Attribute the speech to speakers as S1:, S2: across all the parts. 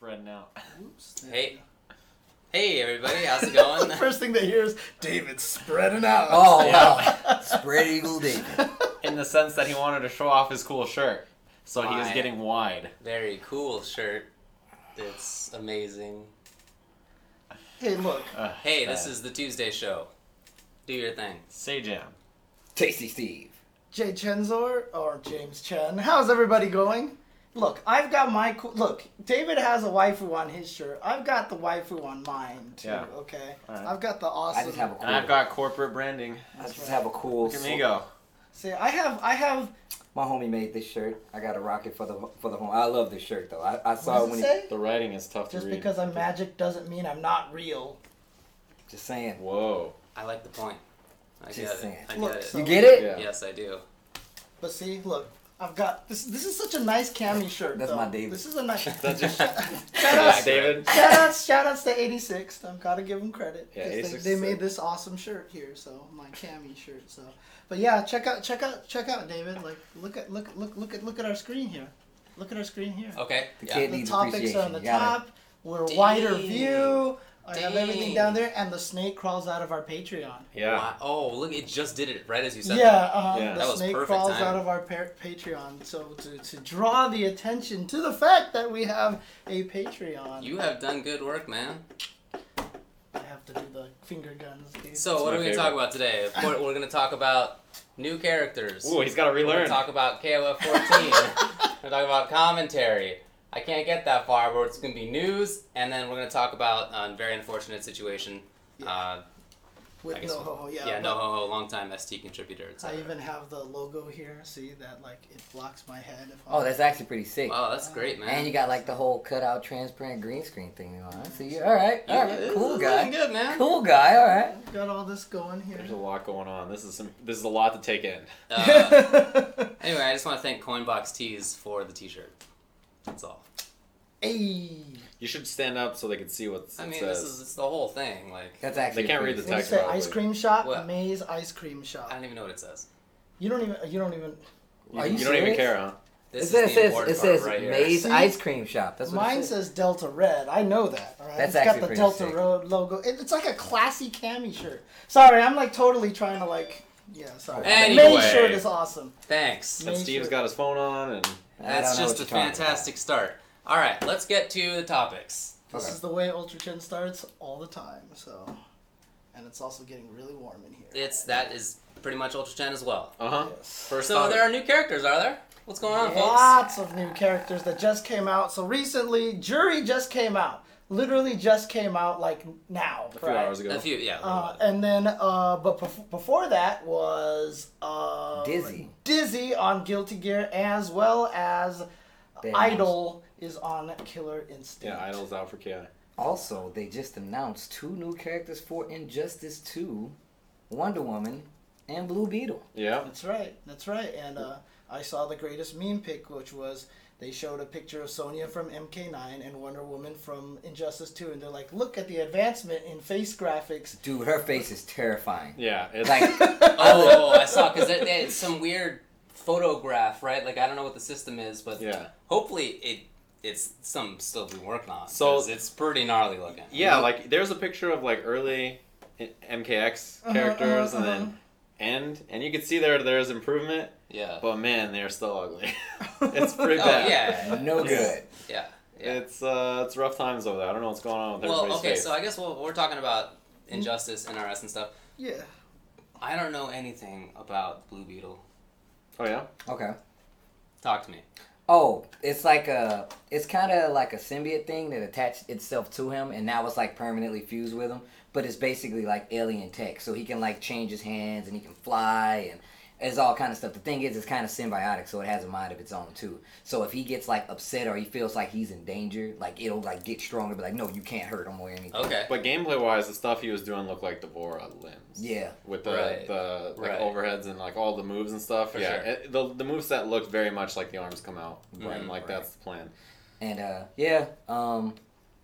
S1: Bread now.
S2: Oops. there
S3: Hey.
S2: we go.
S3: Hey everybody, how's it
S2: the
S3: going?
S2: first thing they hear is David's spreading out.
S4: Oh, wow.
S1: Yeah.
S4: Spread Eagle David.
S1: In the sense that he wanted to show off his cool shirt. So he was
S3: Why?
S1: getting wide.
S3: Very cool shirt. It's amazing.
S2: hey, look.
S1: Ugh,
S3: Hey, this
S1: sad.
S3: is the Tuesday show. Do your thing.
S1: Say Jam.
S4: Tasty Steve.
S2: Jay Chenzor or James Chen. How's everybody going? Look, I've got my co- look. David has a waifu on his shirt. I've got the waifu on mine too.
S1: Yeah.
S2: Okay,
S1: All right.
S2: I've got the awesome.
S4: I just have a cool.
S1: And I've got corporate branding.
S4: I just have a cool.
S1: Look at me go.
S2: See, I have, I have.
S4: My homie made this shirt. I got a rocket for the for the home. I love this shirt though. I, I
S2: What
S4: saw it
S2: does
S4: when
S2: it
S4: he
S2: say?
S1: The writing is tough
S2: Just
S1: to read.
S2: because I'm magic doesn't mean I'm not real.
S4: just saying.
S1: Whoa.
S3: I like the point. I
S4: Just
S3: get it.
S4: saying.
S3: I
S2: Look,
S3: get it.
S2: so-
S4: You get it?
S1: Yeah.
S3: Yes, I do.
S2: But see, look, I've got this. This is such a nice cami shirt.
S4: That's
S2: though.
S4: my David.
S2: This is a nice.
S1: That's just-
S2: shout
S1: Black
S2: outs,
S1: David.
S2: shout outs, shout outs to '86. I've got to give them credit.
S1: Yeah,
S2: 'cause
S1: 86
S2: they,
S1: is
S2: they made
S1: sick.
S2: this awesome shirt here, so my cami shirt. So, but yeah, check out, check out, check out, David. Like, look at, look, look, look at, look at our screen here. Look at our screen here.
S3: Okay.
S4: The
S3: yeah.
S4: kid
S2: The
S4: needs
S2: topics
S4: appreciation.
S2: are on the
S4: You gotta-
S2: top. We're wider
S3: Dang.
S2: view. I have
S3: Dang.
S2: everything down there, and the snake crawls out of our Patreon.
S1: Yeah.
S3: Wow. Oh, look, it just did it right as you said
S2: Yeah,
S3: that.
S2: uh,
S1: Yeah.
S2: the
S3: That was
S2: snake
S3: perfect
S2: crawls
S3: timing.
S2: out of our par- Patreon. So to, to draw the attention to the fact that we have a Patreon,
S3: You have done good work, man.
S2: I have to do the finger guns. Dude.
S3: So,
S1: It's
S3: what
S1: my
S3: are we going to
S1: favorite.
S3: talk about today? Of course, we're going to talk about new characters.
S1: Ooh, he's got to
S3: We're gonna
S1: relearn.
S3: talk about KOF 14. we're talking about commentary. I can't get that far, but it's gonna be news, and then we're gonna talk about a very unfortunate situation. Uh, I
S2: with
S3: guess
S2: no
S3: we-
S2: ho yeah.
S3: yeah,
S2: but
S3: no ho ho, longtime ST contributor. et
S2: I
S3: cetera.
S2: even have the logo here. See that like it blocks my head. If
S4: Oh,
S2: I'm-
S4: that's actually pretty sick.
S3: Wow, that's great, Oh, man.
S4: And you got like the whole cutout transparent green screen thing going on. So you all right, all right,
S3: Yeah,
S4: cool
S3: this is
S4: guy,
S3: looking good, man.
S4: cool guy, all right.
S2: got all this going here.
S1: There's a lot going on. This is some. This is a lot to take in.
S3: Uh, anyway, I just want to thank Coinbox Tees for the T-shirt. That's all.
S2: hey,
S1: You should stand up so they can see what's.
S3: I
S1: it
S3: mean,
S1: says.
S3: this is it's the whole thing. Like,
S4: That's actually.
S1: They can't
S4: pretty
S1: read the
S4: sick.
S2: what's
S1: text
S2: that?
S1: probably.
S2: Ice cream shop,
S3: What?
S2: Maze ice cream shop.
S3: I don't even know what it says.
S2: You don't even. You don't even.
S1: You,
S4: Are you
S1: you don't even
S4: serious?
S1: care, huh?
S3: This
S4: it says,
S3: is
S4: it
S3: the
S4: says,
S3: important
S4: it says
S3: part right here.
S4: Maze
S2: See?
S4: Ice Cream Shop. That's what
S2: Mine
S4: it says.
S2: says Delta Red. I know that. All right?
S4: That's
S2: it's got
S4: actually
S2: the
S4: pretty
S2: Delta
S4: sick.
S2: Road logo. It, it's like a classy cami shirt. Sorry, I'm like totally trying to like. Yeah, sorry.
S3: Anyway.
S2: Main shirt is awesome.
S3: Thanks.
S1: And
S2: Main
S1: Steve's
S2: shirt.
S1: got his phone on, and
S4: I
S3: That's
S4: don't
S3: just a
S4: know what you're talking about.
S3: fantastic start. All right, let's get to the topics.
S2: This
S4: Okay.
S2: is the way Ultra Chen starts all the time. So, and it's also getting really warm in here.
S3: It's that is pretty much Ultra Gen as well.
S1: uh huh.
S2: Yes.
S1: First
S3: So
S1: topic.
S3: there are new characters, are there? What's going on, folks?
S2: Lots of new characters that just came out. So recently, Jury just came out. Literally just came out like now.
S1: a few
S2: right?
S1: hours ago.
S3: A few, yeah. a little
S2: Uh,
S3: bit.
S2: and then, uh, but bef- before that was uh,
S4: Dizzy.
S2: Dizzy on Guilty Gear, as well as
S4: They
S2: Idol is on Killer Instinct.
S1: Yeah, Idol's out for Ki.
S4: Also, they just announced two new characters for Injustice 2, Wonder Woman, and Blue Beetle.
S1: Yeah.
S2: That's right. That's right. And uh, I saw the greatest meme pick, which was they showed a picture of Sonya from MK9 and Wonder Woman from Injustice 2, and they're like, look at the advancement in face graphics.
S4: Dude, her face is terrifying.
S1: Yeah. It's
S4: Like,
S3: oh, I saw because it's some weird photograph, right? Like I don't know what the system is, but
S1: Yeah.
S3: hopefully it it's some still be working on.
S1: So-
S3: 'cause it's pretty gnarly looking.
S1: yeah. Like there's a picture of like early I- MKX characters,
S2: uh-huh,
S1: and then end, and you can see there there's improvement,
S3: Yeah.
S1: but man, they're still ugly. it's pretty
S3: oh
S1: bad.
S3: yeah.
S4: no good.
S3: Yeah. Yeah.
S1: It's uh, it's rough times over there. I don't know what's going on with
S3: well,
S1: everybody's
S3: okay.
S1: face.
S3: So I guess we'll, we're talking about injustice, NRS, and stuff.
S2: Yeah.
S3: I don't know anything about Blue Beetle.
S1: oh yeah.
S4: Okay.
S3: Talk to me.
S4: Oh, it's like a, it's kind of like a symbiote thing that attached itself to him, and now it's like permanently fused with him. But it's basically like alien tech, so he can like change his hands and he can fly and it's all kind of stuff. The thing is, it's kind of symbiotic, so it has a mind of its own too. So if he gets like upset or he feels like he's in danger, like it'll like get stronger, be like, no, you can't hurt him or anything.
S3: Okay.
S1: But gameplay wise, the stuff he was doing looked like Devora limbs.
S4: Yeah.
S1: With the,
S3: Right.
S1: the like
S3: Right.
S1: overheads and like all the moves and stuff.
S3: For
S1: yeah.
S3: sure.
S1: It, the the move set looked very much like the arms come out.
S4: Right,
S1: And like
S4: right.
S1: that's the plan.
S4: And uh, yeah, um,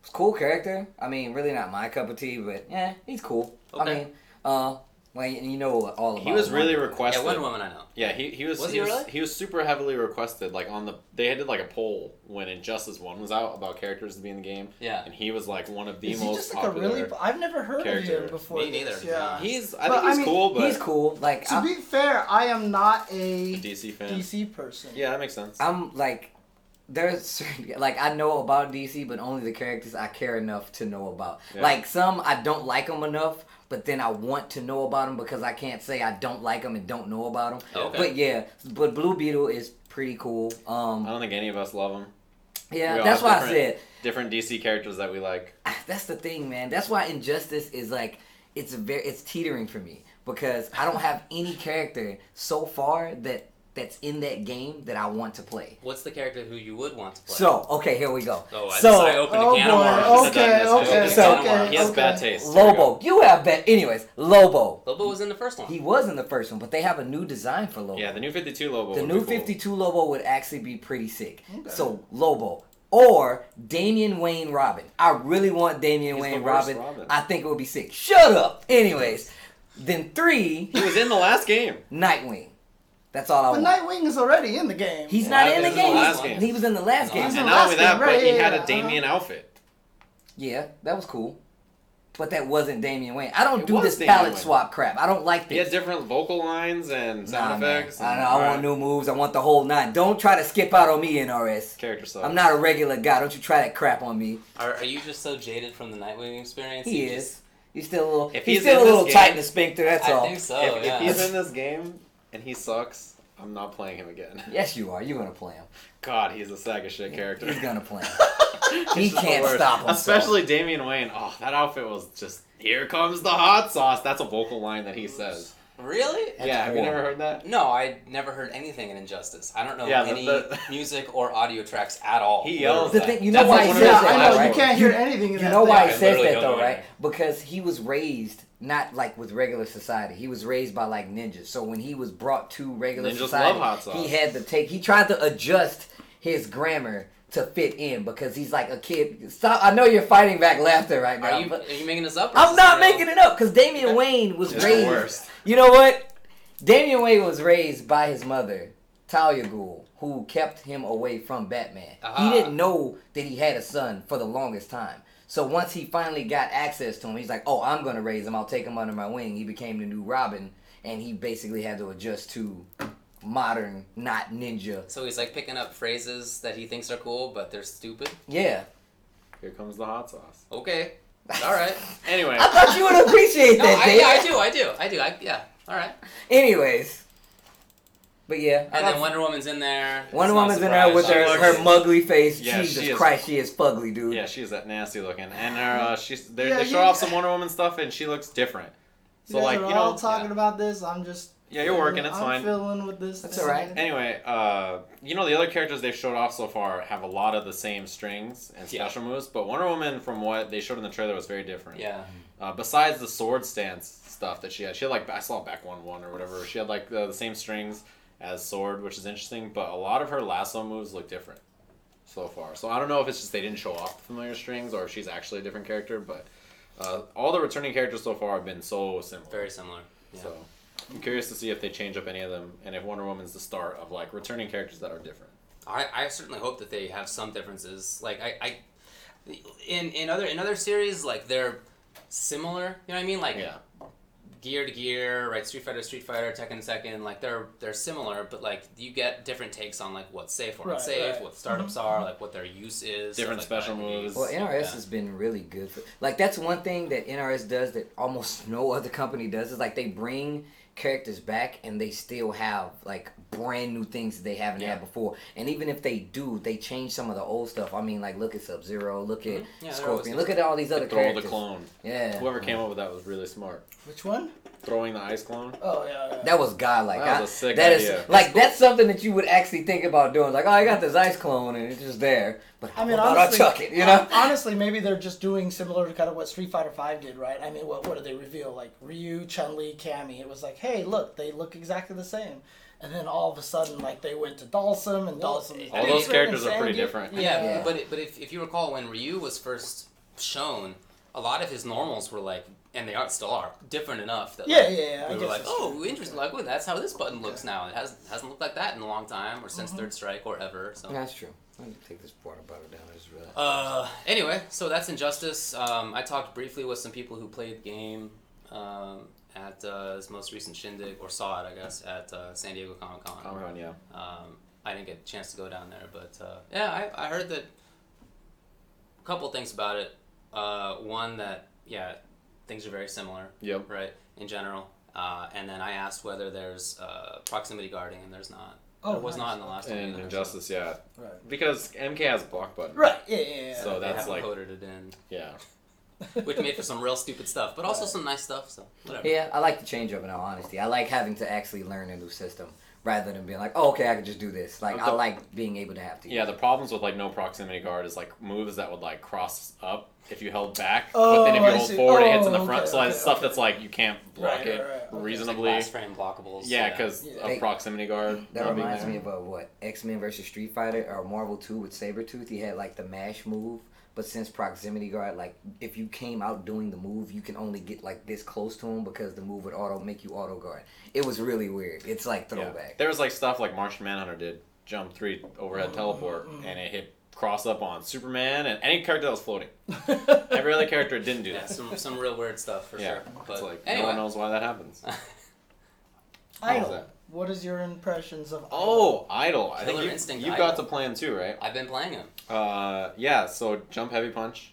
S4: it's a cool character. I mean, really not my cup of tea, but yeah, he's cool.
S3: Okay.
S4: I mean, uh, Well, and you know all about.
S1: He was really
S4: Wonder Woman.
S1: requested.
S3: Yeah, Wonder Woman I know.
S1: Yeah, he, he was
S3: Was
S1: he,
S3: he
S1: was
S3: really?
S1: he was super heavily requested. Like on the they had did like a poll when Injustice One was out about characters to be in the game.
S3: Yeah.
S1: and he was like one of the
S2: Is he
S1: most
S2: just like a
S1: popular.
S2: really? I've never heard of him
S1: character.
S2: before.
S3: Me
S2: this,
S3: neither.
S2: Yeah.
S1: He's I
S2: But,
S1: think he's
S2: I mean,
S1: cool, but
S4: He's cool. Like
S2: To
S4: I'm,
S2: be fair, I am not a
S1: a DC fan.
S2: DC person.
S1: Yeah, that makes sense.
S4: I'm like, there's certain, like I know about DC, but only the characters I care enough to know about.
S1: Yeah.
S4: Like some I don't like them enough, but then I want to know about them because I can't say I don't like them and don't know about them.
S3: Okay.
S4: But yeah, but Blue Beetle is pretty cool.
S1: I
S4: Um,
S1: don't think any of us love him. we
S4: yeah,
S1: all
S4: that's
S1: have
S4: why I
S1: different-
S4: said
S1: Different DC characters that we like.
S4: that's the thing, man. That's why Injustice is like it's a very it's teetering for me because I don't have any character so far that that's in that game that I want to play.
S3: What's the character who you would want to play?
S4: So okay, here we go.
S3: oh, I,
S4: so
S3: I opened
S2: Oh
S3: a can of worms.
S2: boy.
S1: It's a
S2: Okay.
S1: darkness.
S2: Okay.
S1: It's a
S4: So-
S1: dark worm. he has
S2: okay.
S1: bad taste. Here we go.
S4: Lobo, you have bet. Anyways, Lobo.
S3: Lobo was in the first one.
S4: He was in the first one, but they have a new design for Lobo.
S1: Yeah, the new Fifty Two Lobo.
S4: the
S1: would
S4: new
S1: be cool.
S4: 52 Lobo would actually be pretty sick.
S2: Okay.
S4: So Lobo or Damian Wayne Robin. I really want Damian
S1: He's the
S4: Wayne
S1: worst
S4: Robin.
S1: Robin.
S4: I think it would be sick. Shut up. Anyways, then three
S1: He was in the last game.
S4: Nightwing. That's all I
S2: But
S4: want.
S2: Nightwing is already in the game.
S4: He's
S1: Well,
S4: not in
S1: he was
S4: the
S1: in the
S4: game.
S1: last
S4: He's-
S1: game.
S4: He was in the last
S3: He
S4: game.
S3: was
S1: And
S2: in
S1: not only
S2: the
S1: that,
S2: last game,
S1: but
S2: right,
S1: he
S2: yeah,
S1: had
S2: yeah,
S1: a Damien outfit.
S4: Yeah, that was cool. But that wasn't Damian Wayne. I don't
S1: It
S4: do
S1: was
S4: this
S1: Damian
S4: palette
S1: Wayne.
S4: swap crap. I don't like this.
S1: He had different vocal lines and sound
S4: Nah, man.
S1: effects.
S4: I
S1: and-
S4: know. I want new moves. I want the whole nine. Don't try to skip out on me, NRS.
S1: character stuff.
S4: I'm not a regular guy. Don't you try that crap on me.
S3: Are, are you just so jaded from the Nightwing experience?
S4: He
S3: You
S4: is.
S3: just-
S4: He's still a little.
S1: If
S4: he's
S1: he's
S4: still
S1: in
S4: a
S1: this
S4: little tight
S1: game-
S4: in the sphincter. That's
S3: I
S4: all.
S3: think so.
S1: If, if
S3: Oh, yeah.
S1: he's in this game and he sucks, I'm not playing him again.
S4: Yes, you are. You're gonna play him.
S1: God, he's a sack of shit character.
S4: He's gonna play him.
S1: He's
S4: he
S1: just the
S4: can't
S1: worst.
S4: stop himself.
S1: Especially Damian Wayne. Oh, that outfit was just. Here comes the hot sauce. That's a vocal line that he says.
S3: really?
S4: That's
S1: yeah, have you
S4: horrible.
S1: never heard that?
S3: No, I never heard anything in Injustice. I don't know
S1: Yeah, the-
S3: any
S1: the-
S3: music or audio tracks at all.
S1: He yells
S4: The
S1: that.
S4: thing, you know
S1: That's
S4: why
S1: like
S4: he
S1: one
S4: says
S1: of his
S2: yeah,
S4: that,
S2: I
S1: last
S2: know.
S4: right?
S2: You can't
S4: You-
S2: hear anything in
S4: You
S2: that
S4: know
S2: thing.
S4: why
S3: I
S4: he says
S3: literally
S4: that
S3: don't
S4: though,
S3: know
S4: right?
S3: anything.
S4: Because he was raised not like with regular society. He was raised by like ninjas. So when he was brought to regular
S1: Ninjas
S4: society,
S1: love hot sauce.
S4: he had to take. He tried to adjust his grammar to fit in because he's like a kid. Stop! I know you're fighting back laughter right now.
S3: Are you,
S4: but
S3: are you making this up? or is
S4: I'm
S3: this
S4: not
S3: real?
S4: making it up because Damian Wayne was
S1: It's the
S4: raised.
S1: worst.
S4: You know what? Damian Wayne was raised by his mother, Talia Ghul, who kept him away from Batman.
S3: Ah.
S4: He didn't know that he had a son for the longest time. So once he finally got access to him, he's like, "Oh, I'm gonna raise him. I'll take him under my wing." He became the new Robin, and he basically had to adjust to modern, not ninja.
S3: So he's like picking up phrases that he thinks are cool, but they're stupid.
S4: Yeah,
S1: Here comes the hot sauce.
S3: Okay. All right.
S1: Anyway,
S4: I thought you would appreciate
S3: No,
S4: that.
S3: I,
S4: Dave.
S3: yeah, I do. I do. I do. I, yeah. All right.
S4: Anyways, but yeah, I
S3: And
S4: like-
S3: then Wonder Woman's in there.
S4: Wonder
S3: It's not
S4: Woman's in
S3: surprise.
S4: there with her,
S1: Obviously.
S4: her mugly face.
S1: Yeah,
S4: Jesus
S1: she is-
S4: Christ, she is fugly, dude.
S1: yeah, she's that nasty looking, and her uh, she's they
S2: Yeah,
S1: they show
S2: you-
S1: off some Wonder Woman stuff, and she looks different.
S2: You
S1: So
S2: guys
S1: like
S2: are
S1: you
S2: all
S1: know,
S2: talking
S3: yeah.
S2: about this. I'm just.
S1: Yeah, you're working, it's
S2: I'm
S1: fine.
S2: Filling with this.
S4: That's
S2: thing.
S4: alright.
S1: Anyway, uh, you know the other characters they've showed off so far have a lot of the same strings and
S3: Yeah.
S1: special moves, but Wonder Woman, from what they showed in the trailer, was very different.
S3: Yeah.
S1: Uh, besides the sword stance stuff that she had, she had like I saw back one one or whatever. She had like the, the same strings as sword, which is interesting. But a lot of her lasso moves look different so far. So I don't know if it's just they didn't show off the familiar strings or if she's actually a different character. But uh, all the returning characters so far have been so similar.
S3: Very similar. Yeah.
S1: So I'm curious to see if they change up any of them and if Wonder Woman's the start of like returning characters that are different.
S3: I, I certainly hope that they have some differences. Like I, I in in other in other series, like they're similar. You know what I mean? Like
S1: Yeah.
S3: gear to gear, right? Street Fighter, to Street Fighter, Tekken, to Tekken. Like they're they're similar, but like you get different takes on like what's safe or
S2: Right,
S3: unsafe,
S2: right.
S3: what startups are, like what their use is, stuff
S1: Different
S3: like that
S1: special
S3: could be-
S1: moves.
S4: Well, NRS
S3: Yeah.
S4: has been really good for. Like, that's one thing that NRS does that almost no other company does is like they bring characters back and they still have like brand new things that they haven't
S3: Yeah.
S4: had before. And even if they do, they change some of the old stuff. I mean, like look at Sub Zero, look at
S3: Yeah, they're always-
S4: Scorpion, look at all these other
S1: Throw the
S4: characters.
S1: clone.
S4: Yeah,
S1: Whoever came up with that was really smart.
S2: Which one?
S1: Throwing the ice clone.
S2: Oh yeah. yeah.
S4: That was godlike.
S1: That
S4: That
S1: was a sick
S4: that is-
S1: idea.
S4: like that's something that you would actually think about doing. Like, oh, I got this ice clone and it's just there, but
S2: I mean,
S4: how about
S2: honestly,
S4: I chuck it? You know?
S2: honestly, maybe they're just doing similar to kind of what Street Fighter Five did, right? I mean, what what did they reveal? Like Ryu, Chun Li, Cammy. It was like, hey, look, they look exactly the same. And then all of a sudden, like they went to Dalsum, and
S3: Well,
S2: Dalsum. is
S3: all
S2: different,
S3: those
S2: and
S1: characters are pretty
S2: Zangief-
S1: different.
S3: Yeah,
S4: Yeah.
S3: but it, but if, if you recall when Ryu was first shown, a lot of his normals were like, and they are still are different enough that
S2: Yeah,
S3: like,
S2: yeah, yeah, I
S3: we were
S2: guess
S3: like,
S2: that's
S3: oh,
S2: true.
S3: interesting. Like, well, that's how this button looks now. It hasn't hasn't looked like that in a long time or since Third Strike or ever. So.
S4: That's true. Let me take this water bottle down. I just realized.
S3: Uh, anyway, so that's Injustice. Um, I talked briefly with some people who played the game um, at uh, this most recent shindig, or saw it, I guess, at uh, San Diego Comic Con.
S1: Comic Con, yeah.
S3: Um, I didn't get a chance to go down there, but uh, yeah, I, I heard that a couple things about it. Uh, one, that, yeah, things are very similar,
S1: Yep.
S3: right, in general. Uh, and then I asked whether there's uh, proximity guarding, and there's not.
S2: Oh,
S3: there was
S2: nice.
S3: not in the last one.
S1: And
S3: either, so
S1: Injustice, yeah.
S2: Right.
S1: Because MK has block button.
S2: Right. Yeah. Yeah. yeah.
S1: So
S3: They
S1: that's
S3: haven't
S1: like-
S3: coded it in.
S1: Yeah.
S3: which made for some real stupid stuff, but also
S2: Right.
S3: some nice stuff. So whatever.
S4: yeah, I like the change up in all honesty. I like having to actually learn a new system rather than being like, oh, okay, I can just do this. Like, I
S1: Okay.
S4: like being able to have to.
S1: Yeah, the problems with like no proximity guard is like moves that would like cross up if you held back,
S2: Oh,
S1: but then if you
S2: I
S1: hold
S2: see.
S1: forward, it hits in
S2: Oh,
S1: the front.
S2: okay,
S1: so like
S2: okay,
S1: stuff
S2: okay.
S1: that's like you can't block
S2: Right,
S1: it
S2: right, right, okay.
S1: reasonably.
S3: Last frame blockables.
S1: yeah, because
S2: Yeah.
S1: of
S4: Hey,
S1: proximity guard.
S4: That
S1: not being
S4: reminds
S1: there.
S4: me of uh, what X Men versus Street Fighter or Marvel Two with Sabretooth. He had like the mash move, but since proximity guard, like if you came out doing the move, you can only get like this close to him because the move would auto make you auto guard. It was really weird. It's like
S1: Yeah.
S4: throwback.
S1: There was like stuff like Martian Manhunter did jump three
S3: Mm,
S1: overhead teleport, and it hit cross up on Superman and any character that was floating. Every other character didn't do
S3: yeah,
S1: that.
S3: some some real weird stuff for
S1: yeah,
S3: sure. But
S1: it's like no
S3: anyway,
S1: one knows why that happens.
S2: Idol.
S1: that?
S2: What is your impressions of?
S1: Oh, Idol! I think
S3: Killer
S1: you,
S3: Instinct
S1: you got
S3: Idol.
S1: to plan too, right?
S3: I've been playing him.
S1: Uh, yeah. So jump heavy punch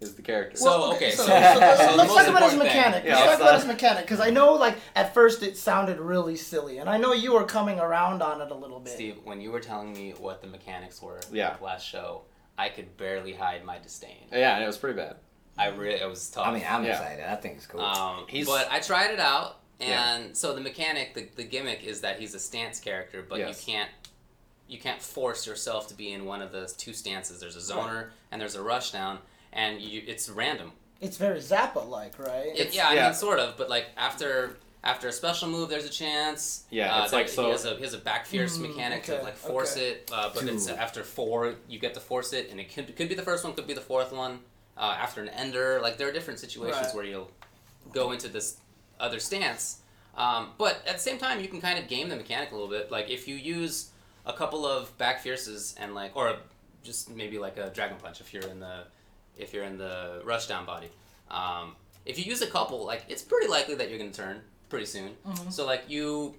S1: is the character.
S3: So- okay,
S2: So,
S3: so-
S2: so let's,
S4: so
S2: let's
S4: the
S3: most
S2: talk about his
S3: important thing.
S2: mechanic.
S1: Yeah, let's
S2: let's talk
S1: uh,
S2: about
S1: not-
S2: his mechanic because I know, like, at first it sounded really silly, and I know you were coming around on it a little bit.
S3: Steve, when you were telling me what the mechanics were
S1: Yeah.
S3: last show, I could barely hide my disdain.
S1: yeah, and it was pretty bad.
S3: I really, it was tough.
S4: I mean, I'm
S1: Yeah.
S4: excited. I think it's cool.
S3: Um,
S1: He's-
S3: but I tried it out,
S1: Yeah.
S3: and so the mechanic, the, the gimmick is that he's a stance character, but
S1: Yes.
S3: you can't you can't force yourself to be in one of the two stances. There's a zoner and there's a rushdown, and you, it's random.
S2: It's very Zappa-like, right?
S3: It, yeah, I
S1: yeah.
S3: mean, sort of, but like after after a special move, there's a chance.
S1: Yeah,
S3: uh,
S1: it's
S3: there-
S1: like so-
S3: He has a, he has a back fierce mechanic
S2: Hmm, okay,
S3: to like force
S2: okay.
S3: it, uh, but it's
S4: Dude.
S3: after four you get to force it, and it could could be the first one, could be the fourth one. Uh, after an ender, like there are different situations
S2: Right.
S3: where you'll go into this other stance. Um, but at the same time, you can kind of game the mechanic a little bit. Like if you use a couple of back fierces and like, or just maybe like a dragon punch if you're in the if you're in the rushdown body. Um, if you use a couple, like it's pretty likely that you're gonna turn pretty soon.
S2: Mm-hmm.
S3: So like you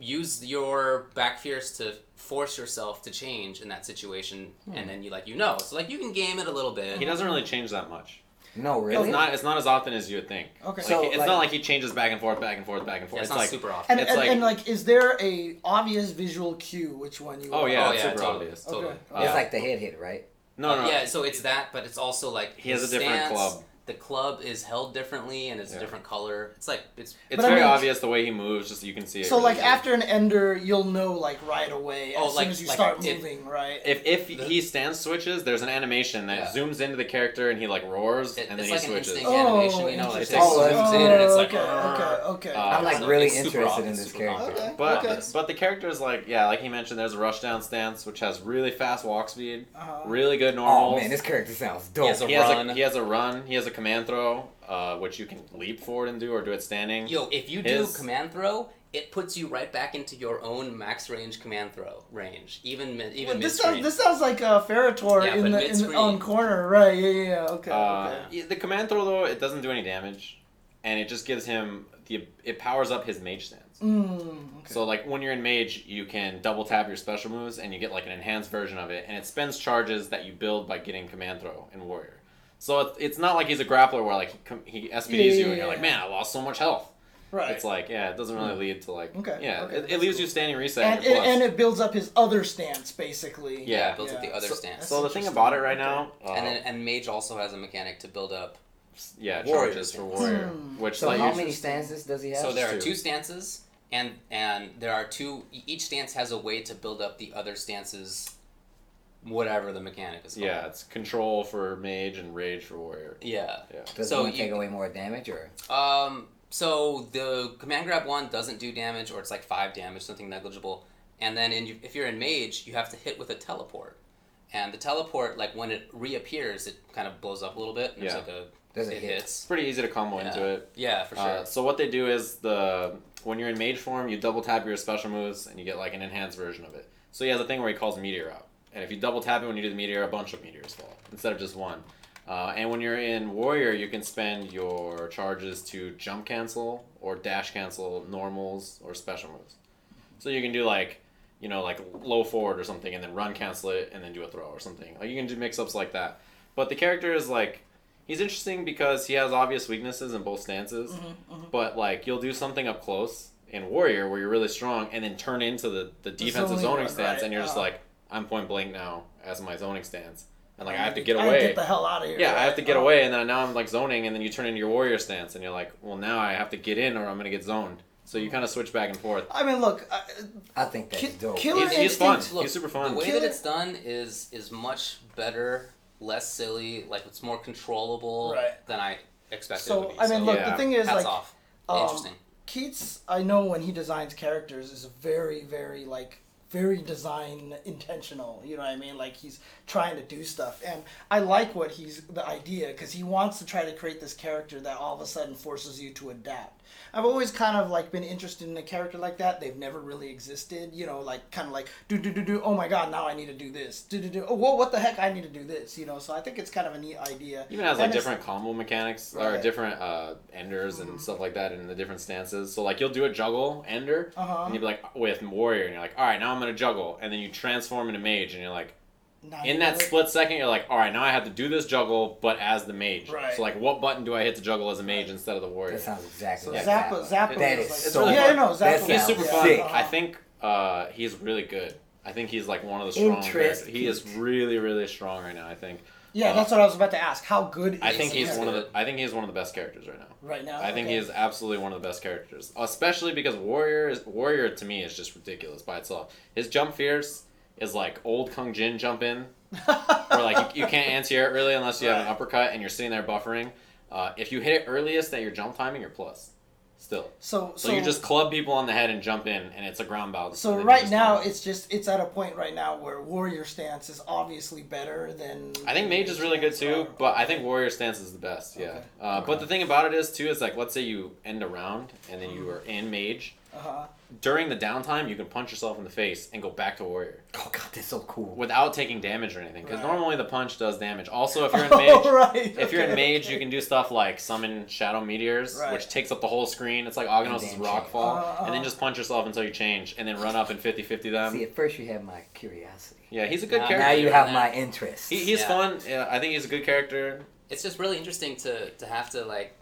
S3: use your back fierce to force yourself to change in that situation,
S2: Hmm.
S3: and then you like you know. So like you can game it a little bit.
S1: He doesn't really change that much.
S4: no, really.
S1: It's not. It's not as often as you would think.
S2: Okay.
S1: Like,
S4: So,
S1: it's
S4: like-
S1: not like he changes back and forth, back and forth, back and
S3: Yeah,
S1: forth.
S3: it's,
S1: it's
S3: not
S1: like
S3: super often.
S2: and,
S1: it's
S2: and,
S1: like-
S2: and like, is there a obvious visual cue which one you?
S1: oh
S2: are?
S1: yeah,
S3: Oh,
S1: it's
S3: yeah,
S1: super
S3: totally.
S1: obvious.
S2: Okay.
S3: Totally.
S2: okay.
S4: It's like the head hit, right?
S1: No, no, no.
S3: Yeah, so it's that, but it's also like
S1: He has
S3: his
S1: a different
S3: stance,
S1: club.
S3: The club is held differently, and it's a
S1: Yeah.
S3: different color. It's like it's
S1: It's
S2: But I
S1: very
S2: mean-
S1: obvious the way he moves. Just you can see it.
S2: So
S1: really
S2: like
S1: easily.
S2: after an ender, you'll know like right away
S3: Oh,
S2: as
S3: like-
S2: soon as you
S3: like
S2: start
S3: I did-
S2: moving, right?
S1: If, if he stance switches, there's an animation that
S3: Yeah.
S1: zooms into the character and he like roars
S3: it-
S1: and
S3: it's
S1: then
S3: like
S1: he
S3: an
S1: switches.
S3: instinct
S2: Oh,
S3: animation, you know, like it
S1: interesting.
S3: takes
S4: Oh,
S3: zooms
S4: that's-
S3: in and it's like.
S2: okay, okay, okay.
S1: Uh,
S4: I'm like
S3: So
S4: really
S3: it's super
S4: interested in
S3: obvious,
S4: this
S3: super
S4: character.
S3: obvious.
S2: Okay.
S1: But
S2: okay.
S1: but the character is like yeah, like he mentioned, there's a rushdown stance which has really fast walk speed,
S2: Uh-huh.
S1: really good normals.
S4: Oh man, this character sounds dope.
S3: Yes, a-
S1: he has
S3: run.
S1: a he has a run. He has a command throw, uh, which you can leap forward and do or do it standing.
S3: Yo, if you do
S1: His-
S3: command throw, it puts you right back into your own max range command throw range, even mid, even
S2: Wait,
S3: mid
S2: this sounds this sounds like a Ferritor
S3: Yeah, but
S2: in the in the
S3: mid-screen.
S2: on corner, right? Yeah, yeah, yeah. Okay,
S1: Uh,
S2: okay.
S1: yeah, The command throw though it doesn't do any damage, and it just gives him the it powers up his mage stance.
S2: Mm, okay.
S1: So like when you're in mage, you can double tap your special moves and you get like an enhanced version of it, and it spends charges that you build by getting command throw in warrior. So it's, it's not like he's a grappler where like he, com- he SPDs you and
S2: Yeah.
S1: you're like man I lost so much health.
S2: right. Mm-hmm.
S1: It's like yeah it doesn't really lead to like
S2: Okay,
S1: yeah
S2: okay,
S1: it, it
S2: that's
S1: leaves
S2: cool.
S1: you standing reset.
S2: and,
S1: your
S2: and,
S1: plus.
S2: and it builds up his other stance basically.
S1: Yeah.
S3: yeah, it builds up
S2: Yeah.
S3: the other
S1: So-
S3: stance.
S1: So the thing
S2: interesting.
S1: about it right
S2: Okay.
S1: now, uh,
S3: and then and mage also has a mechanic to build up.
S1: yeah,
S3: warrior
S1: charges for
S3: stance.
S1: warrior,
S2: Hmm.
S1: which
S4: So
S1: like
S4: how
S1: you-
S4: many stances does he have?
S3: So there are
S1: two.
S3: two stances, and and there are two. e- Each stance has a way to build up the other stances, whatever the mechanic is. Called.
S1: yeah, it's control for mage and rage for warrior.
S3: Yeah.
S1: Yeah,
S4: Does
S3: so
S4: one
S3: you-
S4: take away more damage or?
S3: Um, so the command grab one doesn't do damage, or it's like five damage, something negligible. And then in, if you're in mage, you have to hit with a teleport. and the teleport like when it reappears, it kind of blows up a little bit. And
S1: Yeah.
S3: There's like a
S4: There's a
S3: it
S4: hit.
S1: It's
S3: hits.
S1: pretty easy to combo
S3: Yeah.
S1: into it.
S3: Yeah, for sure.
S1: Uh, so what they do is the when you're in mage form, you double tap your special moves and you get like an enhanced version of it. So he has a thing where he calls meteor out, and if you double tap it when you do the meteor, a bunch of meteors fall instead of just one. Uh, and when you're in warrior, you can spend your charges to jump cancel or dash cancel normals or special moves. So you can do like you know like low forward or something, and then run cancel it, and then do a throw or something. Like you can do mix ups like that. But the character is like he's interesting because he has obvious weaknesses in both stances
S3: Mm-hmm.
S2: Mm-hmm.
S1: but like you'll do something up close in warrior where you're really strong and then turn into the, the defensive
S2: zoning
S1: zoning
S2: one,
S1: stance
S2: right,
S1: and you're just
S2: uh.
S1: like i'm point blank now as my zoning stance and like i have to get
S2: I
S1: away
S2: get the hell out of here.
S1: yeah i have
S2: right?
S1: to get
S2: Oh.
S1: away and then now i'm like zoning and then you turn into your warrior stance and you're like well now i have to get in or i'm gonna get zoned so
S2: Oh.
S1: you kind of switch back and forth
S2: I mean, look, uh, I,
S4: I think that's
S2: ki-
S4: dope.
S2: killer
S1: he's, he's
S2: instinct.
S1: fun
S3: Look,
S1: he's super fun
S3: The way
S2: Kill
S3: that
S2: it.
S3: it's done is is much better, less silly, like it's more controllable
S2: Right.
S3: than I expected. it
S2: So
S3: would be,
S2: I mean, look,
S1: Yeah.
S2: the thing is,
S3: hats
S2: like,
S3: off.
S2: um,
S3: Interesting.
S2: Keats, I know when he designs characters is very, very like very design intentional. You know what I mean? Like he's trying to do stuff, and I like what he's the idea because he wants to try to create this character that all of a sudden forces you to adapt. I've always kind of like been interested in a character like that. They've never really existed, you know, like kind of like do do do do. Oh my god, now I need to do this. Do do do. Oh whoa, what the heck? I need to do this. You know, so I think it's kind of a neat idea.
S1: even has
S2: And
S1: like
S2: it's-
S1: different combo mechanics or
S2: Right. Mm-hmm.
S1: different uh, enders and stuff like that in the different stances. So like you'll do a juggle ender,
S2: Uh-huh.
S1: and you'll be like with warrior, and you're like, all right, now I'm gonna juggle, and then you transform into mage, and you're like,
S2: Now you
S1: in that
S2: know it.
S1: split second, you're like, all right, now I have to do this juggle, but as the mage.
S2: Right.
S1: So like, what button do I hit to juggle as a mage instead of the warrior?
S4: That sounds exactly
S2: So
S4: like
S2: Zappa, Zappa,
S1: It-
S4: That
S2: was
S4: is
S2: like,
S1: so
S2: yeah,
S1: fun.
S2: no, Zappa.
S4: That
S1: He's
S2: was-
S1: super
S4: sounds
S1: fun.
S4: sick.
S1: I think uh, he's really good. I think he's like one of the strong. characters. He is
S4: Interesting.
S1: really, really strong right now. I think.
S2: Yeah,
S1: Uh,
S2: that's what I was about to ask. How good is
S1: I think
S2: he
S1: he's
S2: at
S1: one of the. I think he's one of the best characters right now.
S2: right now?
S1: I think
S2: Okay.
S1: he is absolutely one of the best characters, especially because Warrior is Warrior to me is just ridiculous by itself. His jump fierce is like old Kung Jin jump in, where like you, you can't anti it really unless you have an
S2: Right.
S1: uppercut and you're sitting there buffering. Uh, if you hit it earliest at your jump timing, you're plus, still.
S2: so,
S1: So, you just club people on the head and jump in, and it's a ground bounce.
S2: so
S1: and then you
S2: right
S1: just
S2: now
S1: combo.
S2: it's just it's at a point right now where warrior stance is obviously better than.
S1: I think Mage is really good
S2: stance,
S1: too,
S2: or-
S1: but I think Warrior stance is the best. Yeah.
S2: Okay.
S1: Uh, But the thing about it is too is like let's say you end a round and then you are in Mage.
S2: uh-huh.
S1: during the downtime, you can punch yourself in the face and go back to warrior
S4: Oh god, that's so cool.
S1: without taking damage or anything. Because
S2: Right. Oh,
S1: normally the punch does damage. Also, if you're in mage,
S2: right,
S1: if you're in
S2: okay,
S1: mage,
S2: okay.
S1: you can do stuff like summon shadow meteors,
S2: Right.
S1: which takes up the whole screen. It's like Aghanos's
S4: Damn
S1: rock
S4: shame.
S1: fall,
S2: Uh,
S1: and then
S2: uh.
S1: just punch yourself until you change, and then run up and 50-50 them.
S4: See, at first you had my curiosity.
S1: Yeah, he's a good
S3: Now- now
S1: character.
S4: Now you have
S3: Yeah.
S4: my interest.
S1: he, he's
S3: Yeah.
S1: fun. Yeah, I think he's a good character.
S3: It's just really interesting to to have to like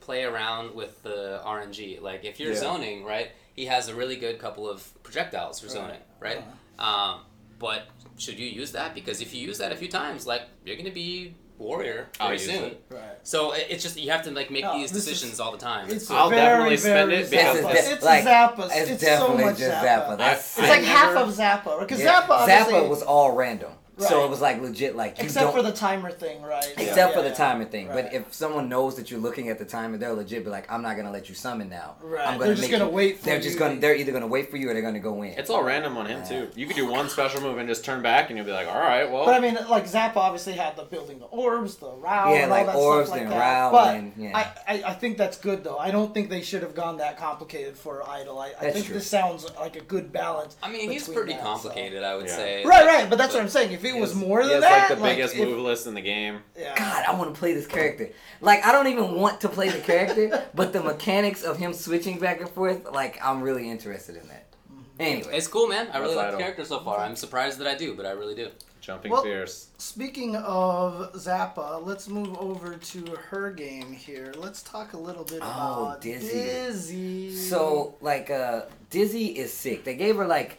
S3: play around with the RNG. Like if you're
S1: Yeah.
S3: zoning, right? He has a really good couple of projectiles for zoning, right?
S2: Uh-huh.
S3: Um, but should you use that? Because if you use that a few times, like you're gonna be warrior
S1: I'll
S3: pretty
S1: use
S3: soon.
S1: it.
S2: Right.
S3: So it- it's just you have to like make
S2: No,
S3: these
S2: this is-
S3: decisions all the time.
S2: It's
S1: Um, I'll
S2: very,
S1: definitely spend
S2: very
S1: it because
S2: Zappa.
S1: it's-
S2: it's
S4: like,
S2: Zappa.
S4: It's,
S2: It's so
S4: definitely
S2: much
S4: just
S2: Zappa.
S4: Zappa. That's
S1: I-
S2: It's
S1: I
S2: like half
S1: never-
S2: of Zappa because
S4: yeah.
S2: Zappa. obviously-
S4: Zappa was all random, so
S2: Right.
S4: it was like legit. Like you
S2: except
S4: don't,
S2: for the timer thing, right?
S4: except
S2: Yeah,
S4: for the
S2: yeah.
S4: timing thing. But
S2: Right.
S4: if someone knows that you're looking at the timer, they'll legit be like, "I'm not gonna let you summon now.
S2: Right.
S4: I'm gonna
S2: They're just
S4: make
S2: gonna
S4: you-
S2: wait for
S4: They're just
S2: you
S4: gonna.
S2: to-
S4: They're either gonna wait for you or they're gonna go in.
S1: It's all random on him too. You could do one special move and just turn back, and you'll be like, all right, well.
S2: But I mean, like Zappa obviously had the building the orbs, the row,
S4: Oh. Yeah,
S2: and
S4: like
S2: all that
S4: orbs
S2: stuff like
S4: and
S2: that.
S4: row
S2: but
S4: and- yeah.
S2: I, I, I think that's good though. I don't think they should have gone that complicated for Idol. I, I
S4: That's
S2: think
S4: true.
S2: this sounds like a good balance.
S3: I mean, he's
S2: between
S3: pretty
S2: that, so-
S3: complicated, I would
S1: Yeah.
S3: say.
S2: Right, right, but that's what I'm saying. If it
S1: he
S2: was
S1: has-
S2: more
S1: he has,
S2: than that,
S1: like the biggest
S2: if-
S1: move list in the game.
S2: yeah.
S4: God, I want to play this character. Like, I don't even want to play the character, but the mechanics of him switching back and forth, like, I'm really interested in that.
S2: Mm-hmm.
S4: Anyway,
S3: It's cool, man. I really
S1: That's
S3: like the
S1: idle.
S3: character so far. I'm surprised that I do, but I really do.
S1: Jumping
S2: Well-
S1: fierce.
S2: Speaking of Zappa, let's move over to her game here. Let's talk a little bit
S4: Oh,
S2: about
S4: Dizzy.
S2: Dizzy.
S4: so like, uh, Dizzy is sick. They gave her like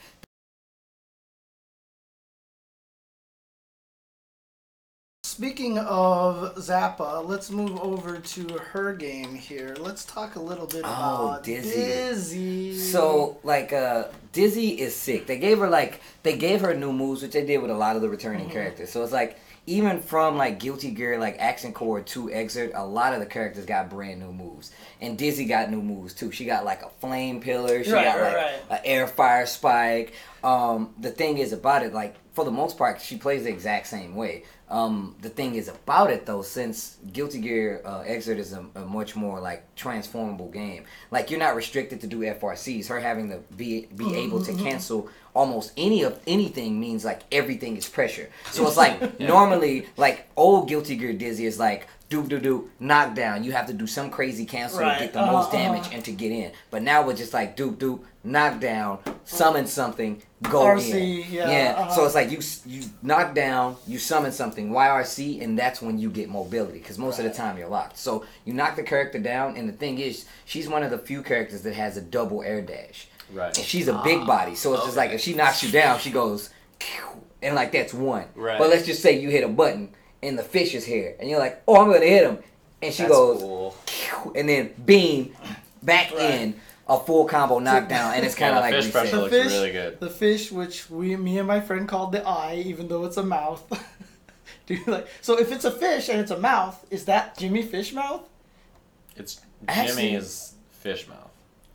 S2: Speaking of Zappa, let's move over to her game here. Let's talk a little bit
S4: Oh,
S2: about
S4: Dizzy.
S2: Dizzy.
S4: so like uh, Dizzy is sick. They gave her like they gave her new moves, which they did with a lot of the
S2: Mm-hmm.
S4: returning characters. So it's like even from like Guilty Gear, like Action Core Two excerpt, a lot of the characters got brand new moves, and Dizzy got new moves too. She got like a flame pillar. She
S2: Right,
S4: got
S2: right,
S4: like
S2: right.
S4: a air fire spike. Um, the thing is about it, like for the most part, she plays the exact same way. Um, the thing is about it though, since Guilty Gear uh, Exit is a, a much more like transformable game. Like you're not restricted to do FRCs. Her having to be be able to cancel almost any of anything means like everything is pressure. So it's like
S3: Yeah.
S4: normally like old Guilty Gear Dizzy is like. Do do do knockdown. You have to do some crazy cancel
S2: Right.
S4: to get the
S2: Uh-huh,
S4: most damage
S2: uh-huh.
S4: and to get in. But now we're just like doop doop, knock down, summon something, go
S2: RC,
S4: in.
S2: yeah, uh-huh.
S4: So it's like you s- you knock down, you summon something, YRC, and that's when you get mobility because most of the time you're locked. So you knock the character down, and the thing is, she's one of the few characters that has a double air dash.
S1: Right.
S4: And she's a
S2: Ah.
S4: big body, so it's just like
S3: okay.
S4: if she knocks you down, she goes, and like that's one.
S3: Right.
S4: But let's just say you hit a button and the fish is here, and you're like, oh, I'm gonna hit him, and she
S1: That's
S4: goes,
S1: cool.
S4: and then beam back
S2: Right.
S4: in a full combo knockdown, and it's
S1: Yeah,
S4: kind
S1: the
S4: of like
S1: fish
S4: reset.
S1: pressure
S2: The
S1: looks
S2: fish-
S1: really good.
S2: The fish, which we, me and my friend called the eye, even though it's a mouth. Dude, like, so if it's a fish and it's a mouth, is that Jimmy Fish mouth?
S1: It's
S4: Actually-
S1: Jimmy's fish mouth.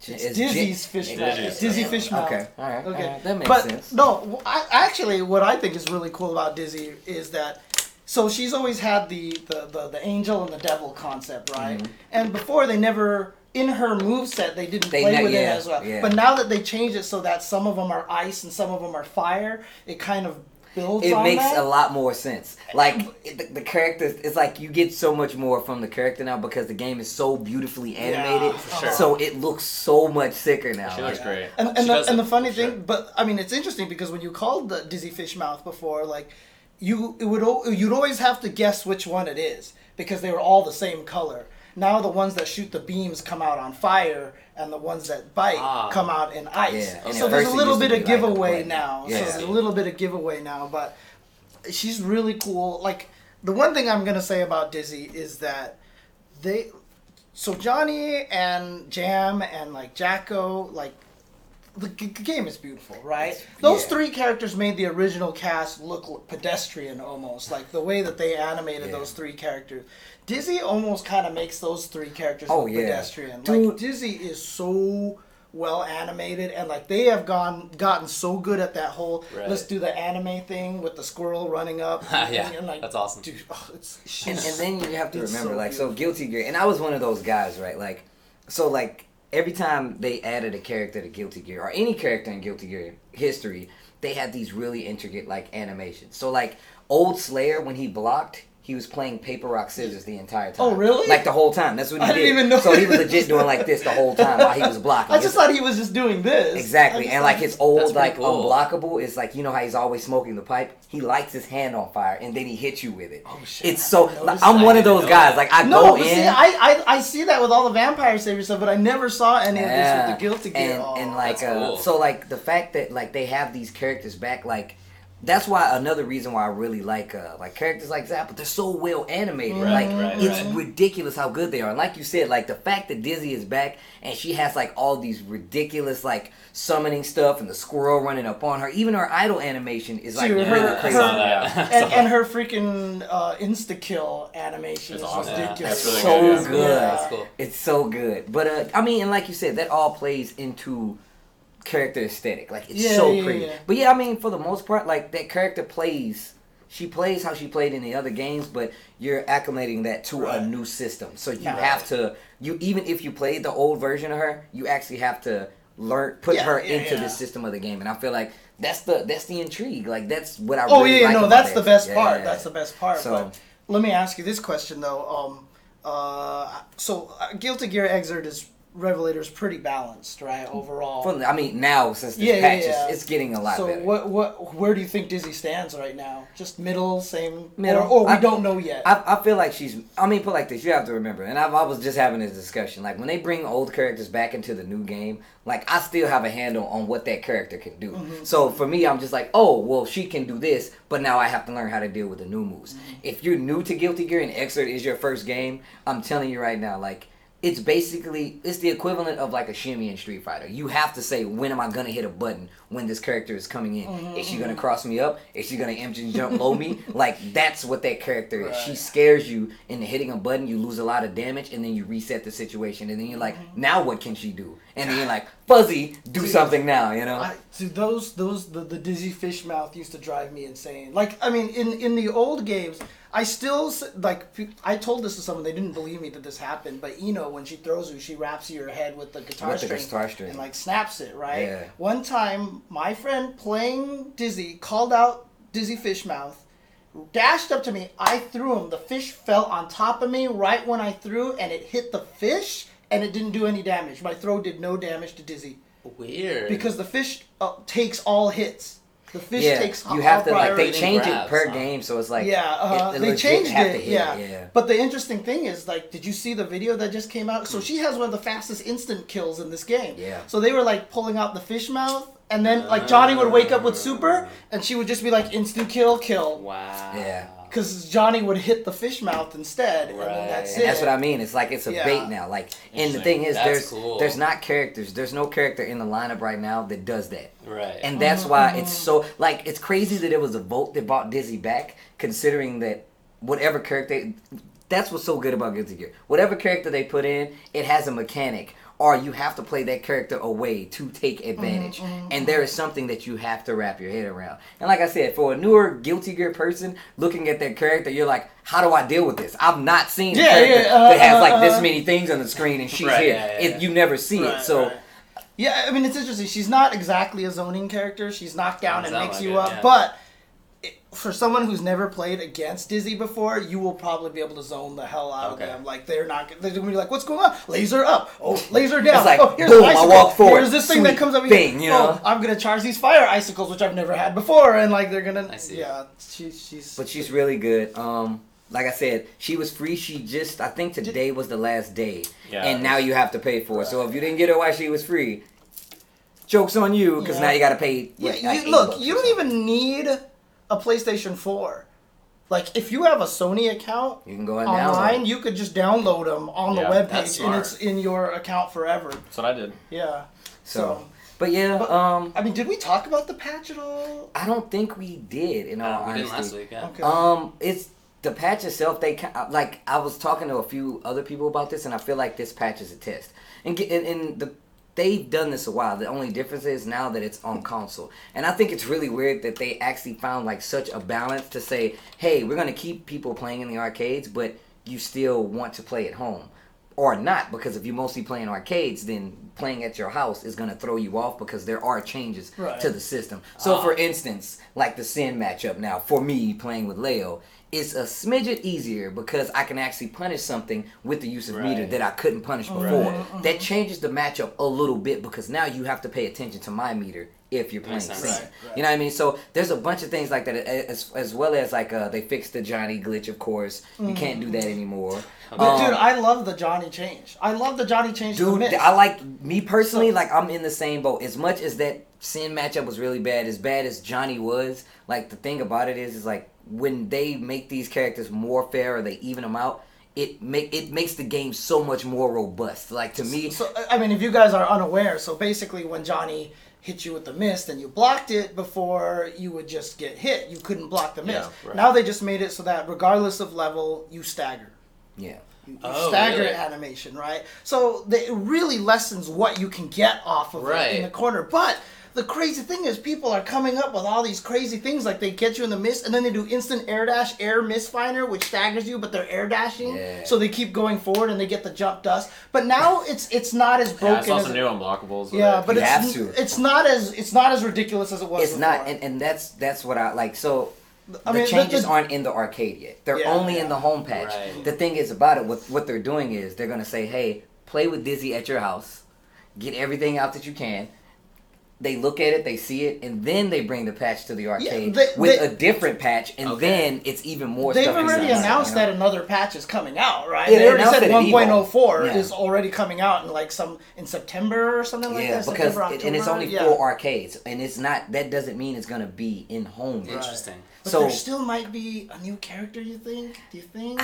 S2: It's,
S4: It's
S2: Dizzy's
S4: Ji-
S2: fish
S1: it's
S2: mouth.
S1: Dizzy's
S2: It's Dizzy
S1: fish
S2: Fish mouth.
S4: Okay, all right,
S2: Okay,
S4: all right, that makes
S2: but
S4: sense.
S2: no, I, actually, what I think is really cool about Dizzy is that, so she's always had the the, the, the angel and the devil concept, right?
S4: Mm-hmm.
S2: And before they never in her moveset they didn't
S4: They
S2: play
S4: ne-
S2: with
S4: yeah,
S2: it as well.
S4: yeah.
S2: But now that they changed it so that some of them are ice and some of them are fire, it kind of builds.
S4: It
S2: on
S4: makes
S2: that.
S4: a lot more sense. Like it- the, the characters, it's like you get so much more from the character now because the game is so beautifully animated.
S2: for
S1: sure.
S4: So it looks so much sicker now.
S1: She looks
S4: Like,
S1: great.
S2: And,
S3: She
S2: and, the,
S3: does
S2: and
S3: it,
S2: the funny
S3: for sure.
S2: thing, but I mean, it's interesting because when you called the dizzy fish mouth before, like you it would al- you'd always have to guess which one it is because they were all the same color. Now the ones that shoot the beams come out on fire, and the ones that bite
S3: Ah.
S2: come out in ice.
S4: Yeah, and
S2: So
S4: at
S2: there's
S4: first
S2: a
S4: it
S2: little
S4: used to
S2: bit of
S4: be like a
S2: giveaway
S4: button.
S2: now.
S4: Yeah.
S2: So there's a little bit of giveaway now, but she's really cool. Like the one thing I'm gonna say about Dizzy is that they so Johnny and Jam and like Jacko, like the, g- g- game is beautiful, right? Those
S4: yeah.
S2: three characters made the original cast look l- pedestrian almost, like the way that they animated
S4: Yeah.
S2: those three characters. Dizzy almost kind of makes those three characters
S4: Oh,
S2: look
S4: yeah.
S2: pedestrian.
S4: Dude.
S2: Like Dizzy is so well animated and like they have gone gotten so good at that whole
S1: Right.
S2: let's do the anime thing with the squirrel running up
S3: yeah,
S2: and, and, like
S3: that's awesome.
S2: dude oh, it's
S4: and,
S2: she's-
S4: and then you have to
S2: It's
S4: remember,
S2: so
S4: like, so
S2: beautiful.
S4: Guilty Gear, and I was one of those guys, right? Like, so like every time they added a character to Guilty Gear or any character in Guilty Gear history, they had these really intricate like animations. So like old Slayer when he blocked. He was playing paper rock scissors the entire time.
S2: Oh, really?
S4: Like the whole time. That's what he
S2: I
S4: did.
S2: didn't even know
S4: So he was
S2: that.
S4: legit doing like this the whole time while he was blocking.
S2: I
S4: It's-
S2: just thought he was just doing this. I
S4: Exactly,
S2: just
S4: and like
S2: thought-
S4: his
S3: That's
S4: old
S3: pretty
S4: like
S3: cool.
S4: unblockable is like you know how he's always smoking the pipe. He lights his hand on fire and then he hits you with it. Oh shit! It's so like,
S2: noticed
S4: I'm
S2: that.
S4: one
S3: I
S4: of those
S3: didn't know
S4: guys.
S3: that.
S4: Like I
S2: No,
S4: go
S2: but
S4: in.
S2: see, I, I I see that with all the vampire savior stuff, but I never saw any
S4: Yeah.
S2: of this with the Guilty Gear.
S4: And,
S2: Oh,
S4: and like
S3: That's
S4: uh,
S3: cool.
S4: so like the fact that like they have these characters back like that's why another reason why I really like uh like characters like Zappa they're so well animated
S2: Mm-hmm.
S1: Right,
S4: like
S1: right,
S4: it's
S1: right.
S4: ridiculous how good they are and like you said like the fact that Dizzy is back and she has like all these ridiculous like summoning stuff and the squirrel running up on her even her idol animation is like
S2: Dude,
S4: really
S2: her-
S4: crazy
S2: her-
S1: Yeah.
S2: and, and her freaking uh, insta kill animation
S1: It's
S2: is
S1: awesome.
S2: ridiculous.
S3: Yeah, that's
S4: really
S1: So
S4: good, yeah. good.
S3: That's cool.
S4: It's so good. But uh, I mean, and like you said, that all plays into character aesthetic. Like it's
S2: Yeah,
S4: so
S2: yeah,
S4: pretty.
S2: yeah.
S4: But yeah, I mean, for the most part, like that character plays. She plays how she played in the other games, but you're acclimating that to
S2: Right.
S4: a new system. So you
S2: Right.
S4: have to. You even if you played the old version of her, you actually have to learn put
S2: Yeah,
S4: her
S2: yeah,
S4: into
S2: yeah.
S4: the system of the game. And I feel like that's the that's the intrigue. Like that's what I.
S2: Oh
S4: really
S2: yeah,
S4: like
S2: no,
S4: about
S2: that's
S4: that.
S2: the best
S4: Yeah,
S2: part.
S4: yeah,
S2: That's the
S4: yeah.
S2: best part.
S4: So-
S2: But let me ask you this question though. Um, uh, so uh, Guilty Gear Exert is Revelator's pretty balanced, right? Overall.
S4: From the- I mean, now since this
S2: Yeah, yeah,
S4: patch,
S2: yeah.
S4: It's, it's getting a lot
S2: so
S4: better.
S2: what what where do you think Dizzy stands right now? Just middle, same
S4: Middle.
S2: or, or we
S4: I-
S2: don't know yet.
S4: I, I feel like she's. I mean, put like this. You have to remember, and I've, I was just having this discussion. Like when they bring old characters back into the new game, like I still have a handle on what that character can do. So for me, I'm just like, oh, well, she can do this, but now I have to learn how to deal with the new moves. If you're new to Guilty Gear and Exert is your first game, I'm telling you right now, like it's basically it's the equivalent of like a shimmy in Street Fighter. You have to say when am I gonna hit a button when this character is coming in?
S2: Mm-hmm,
S4: Is she gonna cross me up? Is she gonna empty jump low me? Like that's what that character is. She
S2: Right.
S4: scares you into hitting a button. You lose a lot of damage and then you reset the situation and then you're like now what can she do? And then you're like Fuzzy, do
S2: Mm-hmm. Dude.
S4: something now. You know.
S2: I, see those those the, the dizzy fish mouth used to drive me insane. Like I mean, in in the old games, I still s- like pe- I told this to someone they didn't believe me that this happened. But Eno, when she throws you, she wraps your head with the guitar,
S4: With the
S2: string,
S4: guitar string.
S2: and like snaps it right.
S4: Yeah.
S2: One time, my friend playing dizzy called out dizzy fish mouth. Dashed up to me, I threw him. The fish fell on top of me right when I threw, and it hit the fish, and it didn't do any damage. My throw did no damage to Dizzy
S3: Weird.
S2: because the fish uh, takes all hits. The fish
S4: yeah,
S2: takes
S4: you have to
S2: all
S4: like they
S3: priority
S4: change it
S3: grabs,
S4: per
S3: huh?
S4: game, so it's like
S2: yeah, uh,
S4: it-
S2: they
S4: legit
S2: changed
S4: have to
S2: it.
S4: hit
S2: Yeah.
S4: yeah.
S2: But the interesting thing is, like, did you see the video that just came out? So she has one of the fastest instant kills in this game.
S4: Yeah.
S2: So they were like pulling out the fish mouth, and then like Johnny would wake up with super, and she would just be like instant kill, kill,
S3: wow.
S4: Yeah.
S2: because Johnny would hit the fish mouth instead, and then
S3: Right.
S2: that's
S4: And
S2: it.
S4: that's what I mean. It's like it's a
S2: Yeah.
S4: bait now. Like, and the
S1: Interesting.
S4: thing is,
S3: That's
S4: there's
S3: cool.
S4: there's not characters. There's no character in the lineup right now that does that.
S3: Right.
S4: And that's why it's
S2: Mm-hmm.
S4: so like it's crazy that it was a vote that brought Dizzy back, considering that whatever character. That's what's so good about Guilty Gear. Whatever character they put in, it has a mechanic, or you have to play that character away to take
S2: Mm-hmm,
S4: advantage. And there is something that you have to wrap your head around. And like I said, for a newer Guilty Gear person looking at that character, you're like, how do I deal with this? I've not seen a
S2: Yeah,
S4: character
S2: yeah, uh,
S4: that has like
S2: uh,
S4: this
S2: uh.
S4: many things on the screen and she's
S3: Right,
S4: here.
S3: yeah, yeah,
S4: It-
S3: yeah.
S4: you never see
S2: Right,
S4: it. So.
S2: right. Yeah, I mean it's interesting. She's not exactly a zoning character. She's knocked down and
S3: Sounds
S2: makes
S3: like
S2: you
S3: it,
S2: up,
S3: yeah.
S2: but it, for someone who's never played against Dizzy before, you will probably be able to zone the hell out
S3: Okay.
S2: of them. Like they're not, they're gonna be like, "What's going on? Laser up! Oh, laser down!
S4: It's like,
S2: oh, here's
S4: boom,
S2: an
S4: I
S2: icicle.
S4: walk forward.
S2: Here's this thing that
S4: Sweet
S2: comes up.
S4: thing, you know?
S2: Oh, I'm gonna charge these fire icicles, which I've never had before, and like they're gonna.
S3: I see.
S2: Yeah, she, she's.
S4: But she's really good. Um, like I said, she was free. She just I think today was the last day,
S1: Yeah.
S4: and now you have to pay for it. So if you didn't get her while she was free, jokes on you because
S2: Yeah.
S4: now you got to pay.
S2: Yeah,
S4: what, like
S2: you,
S4: eight
S2: look,
S4: bucks
S2: you
S4: or
S2: don't
S4: something.
S2: even need a PlayStation 4. Like, if you have a Sony account
S4: You can go and
S2: online,
S4: download.
S2: you could just download them on the
S1: Yeah,
S2: webpage
S3: that's
S2: and
S3: smart.
S2: it's in your account forever.
S1: That's what I did.
S2: Yeah.
S4: So,
S2: So,
S4: but yeah,
S2: But-
S4: um,
S2: I mean, did we talk about the patch at all?
S4: I don't think we did in all
S3: Uh, we
S4: honesty.
S3: didn't last week. Yeah.
S2: Okay.
S4: Um, it's the patch itself. They ki- like I was talking to a few other people about this, and I feel like this patch is a test. And get and, and the they've done this a while. The only difference is now that it's on console, and I think it's really weird that they actually found like such a balance to say, hey, we're gonna keep people playing in the arcades, but you still want to play at home. Or not, because if you mostly play in arcades, then playing at your house is gonna throw you off because there are changes
S2: Right.
S4: to the system. So,
S3: Ah.
S4: for instance, like the Sin matchup now, for me playing with Leo, it's a smidget easier because I can actually punish something with the use of meter
S3: Right. Mm-hmm.
S4: that I couldn't punish before. That changes the matchup a little bit because now you have to pay attention to my meter if you're playing
S3: Makes
S4: Sin.
S3: sense.
S2: Right, right.
S4: You know what I mean? So there's a bunch of things like that, as, as well as like uh, they fixed the Johnny glitch, of course. You can't
S3: Mm.
S4: do that anymore.
S2: But
S4: Um,
S2: dude, I love the Johnny change. I love the Johnny change to the
S4: Dude,
S2: mist.
S4: I like me personally.
S2: So-
S4: like I'm in the same boat. As much as that sin matchup was really bad, as bad as Johnny was, like the thing about it is, is like when they make these characters more fair or they even them out, it make it makes the game so much more robust. Like to me,
S2: So I- I mean, if you guys are unaware, so basically when Johnny hit you with the mist and you blocked it before you would just get hit, you couldn't block the mist.
S1: right.
S2: Now they just made it so that regardless of level, you stagger.
S4: yeah,
S2: You
S3: Oh,
S2: stagger
S3: really?
S2: animation, right? So they, it really lessens what you can get off of it in
S3: Right.
S2: the corner. But the crazy thing is, people are coming up with all these crazy things. Like they get you in the mist, and then they do instant air dash, air mist finder, which staggers you, but they're air dashing,
S4: Yeah.
S2: so they keep going forward and they get the jump dust. But now it's it's not as
S1: Yeah, I
S2: broken.
S1: saw
S2: as
S1: some
S2: it-
S1: new unblockables.
S2: yeah, but
S4: You
S2: it's
S4: have to.
S2: it's not as it's not as ridiculous as it was.
S4: it's not,
S2: before.
S4: and, and that's that's what I like. So
S2: I
S4: the
S2: mean, the-
S4: changes
S2: the-
S4: aren't in the arcade yet. They're
S2: Yeah,
S4: only
S2: yeah.
S4: in the home patch.
S3: Right.
S4: The thing is about it, what what they're doing is they're gonna say, hey, play with Dizzy at your house, get everything out that you can. They look at it, they see it, and then they bring the patch to the arcade
S2: they-
S4: with
S2: they-
S4: a different patch, and
S3: Okay.
S4: then it's even more.
S2: They've
S4: stuff
S2: already
S4: inside,
S2: announced
S4: you know?
S2: that another patch is coming out, right?
S4: Yeah,
S2: they
S4: they
S2: already
S4: announced
S2: said
S4: it at Evo.
S2: 1.04
S4: Yeah.
S2: is already coming out in like some in September or something like
S4: Yeah,
S2: that.
S4: because
S2: September,
S4: it- and it's
S2: October,
S4: only
S2: yeah.
S4: four arcades, and it's not. That doesn't mean it's gonna be in home. yet.
S3: Interesting.
S2: But
S4: So
S2: there still might be a new character. You think? Do you think?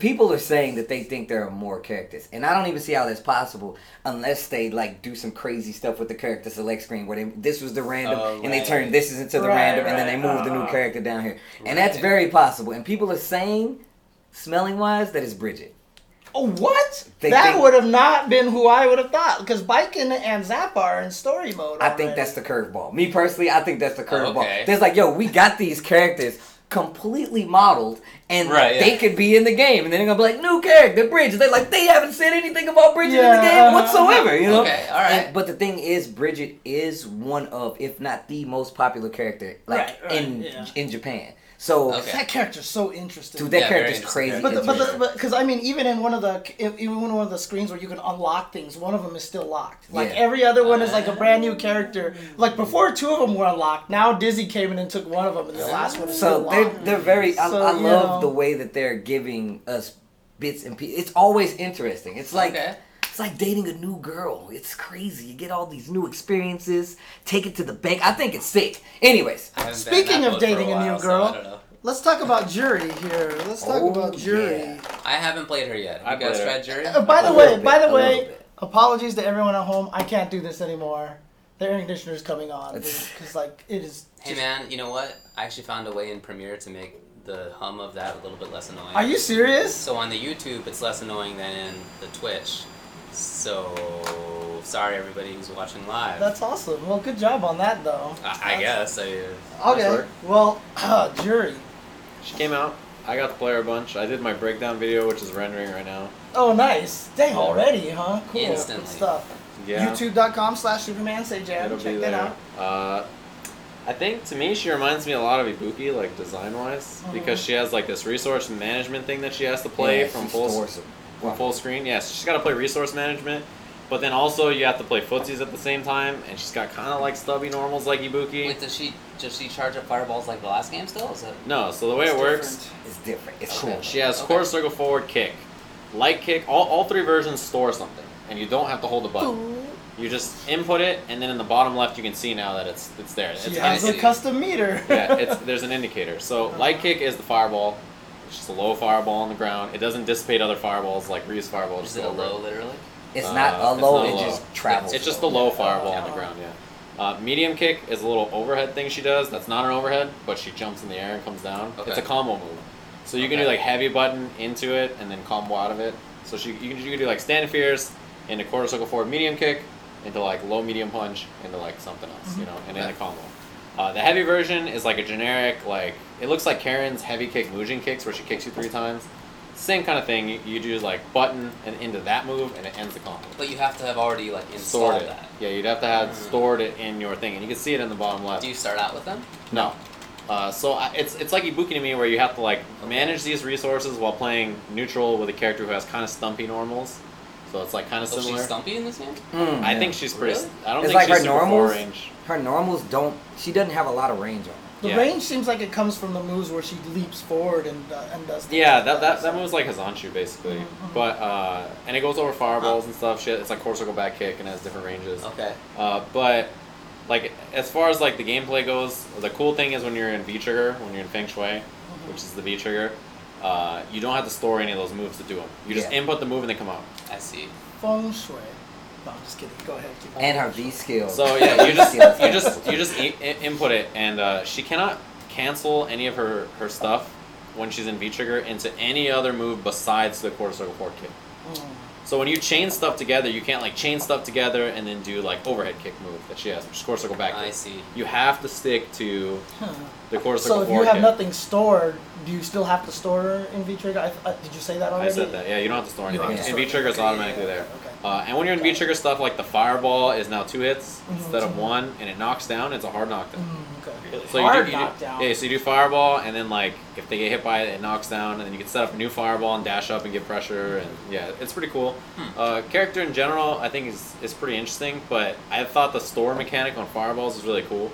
S4: people are saying that they think there are more characters, and I don't even see how that's possible unless they like do some crazy stuff with the character select screen where they this was the random
S1: Oh,
S4: and they
S1: right.
S4: turn this is into the
S2: Right,
S4: random and then
S2: right,
S4: they move the new
S2: uh-huh.
S4: character down here, and that's
S1: Right.
S4: very possible. And people are saying, smelling wise, that it's Bridget.
S2: Oh, what?
S4: They
S2: that
S4: think-
S2: would have not been who I would have thought because Biken and Zap are in story mode.
S4: I think
S2: already.
S4: that's the curveball. Me personally, I think that's the curveball.
S3: okay.
S4: There's like, yo, we got these characters completely modeled, and
S1: Right, yeah.
S4: they could be in the game, and then they're gonna be like, new character, Bridget. They're like, they haven't said anything about Bridget in the
S2: Yeah,
S4: game
S2: uh-huh.
S4: whatsoever, you know?
S3: Okay, all right.
S4: And- but the thing is, Bridget is one of, if not the most popular character, like
S2: Right, right,
S4: in
S2: yeah.
S4: in Japan. So,
S3: Okay.
S2: that character's so interesting.
S4: dude, that
S3: Yeah, very
S4: character's
S3: interesting
S4: crazy.
S2: but the, but the,
S4: interesting.
S2: but because I mean, even in one of the even one of the screens where you can unlock things, one of them is still locked. Like
S4: Yeah. Ah.
S2: every other one is like a brand new character. Like before, two of them were unlocked. Now Dizzy came in and took one of them, and the last one is still
S4: So they're,
S2: locked.
S4: they're very. I,
S2: So,
S4: I
S2: you
S4: love
S2: know.
S4: the way that they're giving us bits and pieces. It's always interesting. It's like
S3: Okay.
S4: it's like dating a new girl. It's crazy. You get all these new experiences. Take it to the bank. I think it's sick. Anyways,
S3: I haven't been
S2: Speaking
S3: in that
S2: of
S3: mode for
S2: dating a
S3: while,
S2: new
S3: so
S2: girl-
S3: I don't know.
S2: Let's talk about Jury here. Let's talk
S4: Oh,
S2: about Jury.
S4: yeah.
S3: I haven't played her yet. Have
S1: I
S3: you guys
S1: played her.
S3: tried Oh. Jury?
S2: Uh, by the
S4: A
S2: way,
S4: little
S2: by
S4: bit,
S2: the
S4: a little
S2: way,
S4: bit.
S2: apologies to everyone at home. I can't do this anymore. The air conditioner's coming on because like it is.
S3: Hey man, you know what? I actually found a way in Premiere to make the hum of that a little bit less annoying.
S2: Are you serious?
S3: So on the YouTube, it's less annoying than in the Twitch. So sorry, everybody who's watching live.
S2: That's awesome. Well, good job on that though.
S3: I, I guess. I, uh,
S2: Okay.
S1: Sure.
S2: Well, uh, Jury.
S1: She came out. I got to play her a bunch. I did my breakdown video, which is rendering right now.
S2: Oh, nice. Dang, already, huh? Cool.
S3: Instantly.
S2: Good stuff.
S1: Yeah.
S2: YouTube.com slash Superman Say Jam.
S1: It'll
S2: Check
S1: be
S2: that
S1: there.
S2: out.
S1: Uh, I think to me she reminds me a lot of Ibuki, like design wise,
S2: Uh-huh.
S1: because she has like this resource management thing that she has to play
S4: Yeah,
S1: from
S4: she's
S1: full
S4: awesome. Wow.
S1: full screen. Yes, she's got to play resource management, but then also you have to play footsies at the same time, and she's got kind of like stubby normals like Ibuki.
S3: Wait, does she does she charge up fireballs like the last game still? Is that
S1: no, so the way it
S2: It's
S1: works,
S2: different.
S4: It's different. It's
S3: Okay.
S4: cool.
S1: she has
S3: Okay.
S1: quarter circle forward kick, light kick. All, all three versions store something, and you don't have to hold the button. You just input it, and then in the bottom left, you can see now that it's it's there. It's
S2: She
S1: kinda
S2: has a
S3: easy.
S2: custom meter.
S1: yeah, it's there's an indicator. So light kick is the fireball. It's just a low fireball on the ground. It doesn't dissipate other fireballs like Reese fireball.
S3: is
S1: Just
S3: it a
S1: go over
S3: low literally?
S4: It's
S1: Uh,
S4: not a
S1: it's
S4: low.
S1: not
S4: It
S1: low.
S4: just travels.
S1: It's just the
S4: slow.
S1: low fireball on
S2: Oh.
S1: the ground. Yeah. Uh, medium kick is a little overhead thing she does. That's not an overhead, but she jumps in the air and comes down.
S3: Okay.
S1: It's a combo move. So you can do
S3: Okay.
S1: like heavy button into it and then combo out of it. So she you can, you can do like stand fierce into quarter circle forward medium kick into like low medium punch into like something else,
S4: Mm-hmm.
S1: you know, and then
S3: Okay.
S1: a combo. Uh, the heavy version is like a generic like it looks like Karen's heavy kick Mujin kicks where she kicks you three times. Same kind of thing. You, you do like button and into that move and it ends the combo
S3: But you have to have already like installed
S1: stored it.
S3: that.
S1: Yeah, you'd have to have
S3: Mm.
S1: stored it in your thing, and you can see it in the bottom left.
S3: Do you start out with them?
S1: no, uh, so I, it's it's like Ibuki to me, where you have to like manage these resources while playing neutral with a character who has kind of stumpy normals. So it's like kind of
S3: Oh, So
S1: similar.
S3: she's stumpy in this game.
S4: Mm,
S1: I
S4: yeah.
S1: think she's pretty.
S3: Really?
S1: I don't
S4: It's
S1: think
S4: like
S1: she's
S4: her
S1: super
S4: normals.
S1: four range.
S4: her normals don't. She doesn't have a lot of range on. Her.
S2: The
S1: yeah.
S2: range seems like it comes from the moves where she leaps forward and, uh, and does things
S1: Yeah,
S2: like
S1: that that, that
S2: so.
S1: move's like Hazanchu basically,
S2: Mhm,
S3: Mm-hmm.
S2: mhm.
S1: but uh, and it goes over fireballs and stuff. Shit, it's like quarter circle back kick and has different ranges.
S3: Okay.
S1: Uh, but like as far as like the gameplay goes, the cool thing is when you're in V trigger, when you're in Feng Shui, which is the V trigger, uh, you don't have to store any of those moves to do them. You just
S4: Yeah.
S1: input the move and they come out.
S3: I see.
S2: Feng Shui. No, I'm just kidding. Go ahead. Keep going.
S4: And her V skill.
S1: So yeah, you just
S4: V skill is
S1: you just you just i- i- input it, and uh, she cannot cancel any of her her stuff when she's in V trigger into any other move besides the quarter circle forward kick.
S2: Mm.
S1: So when you chain stuff together, you can't like chain stuff together and then do like overhead kick move that she has, which is quarter circle back.
S3: I
S1: kick.
S3: see.
S1: You have to stick to
S2: Huh.
S1: the quarter circle
S2: So if you
S1: forward
S2: have
S1: kick.
S2: nothing stored, do you still have to store her in V-Trigger? I, uh, did you say that already?
S1: I said that. Yeah, you don't have to store
S2: You don't
S1: anything. And
S4: have
S2: to
S1: V
S2: store
S1: trigger is
S2: anything. Yeah,
S1: automatically
S2: yeah,
S1: there.
S2: okay.
S1: Uh, and when you're in V trigger stuff, like the fireball is now two hits
S2: Mhm.
S1: instead of one, and it knocks down. It's a hard knockdown.
S2: Mm, okay.
S1: So you
S2: Hard
S1: do, you do,
S2: knockdown.
S1: yeah, so you do fireball, and then like if they get hit by it, it knocks down, and then you can set up a new fireball and dash up and get pressure, and yeah, it's pretty cool. Uh, character in general, I think is is pretty interesting, but I thought the store mechanic on fireballs is really cool.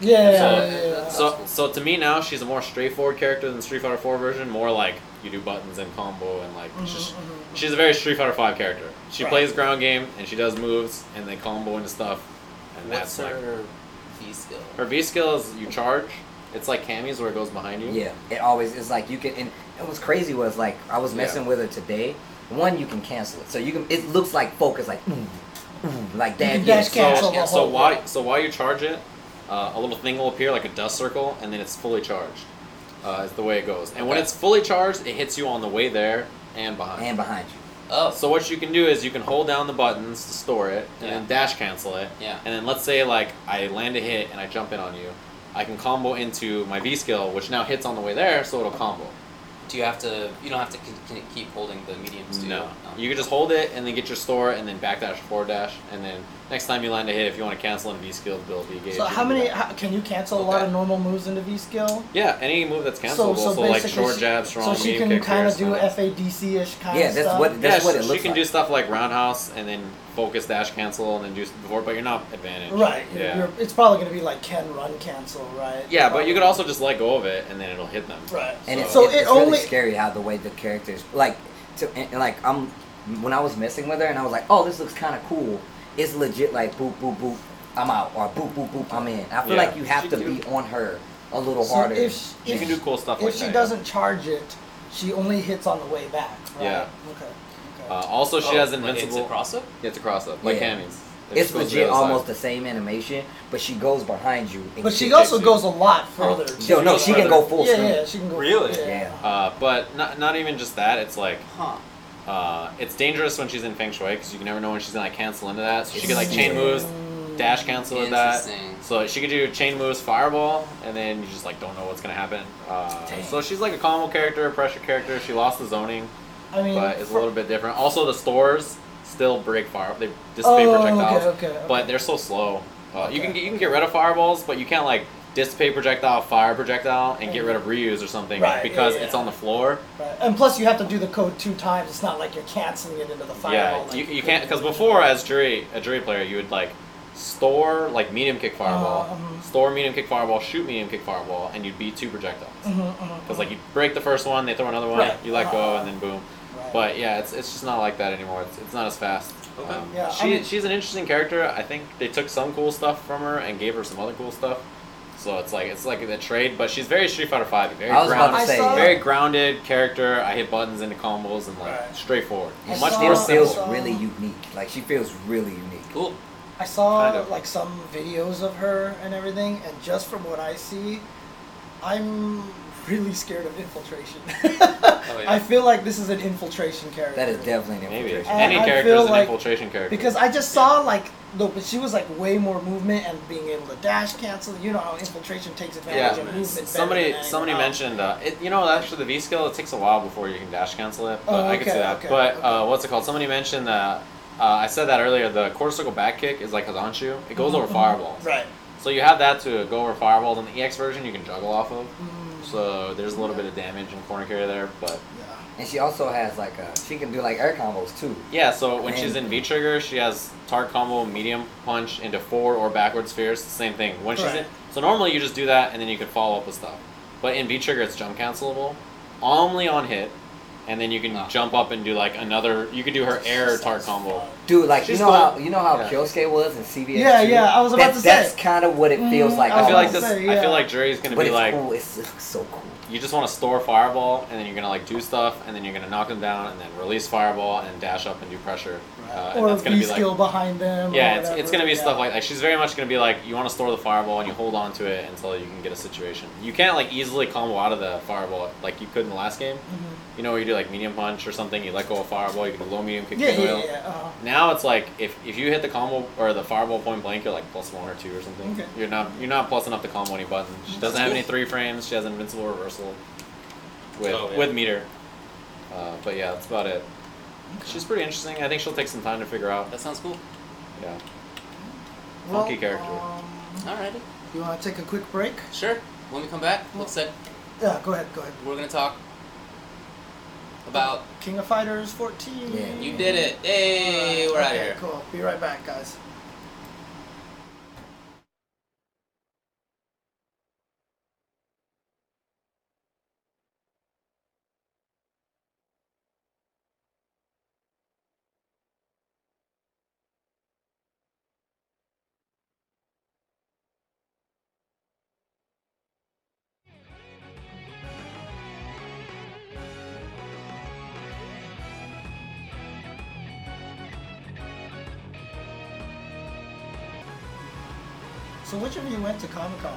S2: Yeah,
S1: So-
S2: yeah, yeah.
S1: So,
S3: cool.
S1: so to me now, she's a more straightforward character than Street Fighter Four version. More like you do buttons and combo and like it's just- she's a very Street Fighter Five character. She
S2: Right.
S1: plays ground game and she does moves and they combo into stuff, and
S3: What's
S1: that's like
S3: her V skill?
S1: her V skill is you charge. It's like camis where it goes behind you.
S4: Yeah, it always is like you can. And it was crazy was like I was messing with it today. One, you can cancel it, so you can. It looks like focus, like mm, mm, like that.
S2: can
S4: yes.
S2: dash Cancel
S1: So,
S2: the
S1: so
S2: whole
S1: why
S2: thing.
S1: so while you charge it, uh, a little thing will appear like a dust circle, and then it's fully charged. Uh, is the way it goes. And when
S3: Okay.
S1: it's fully charged, it hits you on the way there and behind.
S4: and behind you.
S3: Oh,
S1: So what you can do is you can hold down the buttons to store it, and
S3: Yeah.
S1: then dash cancel it.
S3: Yeah.
S1: And then let's say like I land a hit and I jump in on you, I can combo into my V skill, which now hits on the way there, so it'll combo.
S3: do you have to? You don't have to con- con- keep holding the mediums, do you? Oh.
S1: No, you can just hold it and then get your store and then backdash forward dash, and then next time you land a hit, if you want to cancel in V skill, build V gauge.
S2: So
S1: you
S2: how
S1: can do
S2: many?
S1: that.
S2: How, can you cancel a lot
S3: Okay.
S2: of normal moves into V skill?
S1: Yeah, any move that's
S2: So,
S1: cancelable.
S2: so,
S1: So,
S2: basically,
S1: like short
S2: she-
S1: jab, strong
S2: so she
S1: knee,
S2: can
S1: kick,
S2: kind of
S1: rear
S2: do
S1: slam.
S2: FADC ish kind
S4: Yeah,
S2: of
S4: that's
S2: stuff.
S4: what that's
S1: yeah,
S4: what
S1: she-
S4: it
S1: she
S4: looks
S1: can
S4: like.
S1: do stuff like roundhouse and then focus dash cancel and then do s- before, but you're not advantage.
S2: Right.
S1: Yeah.
S2: You're, it's probably going to be like can run cancel, right?
S1: yeah, but you could
S2: Probably.
S1: also just let go of it and then it'll hit them.
S2: Right.
S4: And it's,
S1: So-
S4: it's,
S2: it
S4: it's
S2: only-
S4: really scary how the way the characters like to and, and, like I'm when I was messing with her and I was like, oh, this looks kind of cool. It's legit like boop boop boop, I'm out or boop boop boop, I'm in. I feel
S1: Yeah.
S4: like you have
S1: She
S4: to
S1: do-
S4: be on her a little
S2: So
S4: harder.
S2: if sh-
S1: You
S2: if
S1: can do cool stuff
S2: If
S1: like
S2: she
S1: that.
S2: doesn't charge it, she only hits on the way back. Right?
S1: Yeah.
S2: Okay.
S1: Uh,
S2: Okay.
S1: also, she has invincible.
S3: Oh, It's a cross up.
S1: yeah, it's a cross up like
S4: Yeah.
S1: Cammy's. It just
S4: it's
S1: goes to the
S4: legit
S1: other side.
S4: almost the same animation, but she goes behind you. And
S2: but she
S4: kicks
S2: also
S1: you.
S2: goes a lot further.
S1: Huh.
S2: too.
S4: Yo, no, she can go full
S2: yeah,
S4: screen.
S2: yeah, she can go.
S3: Really?
S2: Yeah.
S4: Yeah.
S1: Uh, but not not even just that. It's like
S3: Huh.
S1: uh, it's dangerous when she's in feng shui because you can never know when she's gonna like, cancel into that. So she
S4: It's
S1: could like chain
S4: scary.
S1: moves, dash cancel with that.
S3: Interesting.
S1: So she could do chain moves, fireball, and then you just like don't know what's gonna happen. Uh,
S4: Dang.
S1: so she's like a combo character, a pressure character. She lost the zoning,
S2: I mean,
S1: but it's a
S2: for-
S1: little bit different. Also, the stores still break fire. They dissipate
S2: Oh,
S1: projectiles,
S2: okay, okay,
S1: but
S2: okay.
S1: they're so slow. Uh, You
S2: Okay.
S1: can get you can get rid of fireballs, but you can't like dissipate projectile, fire projectile, and get rid of reuse or something
S2: Right, yeah,
S1: because
S2: yeah.
S1: it's on the floor.
S2: right. and plus you have to do the code two times. It's not like you're canceling it into
S1: Yeah,
S2: the fireball. like
S1: you, you
S2: could
S1: can't
S2: do.
S1: because before as jury a jury player you would like store like medium kick fireball,
S2: mhm.
S1: store medium kick fireball, shoot medium kick fireball, and you'd be two projectiles because
S2: Mhm, mhm,
S1: like you break the first one, they throw another one,
S2: Right.
S1: you let go,
S2: Uh-huh.
S1: and then boom.
S2: right.
S1: But yeah, it's it's just not like that anymore. It's, it's not as fast.
S3: Okay.
S1: Um,
S2: Yeah, I
S1: she,
S2: mean-
S1: she's an interesting character. I think they took some cool stuff from her and gave her some other cool stuff. So it's like it's like the trade, but she's very Street Fighter Five, very
S4: I was
S1: grounded,
S4: about to
S2: I
S4: say,
S2: saw-
S1: very grounded character. I hit buttons into combos and like
S2: Right.
S1: straightforward,
S4: and
S1: much
S4: she
S2: saw-
S1: more
S4: still feels
S1: simple.
S4: really unique. Like she feels really unique.
S3: Cool.
S2: I saw
S1: Kind of.
S2: like some videos of her and everything, and just from what I see, I'm really scared of infiltration.
S1: Oh,
S3: yeah.
S2: I feel like this is an infiltration character.
S4: That is definitely an
S1: Maybe
S4: infiltration.
S1: any
S2: I
S1: character
S2: feel
S1: is an
S2: like-
S1: infiltration character.
S2: because I just saw like no, but she was like way more movement and being able to dash cancel. You know how infiltration takes advantage
S1: Yeah.
S2: of movement. better than
S1: somebody
S2: anyone
S1: somebody
S2: else.
S1: mentioned uh, it, you know actually the V skill it takes a while before you can dash cancel it. But
S2: Oh,
S1: I could see
S2: okay,
S1: that.
S2: okay,
S1: but uh,
S2: okay.
S1: what's it called? Somebody mentioned that. Uh, I said that earlier. The quarter circle back kick is like Hazanshu. It goes over fireballs.
S2: Mm-hmm, Right.
S1: So you have that to go over fireballs. In the EX version, you can juggle off of.
S2: Mm-hmm.
S1: So there's a little bit of damage in corner carry there. But uh,
S4: And she also has like a she can do like air combos too.
S1: yeah, so when
S4: Man.
S1: she's in V trigger, she has tar combo, medium punch into forward or backward spheres. Same thing. When she's in,
S2: Right.
S1: so normally you just do that and then you can follow up with stuff. But in V trigger, it's jump cancelable, only on hit, and then you can
S3: Ah.
S1: jump up and do like another. You could do her air tar combo.
S4: Dude, like
S1: She's
S4: you know
S1: fun.
S4: how you know how
S1: Yeah.
S4: Kyosuke was in CBS.
S2: Yeah, yeah, I was about to say.
S4: That's kind of what it feels
S2: Mm,
S4: like.
S2: I
S1: I feel like
S4: almost.
S1: this.
S2: say,
S1: I
S2: yeah.
S1: feel like Jury's gonna
S4: but
S1: be
S4: it's
S1: like.
S4: cool. It's, it's so cool.
S1: You just want to store fireball, and then you're gonna like do stuff, and then you're gonna knock them down, and then release fireball, and then dash up and do pressure. Uh, and
S2: or
S1: that's gonna
S2: V
S1: be like
S2: skill behind them. or
S1: Yeah, it's, it's
S2: whatever,
S1: gonna be
S2: yeah.
S1: stuff like that. She's very much gonna be like, you want to store the fireball and you hold on to it until you can get a situation. You can't like easily combo out of the fireball like you could in the last game.
S2: Mm-hmm.
S1: You know, where you do like medium punch or something, you let go of fireball, you can do low medium kick
S2: Yeah,
S1: recoil.
S2: yeah, yeah. uh-huh.
S1: Now it's like if, if you hit the combo or the fireball point blank, you're like plus one or two or something.
S2: Okay.
S1: You're not you're not plus enough to combo any button. She doesn't have any three frames. She has invincible reversal with
S3: Oh, yeah.
S1: with meter. Uh, but yeah, that's about it. She's pretty interesting. I think she'll take some time to figure out.
S3: That sounds cool.
S1: Yeah.
S2: Well,
S1: Funky character.
S2: um,
S3: Alrighty.
S2: you want to take a quick break?
S3: Sure. When we come back, looks like
S2: Yeah, go ahead, go ahead.
S3: we're gonna talk about
S2: King of Fighters 14.
S4: Yeah,
S3: you did it. Hey, we're out of
S2: Okay,
S3: here.
S2: Cool. Be right back, guys. So which of you went to Comic Con?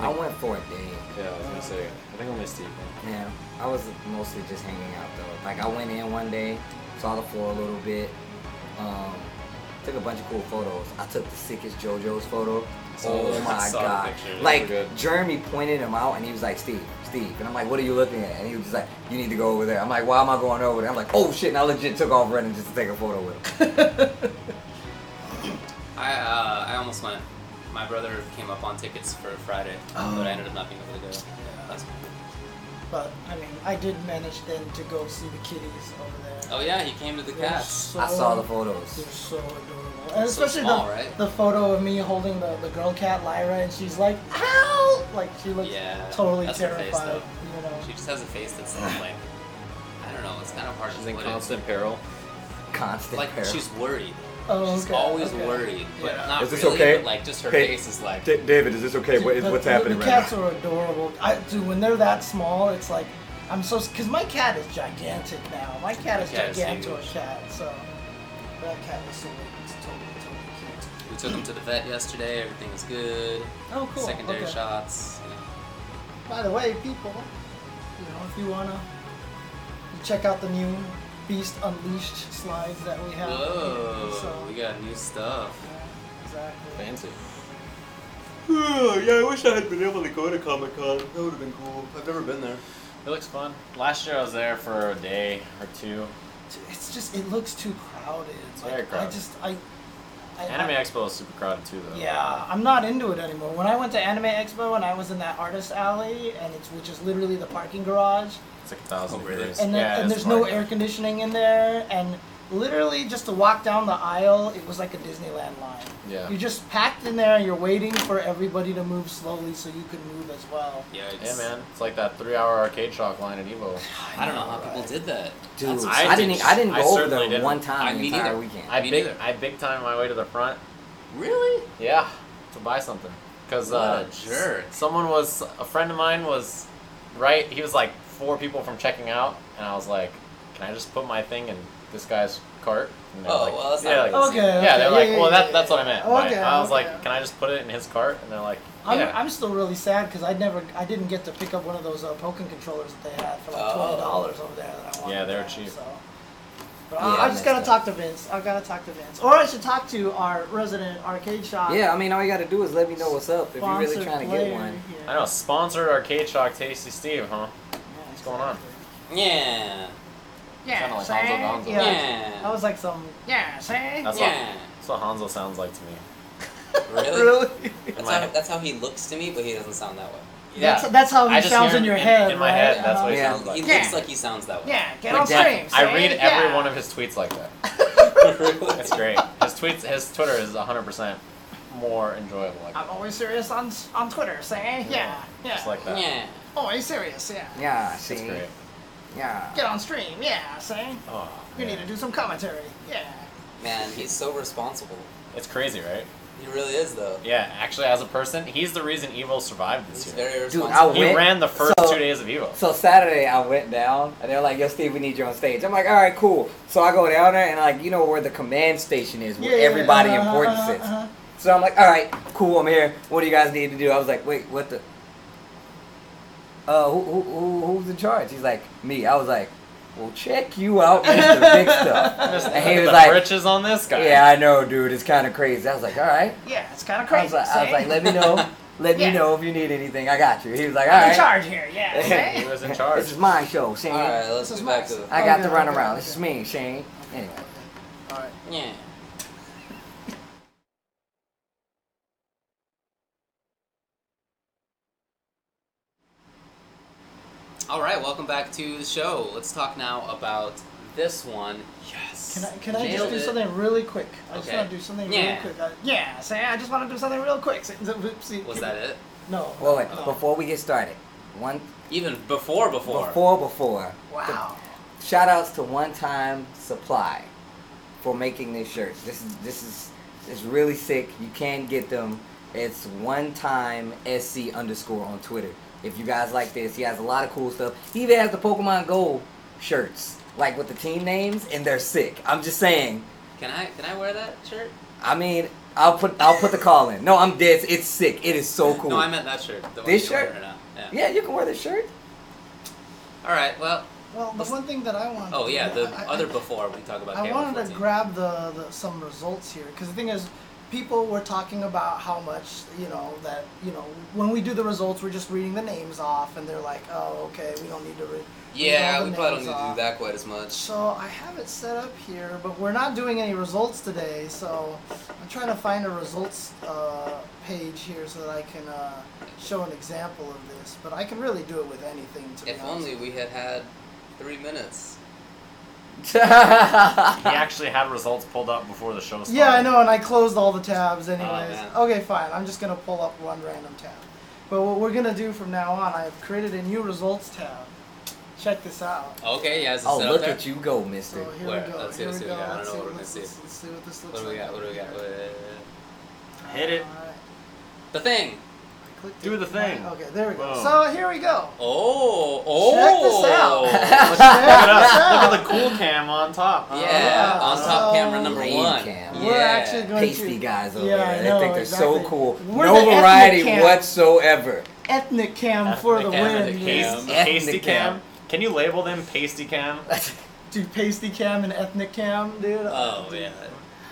S4: I went for a day.
S1: Yeah, I was gonna say. I think only Steve. went.
S4: Yeah, I was mostly just hanging out though. Like I went in one day, saw the floor a little bit, um, took a bunch of cool photos. I took the sickest JoJo's photo.
S1: Saw
S4: Oh
S1: those.
S4: my
S3: Saw the
S4: god!
S1: pictures.
S4: Like
S1: They're good.
S4: Jeremy pointed him out and he was like, "Steve, Steve," and I'm like, "What are you looking at?" And he was just like, "You need to go over there." I'm like, "Why am I going over there?" I'm like, "Oh shit!" And I legit took off running just to take a photo with him.
S3: I uh, I almost went. My brother came up on tickets for Friday,
S1: Oh.
S3: but I ended up not being able to go. That's-
S2: But I mean, I did manage then to go see the kitties over there.
S3: Oh yeah, he came to the
S2: They're
S3: cats.
S2: so- um,
S4: I saw the
S2: They're
S4: photos.
S2: so adorable, and
S3: So
S2: especially
S3: small,
S2: the,
S3: right?
S2: the photo of me holding the, the girl cat Lyra, and she's like, "Ow!" Like she looks
S3: Yeah,
S2: totally
S3: that's her face,
S2: terrified.
S3: though.
S2: you know.
S3: She just has a face that's like, I don't know. It's kind of hard
S1: She's
S3: to
S1: in
S3: put
S1: constant peril.
S4: Constant
S3: Like
S4: peril.
S3: she's worried.
S2: Oh,
S3: she's
S2: okay,
S3: always
S2: okay.
S3: worried, but
S2: Yeah.
S3: not
S5: Is this
S3: really.
S5: okay?
S3: But like just her
S5: Hey.
S3: face is like.
S5: D- David, is this okay? What is,
S2: Dude,
S5: what's
S2: the,
S5: happening
S2: the
S5: right
S2: cats
S5: now?
S2: are adorable. I dude, when they're that small, it's like I'm so because my cat is gigantic now. My cat is
S3: cat is
S2: gigantic
S3: huge.
S2: cat, so that cat is so it's totally totally cute.
S3: We took him to the vet yesterday. Everything was good.
S2: Oh, cool.
S3: Secondary
S2: okay.
S3: shots.
S2: By the way, people, you know, if you wanna check out the new Beast Unleashed slides that we have.
S3: Whoa,
S2: So,
S3: we got new stuff.
S2: yeah, exactly.
S1: Fancy.
S5: yeah, I wish I had been able to go to Comic Con. That would have been cool. I've never been there.
S1: It looks fun. Last year I was there for a day or two.
S2: It's just it looks too crowded. Like,
S1: very
S2: I
S1: crowded.
S2: just I. I
S1: Anime
S2: I-
S1: Expo is super crowded too, though.
S2: Yeah, I'm not into it anymore. When I went to Anime Expo and I was in that artist alley, and it's which is literally the parking garage,
S1: It's like a thousand
S3: Oh, really?
S1: degrees.
S2: and, the-
S1: yeah,
S2: and
S1: it's
S2: there's no
S1: hard.
S2: air conditioning in there, and literally just to walk down the aisle, it was like a Disneyland line.
S1: Yeah.
S2: You're just packed in there. You're waiting for everybody to move slowly so you could move as well.
S3: Yikes.
S1: Yeah, man. It's like that three-hour arcade shock line at Evo.
S3: I don't know how people did that.
S4: Dude,
S3: That's-
S1: I
S4: I,
S1: didn't-
S4: didn't. e- I didn't
S1: I
S4: go over
S1: certainly
S4: there
S1: didn't.
S4: one
S3: I-
S4: time the
S3: me
S4: entire
S3: neither.
S4: weekend.
S1: I
S3: Me
S1: big,
S3: neither.
S1: I big time my way to the front.
S3: really?
S1: Yeah, to buy something. Cause
S3: What
S1: uh,
S3: a jerk.
S1: Someone was a friend of mine was right. He was like four people from checking out, and I was like, "Can I just put my thing in this guy's cart?" And they were
S3: Oh,
S1: like,
S3: well, that's not
S1: yeah,
S3: really
S1: like,
S2: Okay.
S1: yeah, they're
S2: okay,
S1: like,
S2: yeah,
S1: "Well,
S2: yeah,
S1: that,
S2: yeah,
S1: that's what I
S2: yeah.
S1: meant." by it."
S2: Okay,
S1: I was
S2: okay.
S1: like, "Can I just put it in his cart?" And they're like,
S2: I'm,
S1: "Yeah."
S2: I'm still really sad because I never, I didn't get to pick up one of those uh, Pokemon controllers that they had for like
S3: Oh.
S2: twelve dollars over there. That I wanted
S1: Yeah, they were
S2: to have,
S1: cheap.
S2: So. But
S4: Yeah,
S2: I, I
S4: I
S2: just gotta
S4: messed up.
S2: talk to Vince. I gotta talk to Vince, or I should talk to our resident arcade shop.
S4: Yeah, I mean, all you gotta do is let me know what's up if you're really
S2: sponsored
S4: trying to
S2: player
S4: get one.
S2: here.
S1: I know. Sponsored arcade shock, Tasty Steve, huh?
S2: Yeah,
S1: What's going on?
S3: Yeah.
S2: Yeah,
S1: Kinda like
S2: see?
S1: Hanzo Gonzo.
S2: yeah.
S3: Yeah.
S2: That was like some. Yeah, see.
S1: That's
S3: yeah.
S1: That's what Hanzo sounds like to me.
S3: Really?
S1: In
S3: That's
S1: my-
S3: how, that's how he looks to me, but he doesn't sound that way.
S1: yeah.
S2: That's, that's how
S1: I
S2: he
S1: just
S2: sounds
S1: hear
S2: in
S1: it
S2: your
S1: in-
S2: head.
S1: in my
S2: right? Uh-huh.
S1: head, that's what he
S4: Yeah.
S1: sounds like.
S3: He
S2: Yeah.
S3: looks like he sounds that way.
S2: Yeah, get
S4: Like
S2: on
S4: that.
S2: stream.
S1: I
S2: see?
S1: read every
S2: Yeah.
S1: one of his tweets like that.
S3: Really?
S1: It's great. His tweets, his Twitter is 100% more enjoyable. Like,
S2: I'm always serious on on Twitter. See? Yeah, yeah.
S1: just like that.
S3: yeah.
S2: always serious. Yeah.
S4: Yeah,
S1: It's
S4: see,
S1: great.
S4: yeah.
S2: Get on stream. Yeah. See?
S1: Oh,
S2: You
S1: man.
S2: need to do some commentary. Yeah.
S3: Man, he's so responsible.
S1: It's crazy, right?
S3: He really is, though.
S1: Yeah, actually, as a person, he's the reason Evo survived this
S3: He's
S1: year.
S3: very
S4: Dude,
S3: responsible.
S4: I
S1: He
S4: went-
S1: ran the first
S4: so-
S1: two days of Evo.
S4: So Saturday I went down and they're like, "Yo, Steve, we need you on stage." I'm like, "All right, cool." So I go down there and like, you know where the command station is, where
S2: Yeah,
S4: everybody
S2: uh-huh,
S4: important
S2: uh-huh,
S4: sits.
S2: uh-huh.
S4: So I'm like, "All right, cool, I'm here. What do you guys need to do?" I was like, "Wait, what the?" Uh, who, who, who who's in charge? He's like, "Me." I was like, "Well, check you out, Mister Big Stuff." And he
S1: Look at
S4: was
S1: the
S4: like,
S1: riches on this guy.
S4: "Yeah, I know, dude. It's kind of crazy." I was like, "All right."
S2: Yeah, it's kind of
S4: I
S2: crazy.
S4: was, like, I was
S2: see?
S4: like, let me know. Let
S2: Yeah.
S4: me know if you need anything. I got you. He was like, all
S2: I'm in
S4: right.
S2: charge here. Yeah. see?
S1: He was in charge.
S4: This is my show, Shane.
S3: Alright, let's
S2: This
S3: get
S2: is
S3: back to
S2: nice.
S3: the.
S4: I got
S2: Okay,
S4: the runaround.
S2: okay, okay.
S4: This is me, Shane. Anyway.
S2: All right.
S3: Yeah. All right, welcome back to the show. Let's talk now about this one. Yes.
S2: Can I, can I just
S3: Nailed
S2: do
S3: it.
S2: something really quick? I just
S3: Okay.
S2: want to do something
S3: Yeah.
S2: really quick. I, yeah, say I just want to do something real quick. Say- Oh. Oopsie.
S3: Was that it?
S2: No.
S4: Well, wait,
S2: no.
S4: before we get started, one
S3: Even before, before.
S4: before before.
S2: Wow.
S4: Shout outs to One Time Supply for making these shirts. This is this is it's really sick. You can get them. It's one time SC underscore on Twitter. If you guys like this, he has a lot of cool stuff. He even has the Pokemon Go shirts, like with the team names, and they're sick. I'm just saying.
S3: Can I? Can I wear that shirt?
S4: I mean, I'll put I'll put the call in. No, I'm dead. It's sick. It is so cool.
S3: No, I meant that shirt. The one
S4: This
S3: you're wearing
S4: shirt?
S3: Right now. Yeah.
S4: yeah, you can wear this shirt.
S3: All right. Well.
S2: Well, the one thing that I wanted.
S3: Oh
S2: to
S3: yeah.
S2: do,
S3: The
S2: I- I-
S3: other before we talk about.
S2: I
S3: Kayla
S2: wanted to
S3: 14.
S2: grab the, the some results here because the thing is, people were talking about how much you know that you know when we do the results, we're just reading the names off, and they're like, oh, okay, we don't need to read.
S3: Yeah,
S2: all the
S3: we probably don't
S2: names
S3: need to do
S2: off.
S3: that quite as much.
S2: So I have it set up here, but we're not doing any results today. So I'm trying to find a results uh, page here so that I can uh, show an example of this. But I can really do it with anything. To be
S3: If
S2: honest
S3: only we had had three minutes.
S1: He actually had results pulled up before the show started.
S2: Yeah, I know, and I closed all the tabs anyways.
S3: Oh, man.
S2: okay, fine. I'm just gonna pull up one random tab. But what we're gonna do from now on, I have created a new results tab. Check this out.
S3: Okay. Yeah. Is it
S4: oh,
S3: set up
S4: look
S3: there?
S4: at you go, Mister.
S2: So here
S3: Where?
S2: we go.
S3: Let's see,
S2: here
S3: let's
S2: we
S3: see
S2: go.
S3: what we got. I
S2: Let's
S3: don't
S2: see
S3: know what
S2: what
S3: we're
S2: this-
S3: gonna
S2: let's, let's see what this looks
S3: What do we
S2: like.
S3: got? What do we got? What-
S1: Hit it.
S2: Alright,
S3: The thing.
S2: I clicked
S1: Do
S2: it.
S1: the thing.
S2: Okay, there we go.
S1: Whoa.
S2: So here we go.
S3: Oh.
S2: Check
S3: Oh.
S2: this out.
S1: Let's check it out. Look at the cool cam on top.
S3: Yeah.
S2: Ah.
S3: on top camera number
S4: Lane
S3: one.
S4: cam.
S3: Yeah.
S2: We're actually going
S4: Pasty
S2: to
S4: guys over
S2: yeah,
S4: there.
S2: I
S4: They
S2: know,
S4: think they're so
S2: exactly.
S4: cool.
S2: We're
S4: no
S2: the ethnic
S4: variety
S2: cam.
S4: whatsoever.
S2: ethnic cam for the
S3: Ethnic cam,
S2: win.
S3: ethnic
S2: yes.
S3: cam.
S4: Ethnic
S1: Pasty
S4: cam.
S1: cam. Can you label them pasty cam?
S2: Dude, pasty cam and ethnic cam, dude.
S3: Oh yeah.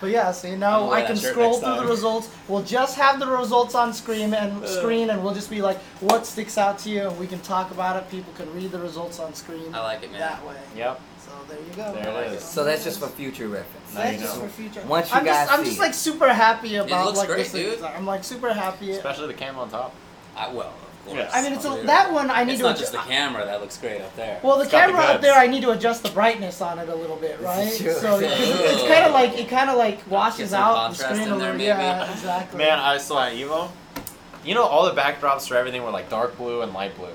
S2: But yeah, see
S3: I'm
S2: now
S3: gonna
S2: I
S3: wear
S2: can
S3: that shirt
S2: scroll
S3: next
S2: through the
S3: time.
S2: results. We'll just have the results on screen and screen, and we'll just be like, what sticks out to you? We can talk about it. People can read the results on screen.
S3: I like it, man.
S2: That way.
S1: Yep.
S2: So there you go.
S1: There it is.
S4: So that's just for future reference.
S1: Now you
S2: That's just
S1: know.
S2: for future.
S4: Once you
S2: I'm
S4: guys
S2: just, I'm
S4: see
S2: just
S4: it.
S2: like super happy about
S3: looks
S2: like
S3: great,
S2: this
S3: dude.
S2: thing. I'm like super happy.
S1: Especially the cam on top.
S3: I, well, of course.
S1: Yeah.
S2: I mean, it's a,
S3: Unbelievable.
S2: that one I need
S3: It's
S2: to
S3: not just
S2: adjust.
S3: the camera that looks great up there.
S2: Well, the
S1: It's got the
S2: camera up
S1: guts.
S2: there, I need to adjust the brightness on it a little bit, right?
S4: Sure.
S2: So 'cause it's, it's kind of like it kind of like washes
S3: some
S2: out the
S3: contrast
S2: screen
S3: in
S2: a
S3: there,
S2: little.
S3: maybe.
S2: Yeah, exactly.
S1: Man, I saw at Evo. You know, all the backdrops for everything were like dark blue and light blue.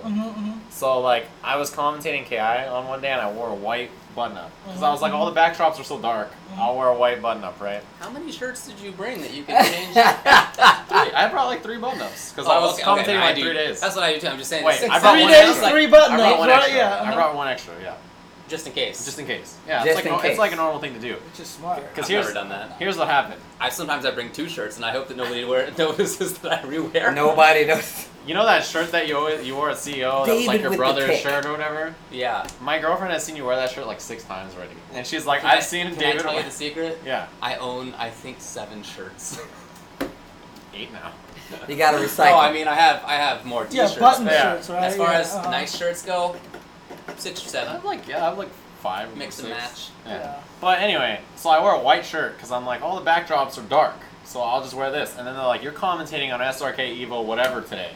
S1: So, like, I was commentating KI on one day and I wore a white button up. Because I was like, all the backdrops are so dark. I'll wear a white button up, right?
S3: How many shirts did you bring that you can change?
S1: Three. I brought like three button ups. Because I
S3: Oh,
S1: was
S3: okay,
S1: commentating
S3: okay, no, I
S1: like
S3: do-
S1: three days.
S3: That's what I do too. I'm just saying.
S1: Wait,
S3: six
S1: I brought
S2: three
S1: one
S2: days,
S1: extra.
S2: three button
S1: I brought
S2: ups,
S1: one
S2: right?
S1: extra.
S2: Yeah,
S1: I
S2: uh-huh.
S1: brought one extra, yeah.
S3: just in case.
S1: Just in case. Yeah,
S4: Just
S1: it's,
S4: in
S1: like,
S4: case.
S1: it's like a normal thing to do.
S2: which is smart.
S1: Because
S3: I've
S1: here's,
S3: never done that.
S1: here's what happened.
S3: I sometimes I bring two shirts and I hope that nobody wear, notices that I rewear.
S4: Nobody knows.
S1: You know that shirt that you always, you wore at CEO that was
S4: David
S1: like your
S4: with the
S1: brother's
S4: pick.
S1: shirt or whatever?
S3: Yeah.
S1: My girlfriend has seen you wear that shirt like six times already, and she's like,
S3: Can I-
S1: "I've seen
S3: can I
S1: David."
S3: tell you
S1: wear-
S3: the secret?
S1: yeah,
S3: I own I think seven shirts.
S1: eight now.
S4: You gotta
S3: No,
S4: recycle.
S3: I mean I have I have more
S2: Yeah,
S3: t-shirts.
S2: button
S3: but
S1: Yeah.
S2: shirts, right?
S3: As far
S2: yeah,
S3: as
S2: uh-huh.
S3: nice shirts go, six or
S1: I
S3: seven.
S1: have like yeah, I have like five. or
S3: Mix and
S1: six.
S3: match.
S1: Yeah.
S2: Yeah.
S1: But anyway, so I wear a white shirt because I'm like, all the backdrops are dark, so I'll just wear this. And then they're like, "You're commentating on SRK Evo whatever today,"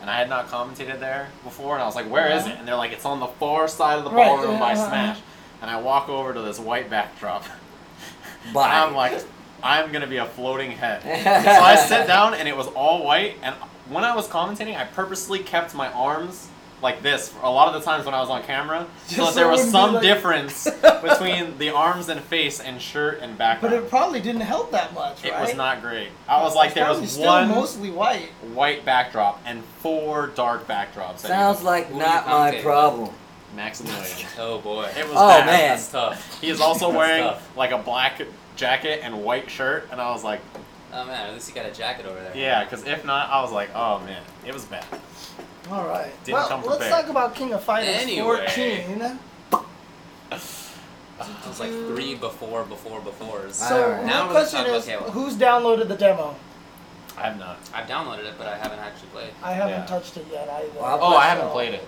S1: and I had not commentated there before, and I was like, "Where is
S2: Uh-huh.
S1: it?" And they're like, "It's on the far side of the
S2: Right,
S1: ballroom by
S2: uh-huh.
S1: Smash." And I walk over to this white backdrop.
S4: Bye.
S1: And I'm like, I'm gonna be a floating head. so I sat down and it was all white. And when I was commentating, I purposely kept my arms like this for a lot of the times when I was on camera, so that
S2: Just so
S1: there
S2: it
S1: was
S2: wouldn't be
S1: some
S2: like-
S1: difference between the arms and face and shirt and
S2: But
S1: background.
S2: it probably didn't help that much,
S1: It
S2: right?
S1: was not great. I was
S2: It's
S1: like, there
S2: probably
S1: was
S2: still
S1: one
S2: mostly white.
S1: white backdrop and four dark backdrops. that
S4: Sounds
S1: you-
S4: like
S3: Who
S4: not
S3: you
S4: my
S3: commentating?
S4: problem.
S1: Maximilian.
S3: Oh boy.
S1: It was
S4: Oh,
S1: bad.
S4: man.
S3: That's tough.
S1: He is also
S3: That's
S1: wearing
S3: tough.
S1: like a black jacket and white shirt, and I was like,
S3: Oh man, at least you got a jacket over there.
S1: Yeah, because if not, I was like, oh man, it was bad.
S2: All right.
S1: Didn't
S2: well,
S1: come
S2: let's
S1: prepared.
S2: talk about King of Fighters
S3: Anyway.
S2: 14.
S3: It was like three before before befores.
S2: So
S4: Alright.
S2: my
S3: Now we're
S2: question
S3: gonna
S2: is,
S3: talk about Halo.
S2: who's downloaded the demo?
S1: I have not.
S3: I've downloaded it, but I haven't actually played.
S2: I haven't
S1: Yeah.
S2: touched it yet either.
S4: Well, I'll-
S1: Oh, I
S2: So-
S1: haven't played it.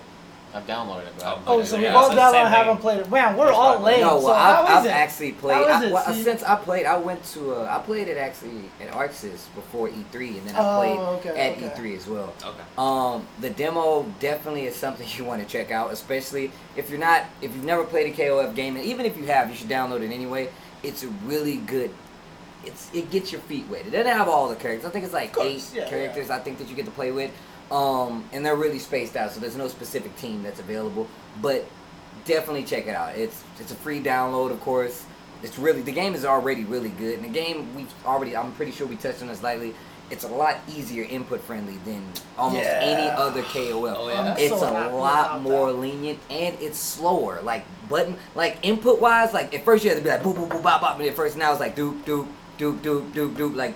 S1: I've downloaded it, but I haven't
S2: Oh,
S1: played
S2: so
S1: it.
S2: we've
S1: Yeah,
S2: all
S1: it's the same
S2: downloaded, haven't
S1: thing.
S2: played it. Man, we're all lame.
S4: No, well,
S2: so
S4: I've,
S2: how is
S4: I've
S2: it?
S4: actually played.
S2: How is
S4: I,
S2: it,
S4: well,
S2: Steve?
S4: since I played, I went to. uh, I played it actually at Arxis before E3, and then I
S2: Oh,
S4: played
S2: okay,
S4: at
S2: okay.
S4: E3 as well.
S3: Okay.
S4: Um, the demo definitely is something you want to check out, especially if you're not if you've never played a KOF game, and even if you have, you should download it anyway. It's a really good. It's it gets your feet wet. It doesn't have all the characters. I think it's like
S2: course,
S4: eight
S2: yeah, yeah.
S4: characters. I think that you get to play with, um, and they're really spaced out. So there's no specific team that's available, but definitely check it out. It's it's a free download, of course. It's really the game is already really good, and the game we've already I'm pretty sure we touched on this lightly. It's a lot easier input friendly than almost
S2: Yeah.
S4: any other KOL.
S3: Oh, yeah. I'm
S4: It's
S2: so
S4: a
S2: happy
S4: lot
S2: about
S4: more
S2: that.
S4: lenient and it's slower. Like button like input wise, like at first you had to be like boop boop boop bop bop, and at first now it's like doop doop doop doop doop doop like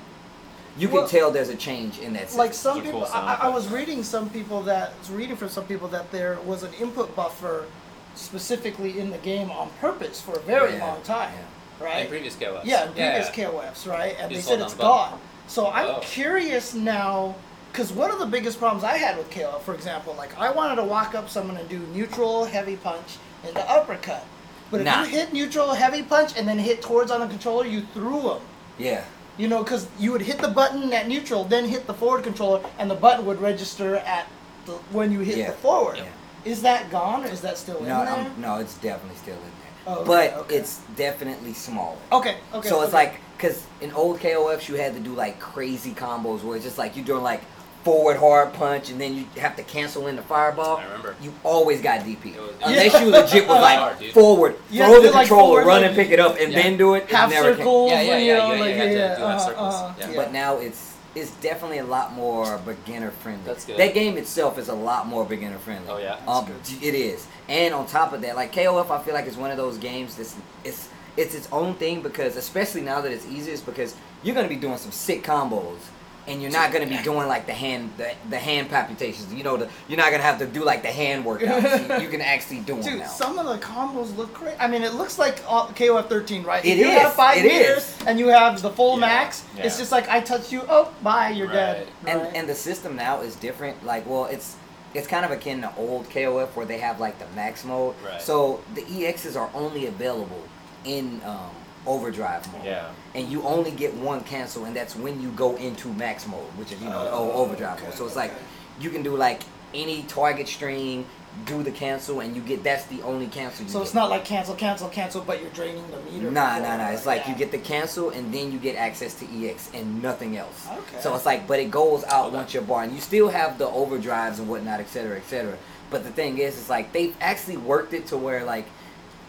S4: you can
S2: Well-
S4: tell there's a change in that system.
S2: like some
S1: It's a cool
S2: people I,
S1: sound
S2: I I was
S1: effect.
S2: reading some people that was reading from some people that there was an input buffer specifically in the game on purpose for a very
S4: Yeah,
S2: long time
S3: In
S2: right
S3: previous KOFs.
S2: yeah in previous
S3: yeah.
S2: KOFs right and
S3: You
S2: they
S3: just
S2: said
S3: hold down
S2: it's
S3: the button.
S2: gone so I'm
S3: Oh.
S2: curious now because one of the biggest problems I had with KOF for example like I wanted to walk up someone and do neutral heavy punch and the uppercut but if
S4: Nah.
S2: you hit neutral heavy punch and then hit towards on the controller you threw them
S4: yeah.
S2: you know, because you would hit the button at neutral, then hit the forward controller, and the button would register at the when you hit
S4: Yeah.
S2: the forward.
S4: Yeah.
S2: Is that gone, or is that still in
S4: No,
S2: there?
S4: I'm, no, it's definitely still in there.
S2: Oh, okay,
S4: but
S2: okay.
S4: it's definitely smaller.
S2: Okay. Okay.
S4: so it's
S2: okay.
S4: like, because in old KOFs, you had to do like crazy combos where it's just like you're doing like forward hard punch and then you have to cancel in the fireball.
S3: I remember.
S4: You always got DP.
S3: It was-
S4: Unless
S2: Yeah.
S4: you legit was like
S3: Hard, dude.
S4: forward,
S2: You had
S4: throw
S2: to
S4: the
S2: do, like,
S4: controller,
S2: forward,
S4: run
S2: like,
S4: and pick it up and
S3: yeah.
S4: then do it. It
S2: half
S4: never came.
S2: circles.
S3: Yeah, yeah,
S2: you
S3: yeah,
S2: know,
S3: yeah, you
S2: like,
S3: had to
S2: yeah,
S3: do half
S2: uh-huh,
S3: circles.
S2: uh-huh,
S3: Yeah.
S4: But now it's it's definitely a lot more beginner friendly.
S3: That's good.
S4: That game itself is a lot more beginner friendly.
S3: Oh, yeah?
S4: um,
S2: That's
S4: d- it is. And on top of that, like KOF, I feel like it's one of those games that's it's it's its own thing because especially now that it's easier, it's because you're gonna be doing some sick combos. And you're not gonna be doing like the hand the, the hand palpitations, you know. The, you're not gonna have to do like the hand workouts. you, you can actually do them
S2: Dude,
S4: now.
S2: some of the combos look great. I mean, it looks like all, KOF 13, right?
S4: It
S2: If you
S4: is,
S2: have five
S4: it
S2: meters
S4: is.
S2: and you have the full
S1: Yeah,
S2: max.
S1: yeah.
S2: It's just like I touched you. Oh, bye, you're
S3: Right.
S2: dead.
S4: and
S2: right?
S4: and the system now is different. Like, well, it's it's kind of akin to old KOF where they have like the max mode.
S3: Right.
S4: So the EXs are only available in um, overdrive mode.
S1: Yeah.
S4: And you only get one cancel, and that's when you go into max mode, which is you know
S2: Oh,
S4: o- overdrive
S2: okay,
S4: mode. So it's like
S2: okay.
S4: you can do like any target string, do the cancel, and you get that's the only cancel. You
S2: so
S4: get.
S2: it's not like cancel, cancel, cancel, but you're draining the meter.
S4: Nah,
S2: before,
S4: nah, nah. It's like you
S2: yeah.
S4: get the cancel and then you get access to EX and nothing else.
S2: Okay.
S4: So it's like, but it goes out
S3: Okay.
S4: once you're bar, and you still have the overdrives and whatnot, et cetera, et cetera. But the thing is, it's like they've actually worked it to where like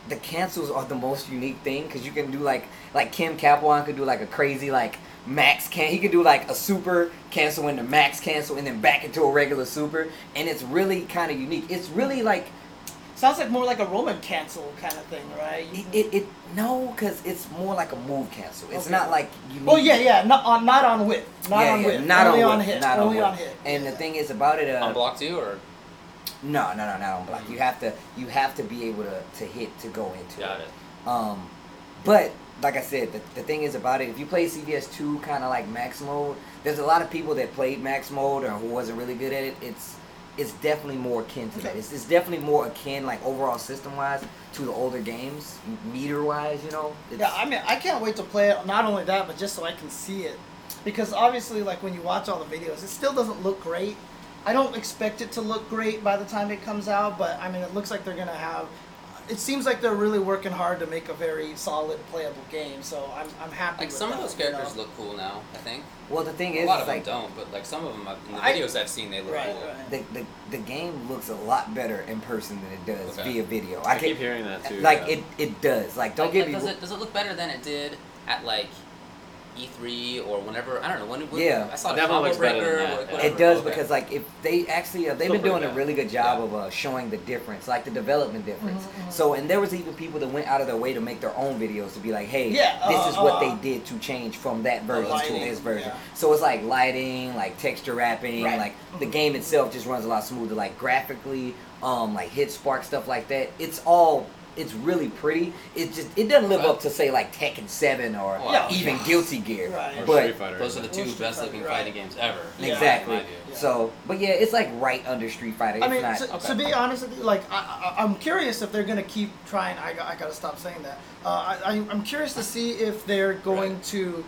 S4: the cancels are the most unique thing because you can do like like Kim Capuan could do like a crazy like max can he could do like a super cancel into max cancel and then back into a regular super and it's really kind of unique. It's really like
S2: Sounds like more like a Roman cancel kind of thing, right?
S4: it, it, it no because it's more like a move cancel. It's
S2: Okay.
S4: not like you.
S2: Well,
S4: need-
S2: yeah, yeah, not on, not on whip, not
S4: yeah,
S2: on
S4: yeah,
S2: whip,
S4: Not
S2: only
S4: on,
S2: on
S4: whip,
S2: hit,
S4: Not
S2: only
S4: on,
S2: on
S4: whip.
S2: hit.
S4: And the thing is about it, uh,
S3: On block two or
S4: no, no, no, not on
S2: Mm-hmm.
S4: block. You have to, you have to be able to, to hit to go into
S3: got
S4: it.
S3: it.
S4: Um, but like I said, the, the thing is about it. If you play CVS two, kind of like max mode, there's a lot of people that played max mode or who wasn't really good at it. It's it's definitely more akin to that.
S2: Okay.
S4: It's, it's definitely more akin, like overall system wise, to the older games, meter wise. You know. It's,
S2: yeah, I mean, I can't wait to play it. Not only that, but just so I can see it, because obviously, like when you watch all the videos, it still doesn't look great. I don't expect it to look great by the time it comes out, but I mean, it looks like they're gonna have. It seems like they're really working hard to make a very solid playable game, so I'm, I'm happy.
S3: Like
S2: with
S3: some of
S2: that,
S3: those
S2: you know?
S3: characters look cool now. I think
S4: well, the thing
S3: a
S4: is,
S3: lot
S4: it's
S3: of
S4: like
S3: them don't, but like some of them I've- in the
S2: I-
S3: videos I've seen, they look
S2: Right,
S3: cool.
S2: right.
S4: the, the, the game looks a lot better in person than it does
S3: Okay.
S4: via video.
S1: I,
S4: I, can,
S1: keep hearing that too.
S4: like
S1: yeah.
S4: it it does. Like don't
S3: Like,
S4: get
S3: like,
S4: me
S3: Does
S4: wrong.
S3: it, does it look better than it did at like E3 or whenever? I don't know. When, when
S4: Yeah.
S3: I saw
S1: It
S3: the
S1: definitely
S3: combo
S1: looks better than
S3: breaker.
S1: that,
S3: like,
S1: yeah.
S3: whatever.
S4: It does
S3: Okay.
S4: because like if they actually uh, they've
S1: Still
S4: been doing
S1: pretty
S4: a
S1: bad.
S4: really good job
S3: Yeah.
S4: of uh, showing the difference, like the development difference.
S2: Mm-hmm,
S4: So and there was even people that went out of their way to make their own videos to be like, hey,
S2: Yeah,
S4: this
S2: uh,
S4: is what
S2: uh,
S4: they did to change from that version
S2: lighting,
S4: to this version.
S2: yeah.
S4: So it's like lighting, like texture wrapping,
S2: Right. Mm-hmm.
S4: like the game itself just runs a lot smoother, like graphically, um, like hit spark stuff like that. It's all. It's really pretty. It just it doesn't live
S3: Right.
S4: up to say like Tekken Seven or
S3: Oh,
S2: Yeah.
S4: even
S2: yeah.
S4: Guilty Gear,
S2: Right.
S1: Or
S4: but
S1: Street Fighter.
S3: Those are the two
S2: Street
S3: best looking
S2: Fighter, right.
S3: fighting games ever.
S2: Yeah.
S4: Exactly.
S3: In my view.
S2: Yeah.
S4: So, but yeah, it's like right under Street Fighter. It's
S2: I mean,
S4: not.
S2: to,
S3: okay.
S2: to be honest, with you, like I, I, I'm curious if they're gonna keep trying. I, got- I gotta stop saying that. Uh, I, I'm- I'm curious to see if they're going
S3: Right.
S2: to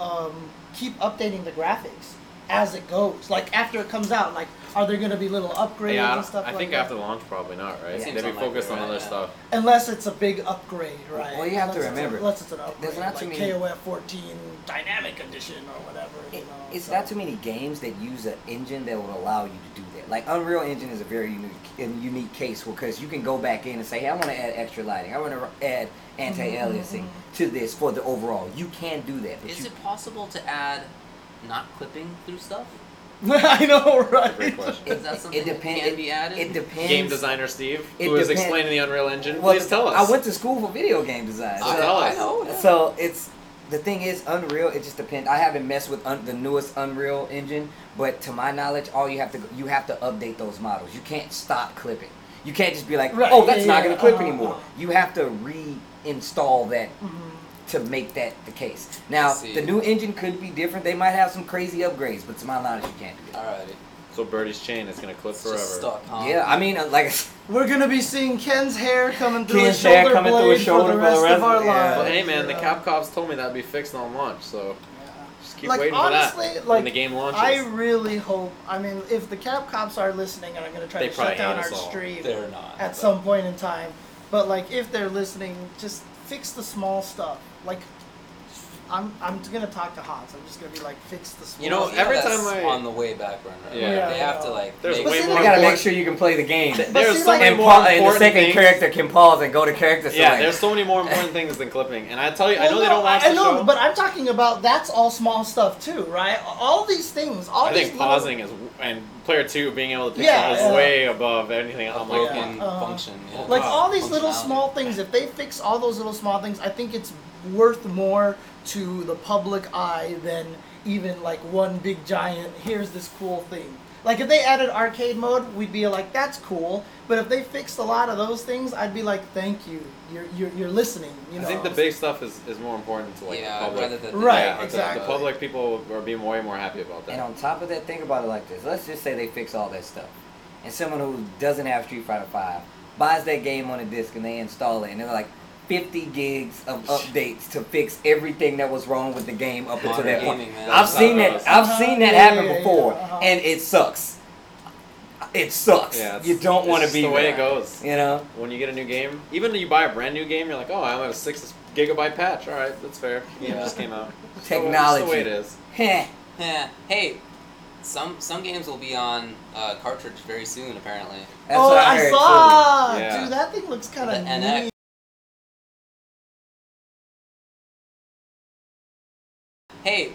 S2: um, keep updating the graphics as it goes. Like after it comes out, like are there gonna be little upgrades
S1: yeah, I,
S2: and
S1: don't-
S2: stuff
S1: I
S2: like
S1: think
S2: that?
S1: after launch, probably not, right?
S3: Seems
S1: They'd be
S3: unlikely,
S1: focused on
S3: right,
S1: other
S3: yeah.
S1: stuff.
S2: Unless it's a big upgrade, right?
S4: Well, you have
S2: Unless
S4: to
S2: it's a-
S4: remember,
S2: unless it's an upgrade,
S4: there's not too
S2: like
S4: many-
S2: KOF 14 Dynamic Edition or whatever. you
S4: It-
S2: know,
S4: it's
S2: so-
S4: not too many games that use an engine that will allow you to do that. Like Unreal Engine is a very unique, and unique case because you can go back in and say, "Hey, I want to add extra lighting. I want to add anti-aliasing
S2: Mm-hmm.
S4: to this for the overall." You can do that, but
S3: Is
S4: you,
S3: it possible to add not clipping through stuff?
S2: I know, right?
S1: Great question.
S3: Is that something that
S4: depend-
S3: can be added?
S4: It depends.
S1: Game designer Steve,
S4: It
S1: who is
S4: depend-
S1: explaining the Unreal Engine,
S4: Well,
S1: please tell us.
S4: I went to school for video game design.
S2: Oh,
S1: So
S4: so-
S1: tell
S3: I
S1: us.
S3: know.
S4: So it's the thing is, Unreal. It just depends. I haven't messed with un- the newest Unreal engine, but to my knowledge, all you have to you have to update those models. You can't stop clipping. You can't just be like,
S2: Right,
S4: oh, that's
S2: yeah,
S4: not
S2: yeah,
S4: gonna clip
S2: uh-huh,
S4: anymore.
S2: uh-huh.
S4: You have to reinstall that
S2: Mm-hmm.
S4: to make that the case. Now,
S3: See.
S4: the new engine could be different. They might have some crazy upgrades, but to my knowledge, you can't do that.
S3: Alrighty.
S1: So Birdie's chain is gonna clip
S3: It's
S1: forever.
S3: just stuck,
S1: Um,
S3: huh?
S4: Yeah, I mean, uh, like, I s-
S2: We're gonna be seeing Ken's hair coming through
S4: Ken's
S2: his
S4: hair
S2: shoulder
S4: coming
S2: blade
S4: through his shoulder
S2: for the rest of our
S4: yeah.
S2: lives.
S1: Well, hey man, the
S2: Yeah.
S1: cap cops told me that'd be fixed on launch, so
S2: Yeah.
S1: just keep
S2: Like,
S1: waiting for
S2: honestly,
S1: that when
S2: like,
S1: the game launches.
S2: I really hope. I mean, if the cap cops are listening and are gonna try
S1: They
S2: to
S1: probably
S2: shut down
S1: hate
S2: our
S1: us all.
S2: stream
S3: They're not.
S2: at
S3: but-
S2: some point in time, but like if they're listening, just fix the small stuff. Like, I'm I'm gonna talk to Hans. I'm just gonna be like, fix the small.
S1: You know,
S2: stuff.
S3: Yeah,
S1: every
S3: that's
S1: time I-
S3: on the way back burner. Right?
S1: Yeah.
S2: Yeah.
S3: They have to like.
S1: There's
S3: make-
S2: But
S1: way
S2: see,
S1: more.
S4: you gotta
S1: important-
S4: make sure you can play the game.
S1: Th-
S2: But
S1: There's
S2: see,
S1: so
S2: like-
S1: many
S4: and,
S1: more
S4: pa- and the
S1: important
S4: second
S1: things.
S4: character can pause and go to character select.
S1: Yeah, there's so many more important things than clipping, and I tell you, I know
S2: Well,
S1: they
S2: no,
S1: don't watch
S2: I, I
S1: the
S2: know,
S1: show.
S2: but I'm talking about that's all small stuff too, right? All these things, all
S1: I
S2: these
S1: think
S2: little-
S1: pausing is and player two being able to pick
S2: Yeah,
S1: up is
S2: yeah.
S1: way above anything.
S3: a
S1: I'm like,
S2: yeah.
S3: broken
S2: Uh,
S3: function. yeah.
S1: Uh-huh.
S2: Like all these little
S3: Functionality.
S2: small things, if they fix all those little small things, I think it's worth more to the public eye than even like one big giant, here's this cool thing. Like if they added arcade mode, we'd be like, that's cool. But if they fixed a lot of those things, I'd be like, thank you. You're, you're, you're listening. You know?
S1: I think the big stuff is, is more important to like
S3: yeah,
S1: the public.
S3: rather than
S2: Right,
S1: yeah, the-
S2: exactly.
S1: The public people are being way more happy about
S4: And
S1: that.
S4: on top of that, think about it like this. Let's just say they fix all that stuff. And someone who doesn't have Street Fighter Five buys that game on a disc and they install it and they're like 50 gigs of updates to fix everything that was wrong with the game up until
S3: Modern
S4: that point.
S3: gaming, man.
S4: I've seen that I've
S2: Uh-huh.
S4: seen that
S2: Yeah,
S4: happen
S2: yeah, yeah,
S4: before
S2: uh-huh.
S4: and it sucks. It sucks.
S1: Yeah, it's-
S4: you don't
S1: it's
S4: want to
S1: just
S4: be
S1: the way
S4: there,
S1: it goes.
S4: You know?
S1: When you get a new game, even if you buy a brand new game, you're like, oh, I only have a six gigabyte patch. All right, that's fair. The game
S3: Yeah.
S1: just came out. It's the way- It's the way it
S4: Technology.
S1: is.
S4: Heh.
S3: Yeah. Hey, some some games will be on uh, cartridge very soon. Apparently,
S4: That's
S2: oh,
S4: what
S2: I,
S4: heard, too.
S2: saw.
S1: Yeah.
S2: Dude, that thing looks kind
S3: The
S2: of
S3: NX.
S2: neat.
S3: hey,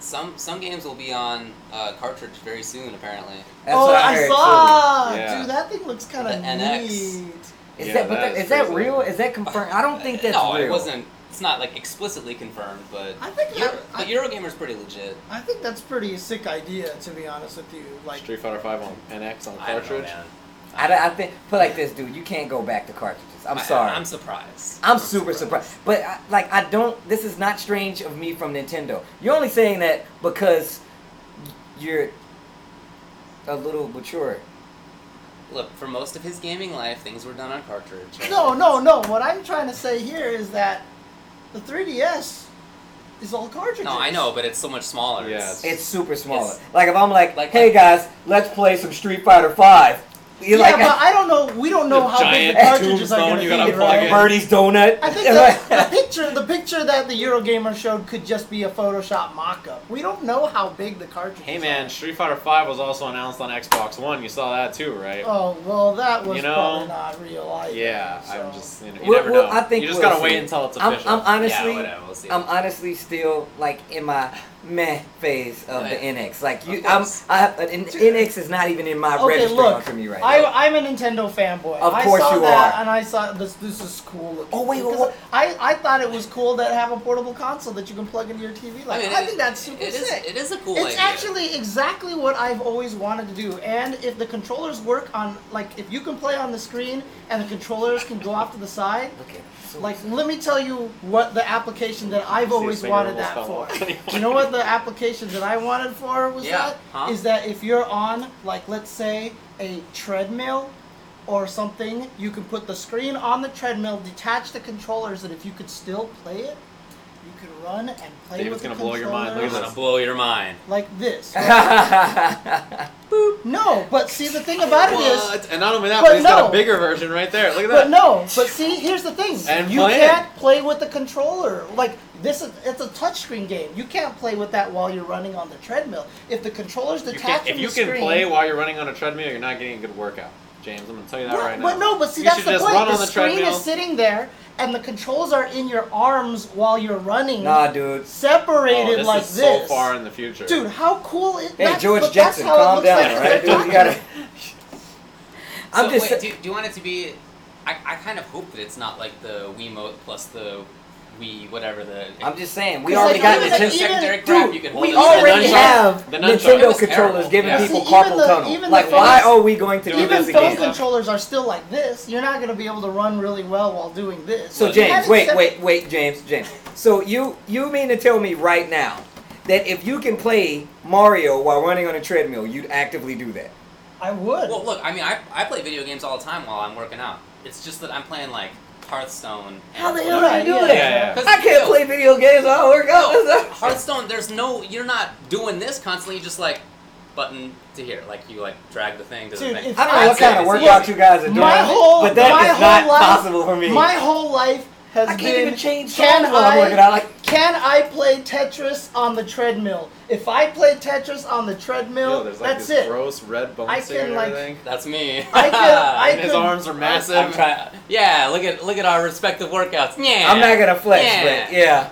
S3: some some games will be on uh, cartridge very soon. Apparently,
S4: That's
S2: oh,
S4: what I,
S2: I,
S4: heard, too.
S2: saw.
S1: Yeah.
S2: Dude, that thing looks kind
S3: The
S2: of
S3: NX.
S2: neat.
S4: Is
S1: Yeah,
S4: that, but
S1: that
S4: that,
S1: is
S4: is that
S1: crazy.
S4: real? Is that confirmed? I don't think that's
S3: no,
S4: real.
S3: it wasn't. It's not like explicitly confirmed, but
S2: I think
S3: Euro,
S2: I, I,
S3: the Eurogamer's pretty legit.
S2: I think that's pretty sick idea, to be honest with you. Like,
S1: Street Fighter Five on NX on
S3: I don't know,
S1: cartridge.
S3: man.
S4: I, don't- I think put like this, dude. You can't go back to cartridges. I'm
S3: I-
S4: sorry.
S3: I'm
S4: I'm,
S3: surprised.
S4: super surprised. But I, like, I don't. This is not strange of me from Nintendo. You're only saying that because you're a little mature.
S3: Look, for most of his gaming life, things were done on cartridge.
S2: no, no, no. What I'm trying to say here is that the 3DS is all cartridges.
S3: No, I know, but it's so much smaller.
S1: Yeah,
S3: It's-
S4: It's super smaller.
S3: It's-
S4: like if I'm like,
S3: Like-
S4: hey guys, let's play some Street Fighter Five. You're
S2: yeah,
S4: like,
S2: but I don't know. We don't know
S1: The
S2: how big
S1: giant
S2: the cartridges are
S1: tombstone
S2: going to
S1: you
S2: be,
S1: gotta plug
S2: right?
S1: in.
S4: Birdie's donut.
S2: I think the, the picture, the picture that the Eurogamer showed could just be a Photoshop mock-up. We don't know how big the cartridges.
S1: Hey man,
S2: Are.
S1: Street Fighter Five was also announced on Xbox One. You saw that too, right?
S2: Oh well, that was
S1: You know?
S2: probably not real either.
S1: yeah,
S2: so.
S1: I'm just. You, know, you
S4: Well,
S1: never
S4: well,
S1: know.
S4: I think
S1: you just
S4: we'll
S1: gotta
S4: see.
S1: wait until it's
S4: I'm,
S1: official.
S4: I'm honestly. um,
S3: yeah, whatever. We'll see.
S4: I'm honestly still like in my meh phase of the
S3: Right.
S4: NX. Like you,
S3: Of
S4: I'm,
S3: course.
S4: I, an NX is not even in my
S2: Okay,
S4: registry
S2: look,
S4: for me right now.
S2: I, I'm a Nintendo fanboy.
S4: Of
S2: I
S4: course
S2: saw
S4: you
S2: that
S4: are.
S2: And I saw this. This is cool. looking.
S4: Oh, wait, wait,
S2: Because
S4: what-
S2: I, I thought it was cool to have a portable console that you can plug into your TV. Like I,
S3: mean, it-
S2: think that's super
S3: it is-
S2: sick.
S3: it is a cool
S2: it's
S3: idea.
S2: actually exactly what I've always wanted to do. And if the controllers work on, like, if you can play on the screen and the controllers can go off to the side,
S4: Okay, so-
S2: like, let me tell you what the application that I've
S1: See,
S2: always
S1: finger
S2: wanted
S1: almost
S2: that
S1: fell
S2: for.
S1: off.
S2: you know what the application that I wanted for was
S3: Yeah,
S2: that?
S3: huh?
S2: Is that if you're on, like, let's say a treadmill or something, you can put the screen on the treadmill, detach the controllers, and if you could still play it, you could run and play
S1: David's
S2: with the
S1: gonna blow your mind. Look at
S3: I'm gonna
S2: controllers
S3: blow your mind.
S2: Like this.
S4: I
S2: No, but see, the thing about it is,
S1: What? And not only that,
S2: But
S1: but, he's got
S2: no.
S1: a bigger version right there. Look at that.
S2: But no, but see, here's the thing.
S1: And
S2: you
S1: play it.
S2: can't play with the controller. Like this is it's a touchscreen game. You can't play with that while you're running on the treadmill. If the controller's
S1: You can,
S2: detached
S1: if
S2: from
S1: you
S2: the
S1: can
S2: screen,
S1: play while you're running on a treadmill, you're not getting a good workout, James. I'm gonna tell you that
S2: Well,
S1: right now.
S2: But no, but see,
S1: You
S2: that's
S1: should
S2: the
S1: just
S2: point.
S1: run
S2: the
S1: on the
S2: screen
S1: treadmill.
S2: is sitting there, and the controls are in your arms while you're running.
S4: nah, dude.
S1: Oh,
S2: Separated
S1: this
S2: like
S1: is so
S2: this.
S1: far in the future,
S2: Dude, how cool is
S4: Hey,
S2: that?
S4: George
S2: but
S4: Jetson,
S2: that's how
S4: calm
S2: it
S4: down,
S2: looks
S4: right?
S2: like
S4: Dude, you gotta. I'm
S3: so,
S4: just.
S3: wait, do, do you want it to be? I, I kind of hope that it's not like the Wiimote plus the Wii, whatever the.
S4: I'm just saying, we
S2: 'Cause,
S4: already
S2: like,
S4: got
S2: even the-
S4: Nintendo.
S2: even-
S3: secondary
S2: dude,
S3: crap you can hold
S4: we
S3: in there.
S4: already
S1: nunchuck-
S4: have
S1: the nunchuck
S4: Nintendo
S3: was
S4: controllers
S3: terrible.
S4: giving
S1: Yeah.
S4: people
S2: See, even
S4: carpal
S2: the-
S4: tunnel.
S2: even the
S4: like, why
S2: phones-
S4: are we going to do
S1: Even
S4: this
S2: Even phone
S4: again?
S2: controllers are still like this. You're not going to be able to run really well while doing this.
S4: So
S2: Like,
S4: James,
S2: having
S4: wait,
S2: seven-
S4: wait, wait, James, James. So you you mean to tell me right now that if you can play Mario while running on a treadmill, you'd actively do that?
S2: I would.
S3: Well, look, I mean, I, I play video games all the time while I'm working out. It's just that I'm playing like Hearthstone. and
S4: How the hell
S3: whatever.
S4: do you do
S2: yeah,
S4: that?
S1: yeah.
S3: 'Cause,
S4: I
S3: you
S4: can't
S3: know,
S4: play video games while I work
S3: No,
S4: out.
S3: Hearthstone. There's no. You're not doing this constantly. You just like button to here. Like you like drag the thing to the
S2: Dude,
S3: thing.
S2: if
S4: I don't know what
S2: I'd say
S4: kind of
S2: it's
S4: workout you guys are doing,
S2: My whole-
S4: but that is
S2: my whole
S4: not
S2: life-
S4: possible for me.
S2: My whole life has
S4: I can't
S2: been.
S4: even change
S2: can
S4: songs while I'm
S2: I-
S4: working out. Like,
S2: Can I play Tetris on the treadmill? If I play Tetris on the treadmill,
S1: Yo, there's like
S2: that's
S1: this
S2: it.
S1: gross red bone
S2: I
S1: sear
S2: can,
S1: and
S2: like-
S1: everything.
S3: That's me.
S2: I could- I
S1: and his
S2: could-
S1: arms are massive.
S3: I'm trying. Yeah, look at look at our respective workouts. Yeah.
S4: I'm not gonna flex,
S3: Yeah.
S4: but yeah,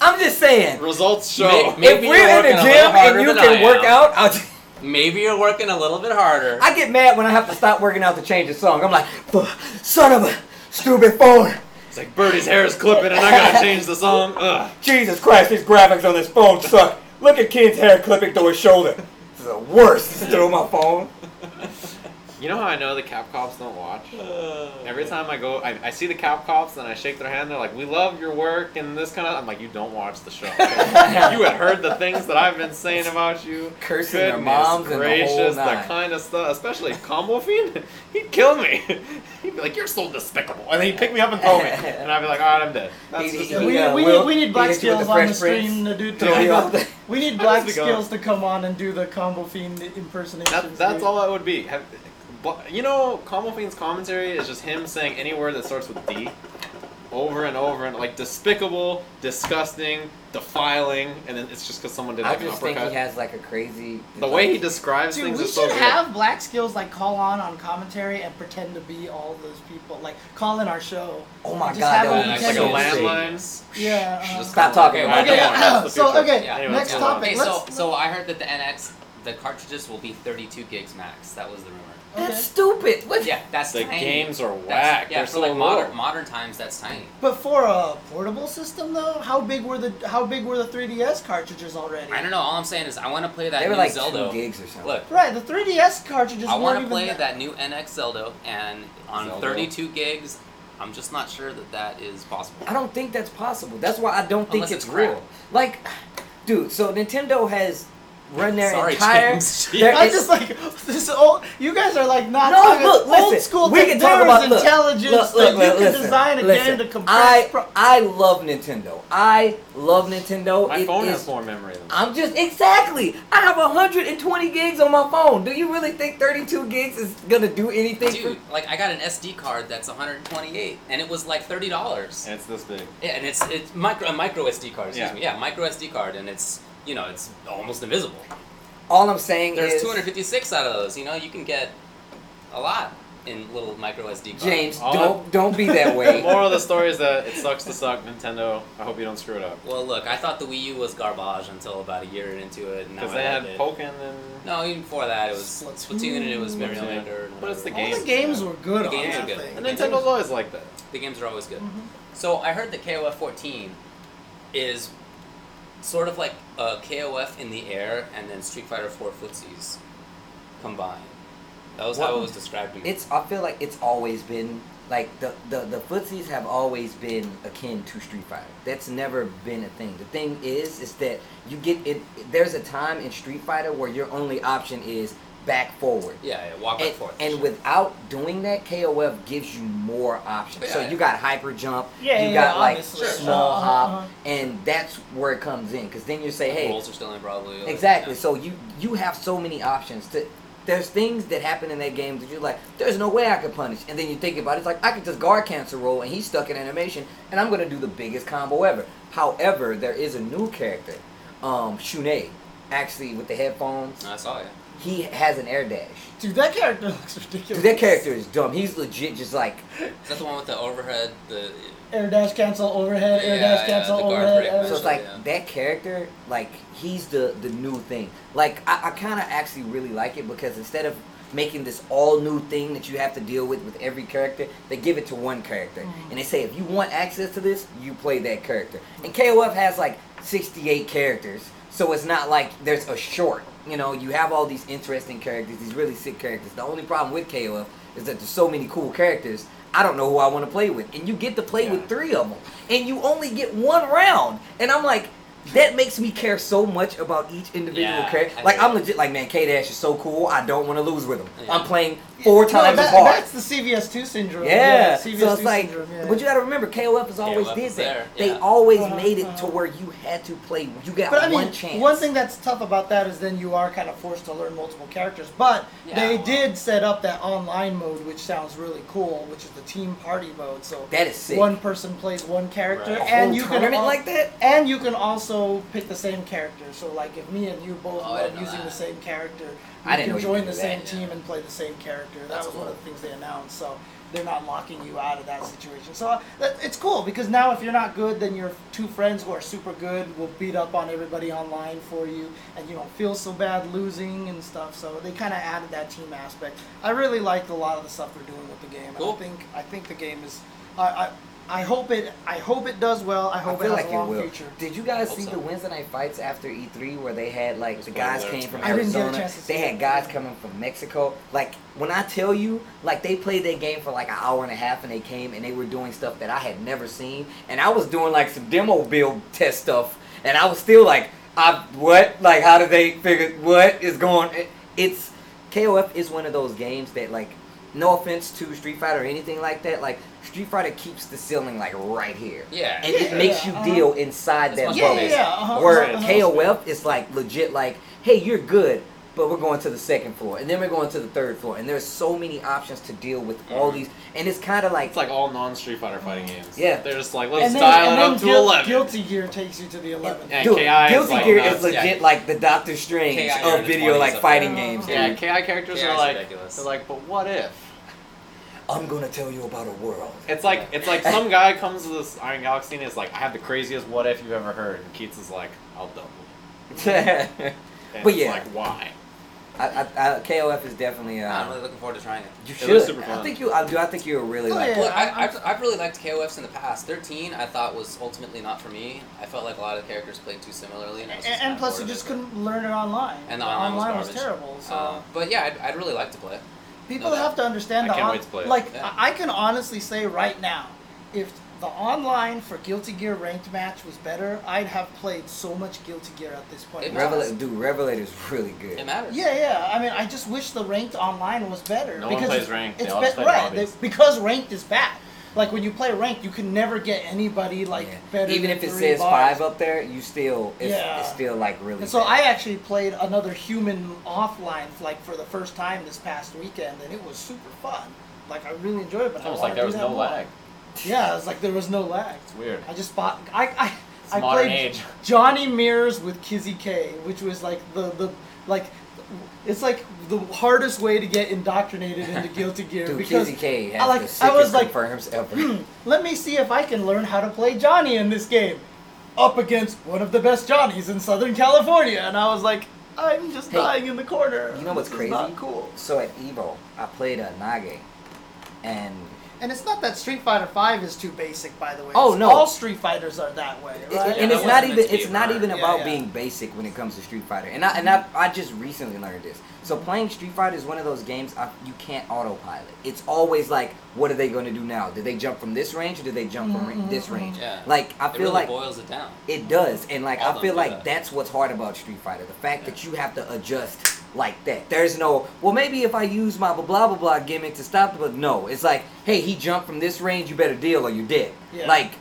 S4: I'm just saying.
S1: Results show.
S3: Make- make-
S4: If
S3: Maybe you're
S4: we're in the
S3: working a little
S4: gym
S3: harder
S4: and you
S3: than
S4: can
S3: I
S4: work
S3: am.
S4: out, I'll just,
S3: Maybe you're working a little bit harder.
S4: I get mad when I have to stop working out to change a song. I'm like, "Fuck, son of a stupid phone.
S1: It's like Birdie's hair is clipping, and I gotta change the song. Ugh.
S4: Jesus Christ, these graphics on this phone suck. Look at kid's hair clipping through his shoulder. This is the worst. This is through my phone.
S1: You know how I know the cap cops don't watch? Every time I go, I, I see the cap cops and I shake their hand. They're like, "We love your work and this kind of." I'm like, "You don't watch the show. you had heard the things that I've been saying about you.
S4: Cursing their moms and the whole nine.
S1: that kind of stuff. Especially Combo Fiend, he'd kill me. he'd be like, "You're so despicable," and then he'd pick me up and throw me, and I'd be like, "All right, I'm dead." That's
S4: He-
S1: just
S4: he-
S1: it.
S2: We, we,
S4: Yeah,
S2: need,
S4: Will,
S2: we need
S4: he
S2: Black
S4: hits you
S2: Skills
S4: with the
S2: on the
S4: Fresh Prince.
S2: stream to do
S4: Throw you off the-
S2: We
S1: How
S2: need
S1: does
S2: Black
S1: it go?
S2: Skills to come on and do the Combo Fiend impersonation.
S1: That, that's all that would be. Have, but- you know, Combo Fiend's commentary is just him saying any word that starts with D over and over and like despicable, disgusting, defiling, and then it's just because someone did
S4: I
S1: like an
S4: just think he
S1: uppercut.
S4: has like a crazy.
S1: The way he describes
S2: Dude,
S1: things
S2: we
S1: is so
S2: should
S1: good.
S2: have Black Skills like call on on commentary and pretend to be all those people. Like, call in our show.
S4: Oh my
S2: Just
S4: god,
S2: have
S4: that
S2: him
S4: would
S1: It's
S4: be
S1: like a
S3: Yeah.
S1: landline.
S2: Yeah,
S1: Shh,
S2: uh-huh.
S1: just
S4: Stop
S1: call it.
S4: talking.
S1: Okay,
S4: Okay,
S1: come on, that's the
S2: so,
S1: future.
S2: okay,
S1: Anyway,
S2: next
S1: let's move on.
S2: topic.
S3: Okay, so
S2: let's-
S3: so I heard that the NX the cartridges will be 32 gigs max. That was the rumor.
S4: That's stupid. What?
S3: Yeah, that's
S1: The
S3: tiny.
S1: games are
S3: That's,
S1: whack.
S3: yeah,
S1: They're
S3: for
S1: so
S3: like modern
S1: low.
S3: modern times, that's tiny.
S2: But for a portable system though, how big were the how big were the 3DS cartridges already?
S3: I don't know. All I'm saying is I want to play that
S4: They were
S3: new
S4: like
S3: Zelda.
S4: two gigs or something.
S3: Look,
S2: Right, the 3DS cartridges.
S3: I
S2: want to
S3: play that. new NX Zelda, and on
S1: Zelda.
S3: 32 gigs, I'm just not sure that that is possible.
S4: I don't think that's possible. That's why I don't think
S3: Unless
S4: it's
S3: it's crap.
S4: real. Like, dude, so Nintendo has run their
S3: Sorry,
S4: entire.
S3: James.
S4: their-
S2: I'm just like this old. You guys are like not
S4: No,
S2: talking
S4: look,
S2: old
S4: listen.
S2: school.
S4: we can talk about look,
S2: intelligence.
S4: Look,
S2: that
S4: look, look,
S2: you can
S4: listen,
S2: design a
S4: listen.
S2: game to compress.
S4: I
S2: pro-
S4: I love Nintendo. I love Nintendo.
S1: My
S4: It
S1: phone
S4: is-
S1: has more memory than
S4: I'm just exactly. I have 120 gigs on my phone. Do you really think 32 gigs is gonna do anything?
S3: Dude, like I got an SD card that's 128, and it was like thirty dollars.
S1: and it's this big.
S3: Yeah, and it's it's micro a micro SD card. Excuse
S1: Yeah.
S3: me. Yeah, micro SD card, and it's you know it's almost invisible.
S4: All I'm saying
S3: There's
S4: is,
S3: 256 out of those. You know, you can get a lot in little micro SD cards.
S4: James,
S1: All
S4: don't don't be that
S1: The
S4: way.
S1: moral of the story is that it sucks to suck, Nintendo. I hope you don't screw it up.
S3: Well, look, I thought the Wii U was garbage until about a year into it, and now
S1: Because
S3: I
S1: they
S3: love
S1: had
S3: it.
S1: Pokken and.
S3: no, even before that, it was
S2: Splatoon.
S3: Splatoon, and it was Mario
S1: Splatoon.
S3: Maker. and
S1: But it's the
S3: whatever.
S2: all
S1: games,
S2: the games
S1: yeah.
S2: were good.
S3: The games
S2: on
S3: are
S2: that
S3: good.
S2: thing.
S1: And Nintendo's always like that.
S3: The games are always good.
S2: Mhm.
S4: Mm-hmm.
S3: So I heard that KOF 14 is sort of like a KOF in the air and then Street Fighter 4 footsies combined. That was how
S4: What?
S3: it was described to me.
S4: It's I feel like it's always been like the the the footsies have always been akin to Street Fighter. That's never been a thing. The thing is, is that you get it. There's a time in Street Fighter where your only option is back forward.
S3: yeah, yeah, walk
S4: And,
S3: and forth.
S4: and without doing that, KOF gives you more options. so
S3: Yeah.
S4: you got hyper jump,
S2: Yeah,
S4: you
S2: yeah,
S4: got like
S2: obviously.
S3: Sure.
S4: small
S2: Uh-huh,
S4: hop,
S2: uh-huh.
S4: and that's where it comes in. Because then you say, hey,
S3: rolls are still in probably. like,
S4: Exactly.
S3: yeah.
S4: So you you have so many options. To, there's things that happen in that game that you're like, there's no way I could punish. And then you think about it, it's like I could just guard cancer roll, and he's stuck in animation, and I'm gonna do the biggest combo ever. However, there is a new character, um, Shunei, actually with the headphones.
S3: I saw you.
S4: He has an air dash.
S2: Dude, that character looks ridiculous.
S4: Dude, that character is dumb. He's legit just like
S3: Is that the one with the overhead? The
S2: Air dash cancel overhead. air
S3: Yeah,
S2: dash
S3: yeah,
S2: cancel
S3: the guard
S2: overhead.
S3: break
S2: air-
S3: was
S4: So it's
S3: Yeah.
S4: like that character, like he's the the new thing. Like I, I kind of actually really like it because instead of making this all new thing that you have to deal with with every character. They give it to one character, and they say if you want access to this, you play that character. And KOF has like 68 characters, so it's not like there's a short. You know, you have all these interesting characters, these really sick characters. The only problem with KOF is that there's so many cool characters. I don't know who I want to play with, and you get to play with
S1: Yeah.
S4: three of them, and you only get one round, and I'm like. That makes me care so much about each individual
S3: Yeah,
S4: character.
S3: I
S4: Like
S3: know.
S4: I'm legit. Like man, K Dash is so cool. I don't want to lose with him.
S3: Yeah.
S4: I'm playing four
S2: No,
S4: times
S2: that-
S4: as hard.
S2: That's the CVS2 syndrome.
S4: Yeah.
S2: CVS2
S4: so it's like,
S2: syndrome. Yeah.
S4: but you got to remember, KOF has always
S3: KOF
S4: did
S3: is there,
S4: that. They
S3: yeah.
S4: always
S2: Uh-huh,
S4: made it to
S2: uh-huh.
S4: where you had to play. You got
S2: But I mean,
S4: one chance.
S2: one thing that's tough about that is then you are kind of forced to learn multiple characters. But
S3: Yeah,
S2: they
S3: well.
S2: did set up that online mode, which sounds really cool, which is the team party mode. So
S4: that is sick.
S2: one person plays one character,
S3: Right.
S4: A
S2: and
S4: whole
S2: you can
S4: tournament
S2: al-
S4: like that.
S2: and you can also pick the same character. So like, if me and you both
S3: Oh, I
S2: love
S3: didn't know
S2: using
S3: that.
S2: the same character, you
S4: I didn't know
S2: can
S4: you
S2: join
S4: could
S2: the
S4: do
S2: same
S3: that,
S2: team
S3: yeah.
S2: and play the same character. That
S3: That's
S2: was one
S3: cool.
S2: of the things they announced. So. They're not locking you out of that situation, so uh, that- it's cool because now if you're not good, then your two friends who are super good will beat up on everybody online for you, and you don't feel so bad losing and stuff. So they kind of added that team aspect. I really liked a lot of the stuff they're doing with the game.
S3: Cool.
S2: I think I think the game is. I, I I hope it. I hope it does well. I
S4: I
S2: hope
S4: feel
S2: it has
S4: like
S2: a
S4: it
S2: long
S4: will.
S2: future.
S4: Did you guys
S3: Hope
S4: see
S3: so.
S4: the Wednesday night fights after E3 where they had like the
S1: Spoiler
S4: guys
S1: alert.
S4: came from
S2: I didn't get a
S4: Arizona?
S2: chance to
S4: They
S2: see
S4: had
S2: it.
S4: guys coming from Mexico. Like when I tell you, like they played that game for like an hour and a half, and they came and they were doing stuff that I had never seen, and I was doing like some demo build test stuff, and I was still like, I what? Like how did they figure what is going? It, it's KOF is one of those games that like. No offense to Street Fighter or anything like that. Like Street Fighter keeps the ceiling like right here,
S3: Yeah.
S4: and it
S2: Yeah,
S4: makes you
S2: yeah,
S4: deal
S2: uh-huh.
S4: inside that
S3: That's
S4: bubble.
S3: my
S2: Yeah, yeah,
S3: Well,
S2: yeah. Uh-huh,
S4: Where
S2: uh-huh.
S4: KOF is like legit, like, hey, you're good, but we're going to the second floor, and then we're going to the third floor, and there's so many options to deal with all
S2: Mm-hmm.
S4: these, and it's kind of like,
S1: It's like all non Street Fighter fighting games.
S4: Yeah.
S1: They're just like,
S2: And
S1: let's
S2: then,
S1: dial
S2: and
S1: it
S2: then
S1: up to
S2: Guil-
S1: 11.
S2: Guilty Gear takes you to the 11th.
S1: Yeah,
S4: dude,
S1: KI is
S4: Guilty
S1: like
S4: Gear
S1: nuts.
S4: is legit
S3: Yeah.
S4: like the Doctor Strange
S3: KI are
S4: of
S3: the
S4: video, like
S3: 20s up
S4: fighting
S2: there.
S4: games.
S1: Yeah,
S4: dude.
S1: KI characters
S3: KI
S1: are
S3: is
S1: like,
S3: ridiculous.
S1: they're like, but what if?
S4: I'm gonna tell you about a world.
S1: It's like it's like some guy comes to this Iron Galaxy and is like, I have the craziest what if you've ever heard, and Keats is like, I'll double.
S4: I,
S1: And
S4: But
S1: it's
S4: yeah.
S1: like why?
S4: I, I, KOF is definitely.
S3: I'm
S4: Uh,
S3: really looking forward to trying it.
S4: you
S1: It looks
S4: should.
S1: super
S4: I
S1: fun.
S4: think you. I do. I think you'll really
S2: Oh,
S4: like.
S2: yeah.
S4: it.
S3: Look, I, I've, I've really liked KOFs in the past. 13, I thought, was ultimately not for me. I felt like a lot of characters played too similarly. And, I was
S2: And,
S3: just
S2: and
S3: kinda
S2: plus,
S3: bored
S2: you
S3: of
S2: just
S3: it.
S2: couldn't learn it online.
S3: And the online was
S2: was,
S3: garbage.
S2: terrible. So.
S3: Um, but yeah, I'd, I'd really like to play it.
S2: People
S3: No doubt.
S2: have to understand
S1: I
S2: the
S1: can't
S2: on-
S1: wait to play it.
S2: like
S3: Yeah.
S2: I I can honestly say right now, if the online for Guilty Gear ranked match was better, I'd have played so much Guilty Gear at this point.
S3: It
S2: in time.
S4: Revela- dude, Revelator's really good.
S3: It matters.
S2: Yeah, yeah. I mean, I just wish the ranked online was better.
S1: No one
S2: because
S1: plays
S2: it's-
S1: ranked, they
S2: It's
S1: all
S2: be-
S1: just play
S2: right
S1: lobbies.
S2: they- because ranked is bad. Like when you play ranked, you can never get anybody like
S4: Yeah.
S2: better.
S4: Even
S2: than
S4: if it
S2: three
S4: says
S2: bars.
S4: five up there, you still it's,
S2: Yeah.
S4: it's still like really.
S2: And so
S4: bad.
S2: I actually played another human offline like for the first time this past weekend, and it was super fun. Like I really enjoyed it. But
S1: It's
S2: I
S1: almost
S2: wanna
S1: like there
S2: do
S1: was
S2: that
S1: no
S2: more.
S1: lag.
S2: Yeah, it's like there was no lag.
S1: It's weird.
S2: I just bought. I I,
S1: It's
S2: I
S1: modern
S2: played
S1: age.
S2: Johnny Mirrors with Kizzy K, which was like the the like. It's like the hardest way to get indoctrinated into Guilty Gear
S4: Dude,
S2: because
S4: Kizzy K has
S2: I like-
S4: the
S2: I
S4: sickest
S2: was like,
S4: confirms ever.
S2: let me see if I can learn how to play Johnny in this game, up against one of the best Johnnies in Southern California, and I was like, I'm just
S4: Hey,
S2: dying in the corner.
S4: you know what's
S2: This is
S4: crazy?
S2: Not cool.
S4: so at Evo, I played a Nage, and
S2: And it's not that Street Fighter Five is too basic, by the way.
S4: Oh,
S2: It's-
S4: no.
S2: All Street Fighters are that way,
S4: it-
S2: right?
S4: and
S3: Yeah,
S4: it's
S3: that wasn't
S4: not
S3: meant
S4: even
S3: to be
S4: it's
S3: a
S4: not
S3: burn.
S4: even
S2: Yeah,
S4: about
S2: yeah.
S4: being basic when it comes to Street Fighter. And I and I, I just recently learned this. So playing Street Fighter is one of those games I, you can't autopilot. It's always like, what are they going to do now? Did they jump from this range or did they jump from
S2: Mm-hmm,
S4: ra- this range?
S3: Yeah.
S4: Like I
S3: It
S4: feel
S3: really
S4: like
S3: boils it down.
S4: It does, and like
S3: All
S4: I
S3: them
S4: feel
S3: do
S4: like
S3: that.
S4: that's what's hard about Street Fighter. The fact
S3: Yeah.
S4: that you have to adjust like that. There's no well, maybe if I use my blah blah blah, blah gimmick to stop, but no, it's like hey, he jumped from this range, you better deal or you're dead.
S2: Yeah.
S4: Like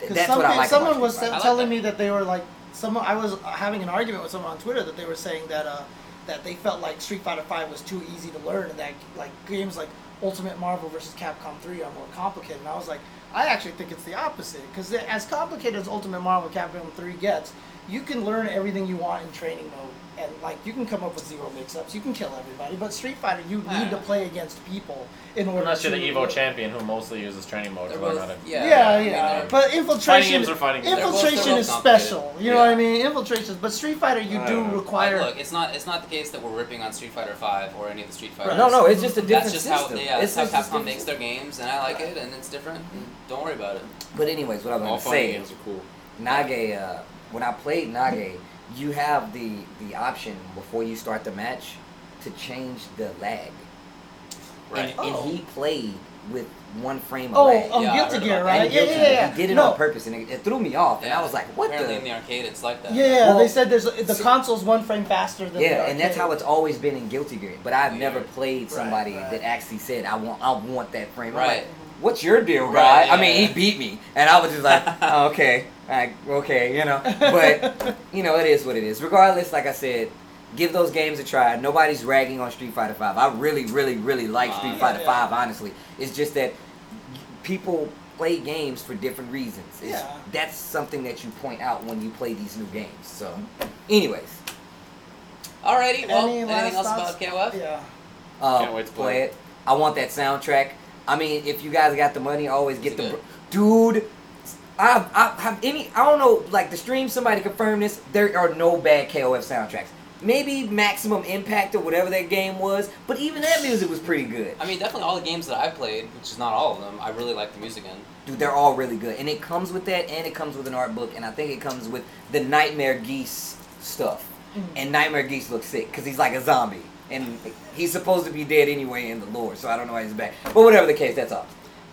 S2: 'Cause
S4: that's
S2: some
S4: what I
S2: pe-
S4: like. about
S2: Someone
S4: Street
S2: was
S4: Fighter.
S3: like
S2: telling
S3: that.
S2: me that they were like, someone. I was having an argument with someone on Twitter that they were saying that uh, that they felt like Street Fighter Five was too easy to learn, and that like games like Ultimate Marvel versus Capcom Three are more complicated. And I was like, I actually think it's the opposite because as complicated as Ultimate Marvel Capcom Three gets, you can learn everything you want in training mode. and like you can come up with zero mix-ups, you can kill everybody. But Street Fighter, you
S3: Ah.
S2: need to play against people in order.
S1: Unless
S2: to
S1: you're the Evo champion who mostly uses training mode
S3: They're
S1: to learn
S3: both,
S1: how to.
S3: yeah,
S2: Yeah, yeah,
S3: I mean, they're-
S2: but infiltration.
S1: games are fighting games.
S3: They're both-
S2: Infiltration
S3: they're both
S2: is
S3: complicated.
S2: special. You know what
S3: Yeah.
S2: I mean? Infiltration, but Street Fighter, you
S1: I
S2: do
S1: don't know.
S2: require.
S3: But look, it's not it's not the case that we're ripping on Street Fighter Five or any of the Street Fighters.
S4: No, no, it's just a
S3: That's
S4: different
S3: just how
S4: system. Mm-hmm.
S3: yeah,
S4: it's
S3: that's how
S4: just a
S3: Capcom makes
S4: different-
S3: their games, and I like it, and it's different. And don't worry about it.
S4: But anyways, what I was
S1: All
S4: gonna
S1: fighting
S4: say
S1: games are cool.
S4: Nage, uh, when I played Nage, you have the the option before you start the match to change the lag.
S3: Right.
S4: And, and
S2: Oh.
S4: he played with one frame of
S2: oh,
S4: lag.
S2: oh,
S3: Yeah, I
S2: Guilty
S3: heard
S2: Gear,
S3: about
S4: And
S2: right? Yeah,
S4: Guilty
S2: yeah,
S4: Gear,
S2: yeah.
S4: He did it
S2: no.
S4: on purpose, and it, it threw me off. oh, And I was like, "What
S3: Apparently in
S4: the?"
S3: the arcade, it's like that.
S2: Yeah, yeah,
S4: Well-
S2: they said there's the console's one frame faster than
S4: Yeah,
S2: the
S4: and that's
S2: arcade.
S4: how it's always been in Guilty Gear. But I've never
S3: Weird.
S4: played somebody
S2: Right, right.
S4: that actually said, "I want, I want that frame." I'm
S3: Right.
S4: like, What's your deal, guy?
S3: Right,
S4: I mean,
S3: yeah.
S4: he beat me, and I was just like, oh, "Okay, like, okay," you know. But you know, it is what it is. Regardless, like I said, give those games a try. Nobody's ragging on Street Fighter Five. I really, really, really like
S3: Uh,
S4: Street
S3: yeah,
S4: Fighter
S2: yeah.
S4: Five. Honestly, it's just that people play games for different reasons. It's,
S2: Yeah.
S4: That's something that you point out when you play these new games. So, anyways,
S3: Alrighty. Well,
S2: Any last
S3: anything else
S2: thoughts?
S3: about KOF?
S2: Yeah.
S4: uh,
S1: Can't wait to play
S4: it. I want that soundtrack. I mean, if you guys got the money, always get
S3: Is it
S4: the dude. I, I have any. I don't know. Like the stream, somebody confirmed this. There are no bad KOF soundtracks. Maybe Maximum Impact or whatever that game was, but even that music was pretty good.
S3: I mean, definitely all the games that I played, which is not all of them. I really like the music in.
S4: Dude, they're all really good, and it comes with that, and it comes with an art book, and I think it comes with the Nightmare Geese stuff. And Nightmare Geese looks sick because he's like a zombie, and he's supposed to be dead anyway in the lore, so I don't know why he's back. But whatever the case, that's all.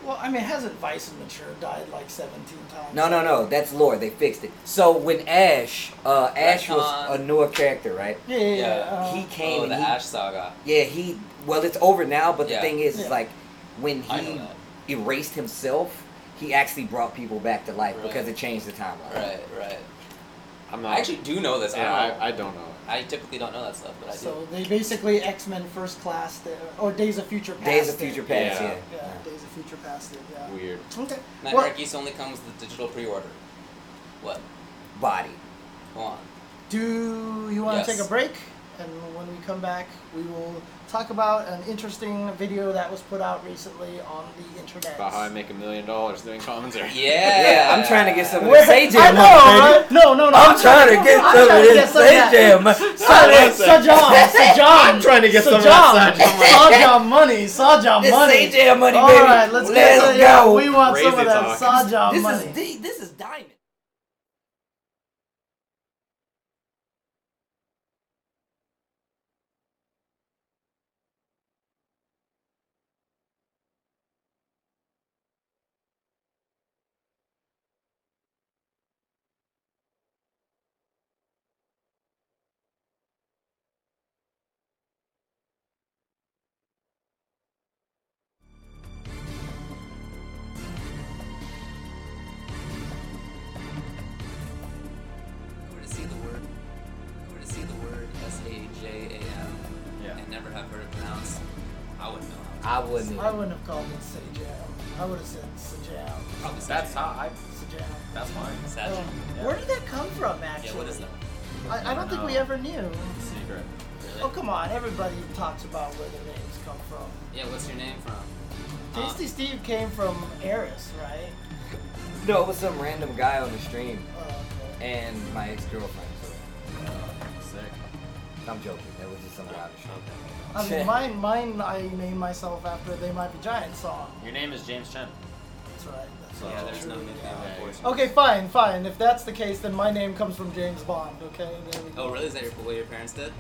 S2: Well, I mean, hasn't Vice and Mature died like 17 times?
S4: No, no, no. That's lore. They fixed it. So when Ash, uh, Ash was
S3: Retcon.
S4: a newer character, right?
S2: Yeah, yeah, yeah.
S3: Yeah.
S2: uh,
S4: He came
S3: Oh,
S4: and
S3: the
S4: he,
S3: Ash Saga.
S4: yeah, he. Well, it's over now. But the
S3: Yeah.
S4: thing is,
S2: Yeah.
S4: is like when
S3: I know
S4: he
S3: that.
S4: erased himself, he actually brought people back to life
S3: Right.
S4: because it changed the timeline.
S3: Right, right.
S1: I'm not.
S3: I actually do know this.
S1: yeah,
S3: I, don't know.
S1: I, I don't know.
S3: I, typically don't know that stuff, but I do.
S2: so they basically X Men First Class there, or Days of Future Past.
S4: Days of
S2: did.
S4: Future Past.
S1: Yeah.
S4: Yeah.
S2: Yeah, Days of Future Past. Did, yeah.
S1: Weird.
S2: Okay.
S3: Nightmare
S2: Well,
S3: Geese only comes with the digital pre-order. What?
S4: Body.
S3: Go on.
S2: do you want
S3: Yes.
S2: to take a break? And when we come back, we will talk about an interesting video that was put out recently on the internet.
S1: About how I make a million dollars doing commentary.
S3: Yeah.
S4: Yeah, I'm trying to get some of
S2: Where,
S4: the Say
S2: I
S4: Jam,
S2: know,
S4: motherfucker.
S2: right? No, no, no.
S4: I'm trying to get
S2: I'm
S4: some
S2: trying
S4: of
S2: to
S4: this
S2: some of
S4: Say
S2: that.
S4: Jam.
S2: Sajan,
S1: Listen.
S2: Sajan, Sajan.
S1: I'm trying to get some of that Oh
S2: Sajan, Sajan money, Sajan
S4: This
S2: money.
S4: Say Jam money,
S2: All
S4: baby.
S2: right, let's, get
S4: Let's
S2: some- yeah,
S4: go.
S2: We want some of
S1: Crazy
S2: that
S1: talk.
S2: Sajan
S4: this
S2: money.
S4: is D. This is diamond.
S3: Who would have seen the word? Who would have seen the word S A J A M
S1: Yeah.
S3: and never have heard it pronounced? I wouldn't know. How
S4: I wouldn't.
S2: I wouldn't have called it Sajam. I would have said Sajam.
S3: Probably
S1: That's
S3: Sajid.
S1: how I.
S2: Sajam.
S1: That's mine.
S3: Sajid.
S2: Um, Where did that come from,
S4: Oh.
S2: actually?
S3: Yeah. What is that?
S2: I, I don't think we
S1: No.
S2: ever knew.
S1: Secret.
S3: Really?
S2: Oh, come on. Everybody talks about where their names come from.
S3: Yeah. What's your name from?
S1: Uh,
S3: Huh?
S2: Tasty Steve came from Eris, right?
S4: No, it was some random guy on the stream
S2: Oh, okay.
S4: and my ex girlfriend. So
S1: Sick.
S4: I'm joking. That was just some guy on the stream.
S2: I mean, mine, mine, I named myself after They Might Be Giant song.
S1: Your name is James Chen.
S2: That's right. That's
S1: So-
S3: Oh, Yeah.
S2: right.
S3: There's no nickname.
S1: Yeah.
S3: unfortunately.
S2: Okay, fine, fine. If that's the case, then my name comes from James Bond. Okay, there we go.
S3: Oh, really? Is that your, what your parents did?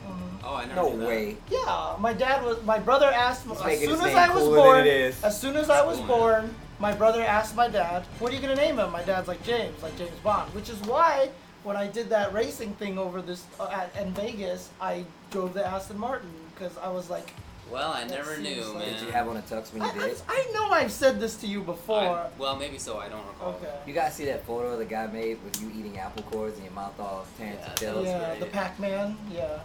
S3: Oh, I never.
S4: Mm-hmm. No
S3: knew that.
S4: way.
S2: Yeah, my dad was. My brother asked
S4: He's
S2: as
S4: making
S2: soon
S4: his
S2: as
S4: name
S2: I was
S4: cooler than
S2: born.
S4: it is.
S2: As soon as I was
S3: Cool, man.
S2: born, my brother asked my dad, "What are you gonna name him?" My dad's like James, like James Bond, which is why when I did that racing thing over this uh, at, in Vegas, I drove the Aston Martin because I was like,
S3: Well, I
S2: That
S3: never
S2: seems
S3: knew,
S2: like-
S3: man.
S4: Did you have on a tux when
S2: I,
S4: you did?
S2: I, I know I've said this to you before.
S3: I, well, maybe so. I don't recall.
S2: okay.
S4: You guys see that photo the guy made with you eating apple cores and your mouth all Terrence
S3: Yeah,
S4: yeah,
S3: that was
S2: Yeah,
S3: great.
S2: the Pac-Man. Yeah, yeah.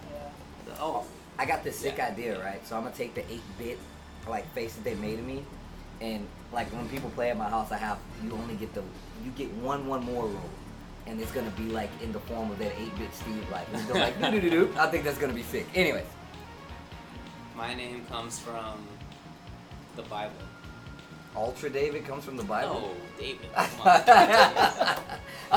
S3: Oh,
S4: I got this sick
S3: Yeah.
S4: idea, right? So I'm gonna take the eight bit like face that they made of me, and like when people play at my house, I have you only get the you get one one more roll, and it's gonna be like in the form of that 8-bit Steve like it's gonna like doo doo doo. I think that's gonna be sick. Anyways,
S3: My name comes from the Bible.
S4: Ultra David comes from the Bible.
S3: Oh, David. Come on.
S4: I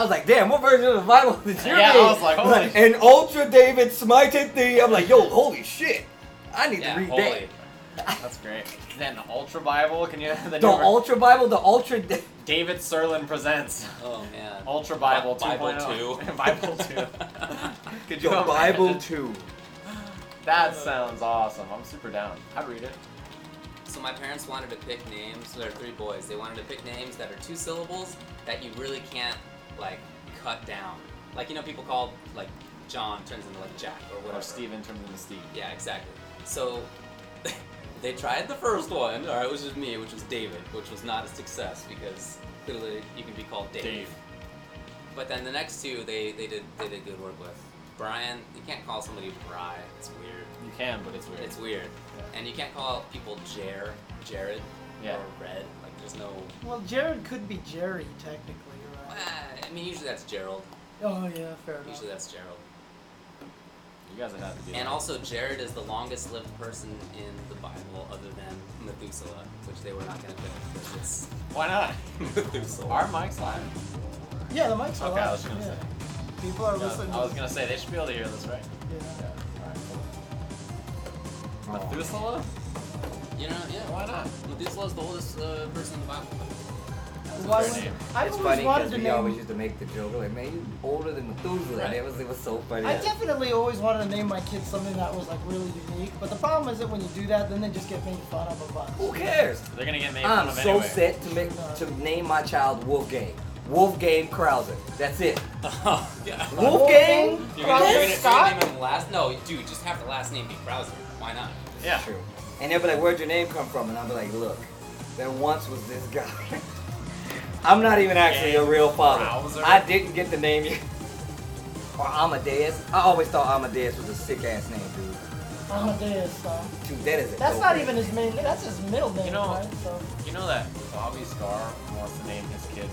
S4: was like, damn, what version of the Bible did you
S1: Yeah, I
S4: read?
S1: was like, holy-
S4: and Ultra David smited thee. I'm like, yo, holy shit. I need
S3: yeah,
S4: to read
S3: holy.
S1: That's great. Then Ultra Bible, can you?
S4: that.
S1: Then
S4: The
S1: you were-
S4: Ultra Bible, the Ultra. Da-
S1: David Serlin presents
S3: Oh man.
S1: Ultra Bible
S3: Bi- Bible
S1: 2.0.
S3: two.
S1: Bible two. Could
S4: the
S1: imagine?
S4: Bible 2.
S1: That sounds awesome. I'm super down. I'd read it.
S3: So my parents wanted to pick names. There are three boys. They wanted to pick names that are two syllables that you really can't like cut down. Like you know, people call like John turns into like Jack or whatever.
S1: Or Steven turns into Steve.
S3: Yeah, exactly. So they tried the first one, or it was just me, which was David, which was not a success because clearly you can be called Dave.
S1: Dave.
S3: But then the next two, they they did they did good work with. Brian, you can't call somebody Bry. It's weird.
S1: You can, but it's weird.
S3: It's weird.
S1: Yeah.
S3: And you can't call people Jer, Jared,
S1: Yeah.
S3: or Red. Like, there's no.
S2: Well, Jared could be Jerry technically,
S3: Ah,
S2: right?
S3: I mean, usually that's Gerald.
S2: Oh yeah, fair enough.
S3: Usually that's Gerald.
S1: You guys would have to do
S3: And
S1: that.
S3: also, Jared is the longest lived person in the Bible other than Methuselah, which they were not going to pick because it's
S1: Why not?
S3: Methuselah.
S1: Our mic's live.
S2: Yeah, the mic's
S1: Okay,
S2: alive,
S1: I was gonna
S2: yeah.
S1: say.
S2: People are
S1: No,
S2: listening.
S1: I was gonna say they should be able to hear this, right?
S2: yeah.
S1: Alright, cool.
S4: Oh.
S1: Methuselah?
S3: You know, yeah.
S1: Why not?
S3: Methuselah is the oldest uh, person in the Bible.
S2: Why
S1: Fair
S2: would,
S1: name.
S2: I've
S4: It's
S2: always
S4: funny
S2: wanted
S4: because
S2: to
S4: we always
S2: name.
S4: used to make the joke like, man, you older than Methuselah.
S1: Right.
S4: It was it was so funny.
S2: I definitely always wanted to name my kids something that was like really unique, but the problem is that when you do that, then they just get made fun of a bunch.
S4: Who cares?
S1: They're gonna get made fun
S4: I'm
S1: of
S4: so
S1: anyway.
S4: set to make to name my child Wolfgang. Wolfgang Krauser. That's it.
S3: yeah.
S4: Wolfgang.
S3: You're gonna, you're
S4: Krauser?
S3: gonna- you're gonna name him last? No, dude, just have the last name be Krauser. Why not?
S1: Yeah.
S4: True. And they'll be like, where'd your name come from? And I'll be like, look, there once was this guy. I'm not even actually a real father.
S1: Krauser.
S4: I didn't get the name you. Or Amadeus. I always thought Amadeus was a sick ass name, dude.
S2: Amadeus. Um,
S4: Dude, that is a
S2: that's
S4: dope
S2: not
S4: name.
S2: even his main. That's his middle name,
S1: You know-
S2: right? So
S1: You know that Bobby Scar wants to name his kid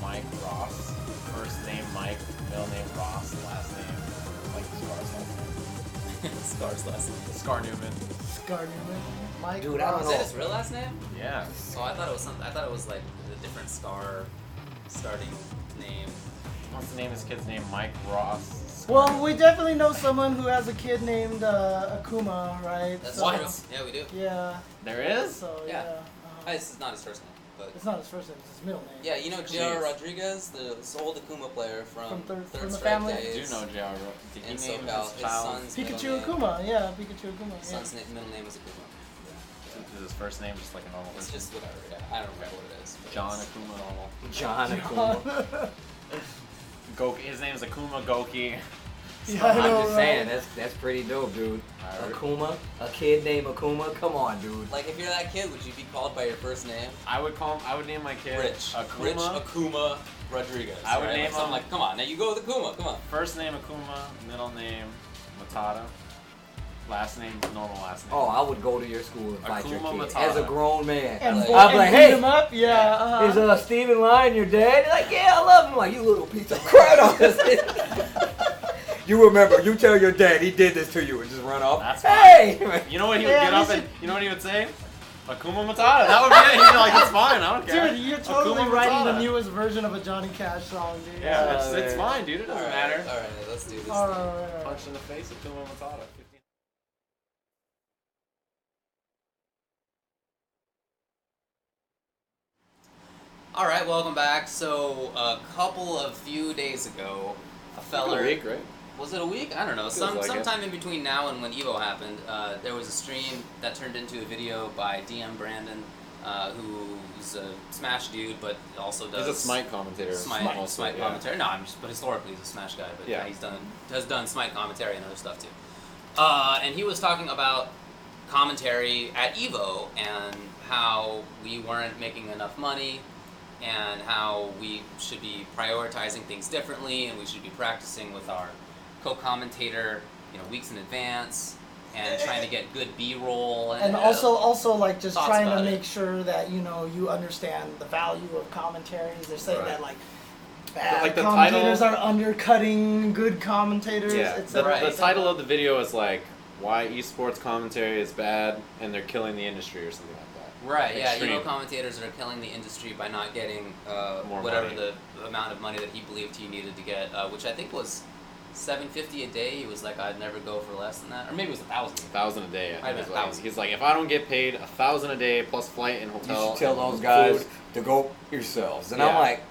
S1: Mike Ross. First name Mike, middle name Ross, last name like Scar's last name.
S3: Scar's last name.
S1: Scar Newman.
S2: Scar Newman, Mike.
S4: Dude, I don't
S3: Is that
S2: Ross.
S4: know.
S3: his real last name?
S1: Yeah.
S3: Oh, I thought it was something. I thought it was like a different Scar starting name.
S1: Wants to name his kid's name Mike Ross. Scar
S2: Well, we definitely know someone who has a kid named uh, Akuma, right?
S3: That's
S2: so,
S1: What?
S3: true. Yeah, we do.
S2: Yeah.
S1: There is?
S2: So
S3: Yeah.
S2: yeah.
S3: Uh,
S2: uh
S3: This is not his first name, but
S2: It's not his first name. It's his middle name.
S3: yeah, you know
S1: Jeez.
S3: J.R. Rodriguez, the this old Akuma player from,
S2: From Third-
S3: Third
S2: from the
S3: Strike
S2: family?
S1: I do
S3: Days.
S1: know J.R. Ro- Did he
S3: And
S1: name
S3: SoCal,
S1: his
S3: his
S1: child?
S3: son's
S2: Pikachu
S3: middle name.
S2: Akuma. Yeah, Pikachu Akuma.
S3: His
S2: Yeah.
S3: son's na- middle name is Akuma.
S1: Is his first name just like a normal
S3: It's
S1: person?
S3: just whatever. Yeah, I don't remember what it is. but
S1: John
S3: it's-
S1: Akuma. Normal.
S4: John Akuma.
S1: Goki. His name is Akuma Goki.
S2: yeah, I
S4: I'm
S2: know,
S4: just
S2: right?
S4: saying, that's that's pretty dope, dude.
S1: Alright.
S4: Akuma, a kid named Akuma. Come on, dude.
S3: Like, if you're that kid, would you be called by your first name?
S1: I would call him, I would name my kid
S3: Rich.
S1: Akuma.
S3: Rich Akuma Rodriguez.
S1: I would
S3: right?
S1: name
S3: like, something
S1: him-
S3: like, come on, now you go with Akuma, come on.
S1: First name Akuma, middle name Matata, last name normal last name.
S4: Oh, I would go to your school and fight your
S1: Akuma
S4: kid
S1: Matata.
S4: as a grown man.
S2: And,
S3: Like-
S2: bo-
S4: I'm
S2: and
S4: like,
S2: beat
S4: hey,
S2: him up. Yeah. Uh-huh.
S4: Is uh Steven Lyon your dad? They're like, yeah, I love him. I'm like, you little piece of crap. I'm just- you remember, you tell your dad he did this to you and just run off.
S1: That's
S4: hey!
S1: You know what he would
S2: Yeah,
S1: get
S2: you
S1: up and you know what he would say? Akuma Matata. That would be it. He'd be like, it's fine. I don't care.
S2: Dude, you're totally
S1: Akuma
S2: writing
S1: Matata.
S2: the newest version of a Johnny Cash song, dude.
S1: Yeah, it's,
S4: Uh,
S1: it's fine, dude. It doesn't
S3: Alright,
S1: matter.
S3: Alright, let's do this.
S2: All right, all right, all right.
S1: Punch in the face, Akuma Matata. 15.
S3: All right, welcome back. So a couple of few days ago, a feller
S1: right?
S3: was it a week? I don't know. Some
S1: like it.
S3: sometime in between now and when Evo happened, uh, there was a stream that turned into a video by DM Brandon, uh, who's a Smash dude, but also does
S1: commentator.
S3: Smite, Smite commentary. No, I'm just, but historically he's a Smash guy. But yeah,
S1: Yeah.
S3: he's done has done Smite commentary and other stuff too. Uh, and he was talking about commentary at Evo and how we weren't making enough money and how we should be prioritizing things differently and we should be practicing with our co-commentator, you know, weeks in advance and trying to get good B-roll and,
S2: And also, also like just
S3: Thoughts
S2: trying
S3: about
S2: to
S3: it.
S2: make sure that you know you understand the value of commentaries. They're saying
S1: Right.
S2: that like bad
S1: like the
S2: commentators
S1: title-
S2: are undercutting good commentators.
S1: Yeah,
S2: et
S1: the,
S2: cetera,
S3: right.
S2: et
S1: the
S2: cetera.
S1: title of the video is like why esports commentary is bad and they're killing the industry or something like that.
S3: Right, yeah, you know
S1: Extreme.
S3: commentators that are killing the industry by not getting uh,
S1: More
S3: whatever
S1: money.
S3: the amount of money that he believed he needed to get, uh, which I think was seven fifty a day. He was like, I'd never go for less than that, or maybe it was a thousand.
S1: A thousand a day. I
S3: Might
S1: think
S3: have
S1: is
S3: been a
S1: what he's-
S3: thousand.
S1: he's like, if I don't get paid a thousand a day plus flight and
S4: You
S1: hotel,
S4: should tell
S1: and
S4: those guys
S1: food-
S4: to go yourselves. And I'm
S1: Yeah.
S4: like,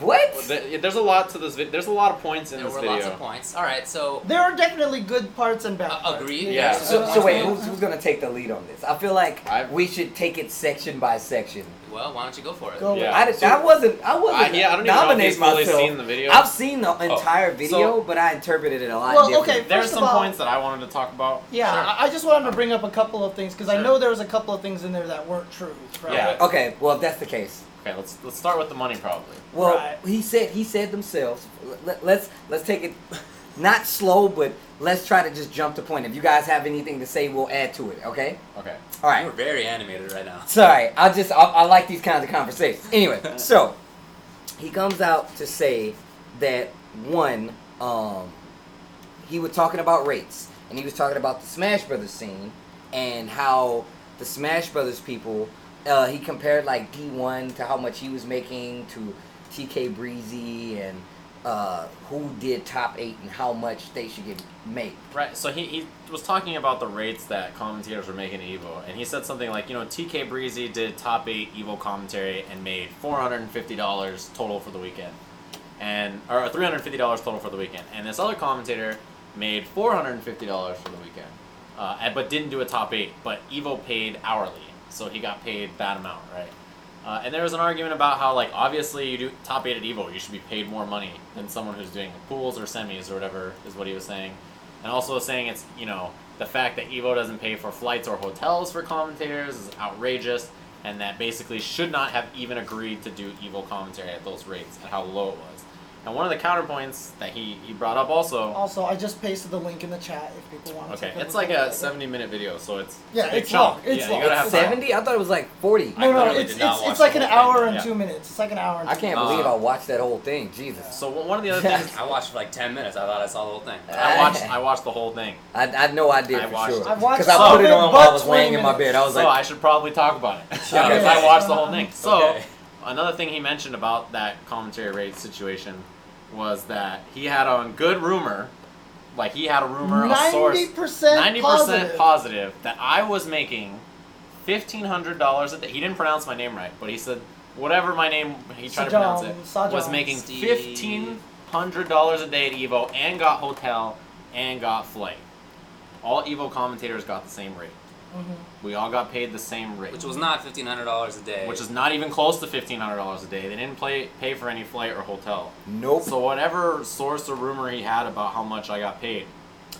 S4: what?
S1: Well, there- yeah, there's a lot to this. Vi- there's a lot of points in
S3: There
S1: this
S3: were
S1: video.
S3: lots of points. All right, so
S2: There are definitely good parts and bad
S3: Uh,
S2: parts.
S3: agreed.
S1: Yeah.
S3: There's some
S4: so,
S3: good
S4: so
S3: points
S4: wait,
S3: there.
S4: who's, who's gonna take the lead on this? I feel like
S1: I've-
S4: we should take it section by section.
S3: Well, why don't you go for it?
S2: Go with
S1: Yeah.
S4: I, did, I wasn't. I
S1: I,
S4: wasn't.
S1: yeah, I don't even know if he's
S4: nominating
S1: fully
S4: myself.
S1: seen the video. Oh.
S4: I've seen the entire video,
S1: so-
S4: but I interpreted it a lot.
S2: Well,
S4: different.
S2: okay,
S1: There are
S2: First of
S1: some
S2: all-
S1: points that I wanted to talk about.
S2: Yeah,
S3: Sure.
S2: I I just wanted to bring up a couple of things because I
S3: Sure.
S2: know there was a couple of things in there that weren't true. Right? Um,
S1: Yeah.
S4: Okay, well, if that's the case,
S1: Okay, let's let's start with the money probably.
S4: well,
S2: Right.
S4: he said he said themselves. Let, let's let's take it not slow, but let's try to just jump to point. If you guys have anything to say, we'll add to it. Okay.
S1: Okay.
S4: All
S3: You're
S4: right.
S3: very animated right now.
S4: Sorry, I just I, I like these kinds of conversations. Anyway, so he comes out to say that one, um, he was talking about rates, and he was talking about the Smash Brothers scene and how the Smash Brothers people. Uh, he compared like D1 to how much he was making to TK Breezy and uh, who did top eight and how much they should get make.
S1: Right. So he, he was talking about the rates that commentators were making at Evo, and he said something like, you know, TK Breezy did top eight Evo commentary and made four hundred and fifty dollars total for the weekend, and or three hundred fifty dollars total for the weekend, and this other commentator made four hundred and fifty dollars for the weekend, uh, and- but didn't do a top eight. But Evo paid hourly, so he got paid that amount, right? Uh, and there was an argument about how, like, obviously you do top eight at Evo, you should be paid more money than someone who's doing pools or semis or whatever is what he was saying, and also saying it's you know the fact that Evo doesn't pay for flights or hotels for commentators is outrageous, and that basically should not have even agreed to do Evo commentary at those rates at how low it was. And one of the counterpoints that he he brought up also,
S2: Also, I just pasted the link in the chat if people want to.
S1: okay,
S2: take
S1: it's
S2: look
S1: like
S2: at
S1: a
S2: it.
S1: seventy minute video, so it's
S2: Yeah,
S1: a big
S2: it's
S1: chunk.
S2: long. It's
S1: yeah,
S2: long.
S1: you gotta have
S2: It's
S1: time.
S4: Seventy? I thought it was like forty.
S1: I
S2: No, no,
S1: literally
S2: it's
S1: did not
S2: it's,
S1: watch
S2: it's like
S1: the
S2: an
S1: whole
S2: hour
S1: thing,
S2: and
S1: yeah.
S2: two minutes. It's like an hour. And
S4: I can't
S3: Uh,
S4: believe I watched that whole thing. Jesus.
S1: So one of the other things
S3: I watched for like ten minutes. I thought I saw the whole thing.
S2: Uh.
S1: I watched, I watched the whole thing.
S4: I, I know I did
S1: I
S4: for
S1: watched
S4: sure.
S1: it.
S2: I watched
S4: Because I
S1: some
S4: put it
S2: of it, Oh,
S4: on
S2: but
S4: while I was laying in my
S2: 20
S4: bed. I was
S1: so
S4: like,
S1: I should probably talk about it because
S4: Yeah.
S1: I watched the whole thing. So
S3: Okay.
S1: another thing he mentioned about that commentary rate situation was that he had on good rumor, like he had a rumor, a source,
S2: Ninety percent
S1: percent
S2: positive.
S1: positive that I was making fifteen hundred dollars a day. He didn't pronounce my name right, but he said whatever my name he tried to pronounce it
S2: Sajong,
S1: was
S2: Sajong.
S1: making
S3: Steve.
S1: fifteen hundred dollars a day at Evo and got hotel and got flight. All Evo commentators got the same rate.
S2: Mm-hmm.
S1: We all got paid the same rate,
S3: Which was not fifteen hundred dollars a day.
S1: which is not even close to fifteen hundred dollars a day. They didn't play, pay for any flight or hotel.
S4: nope.
S1: So whatever source or rumor he had about how much I got paid,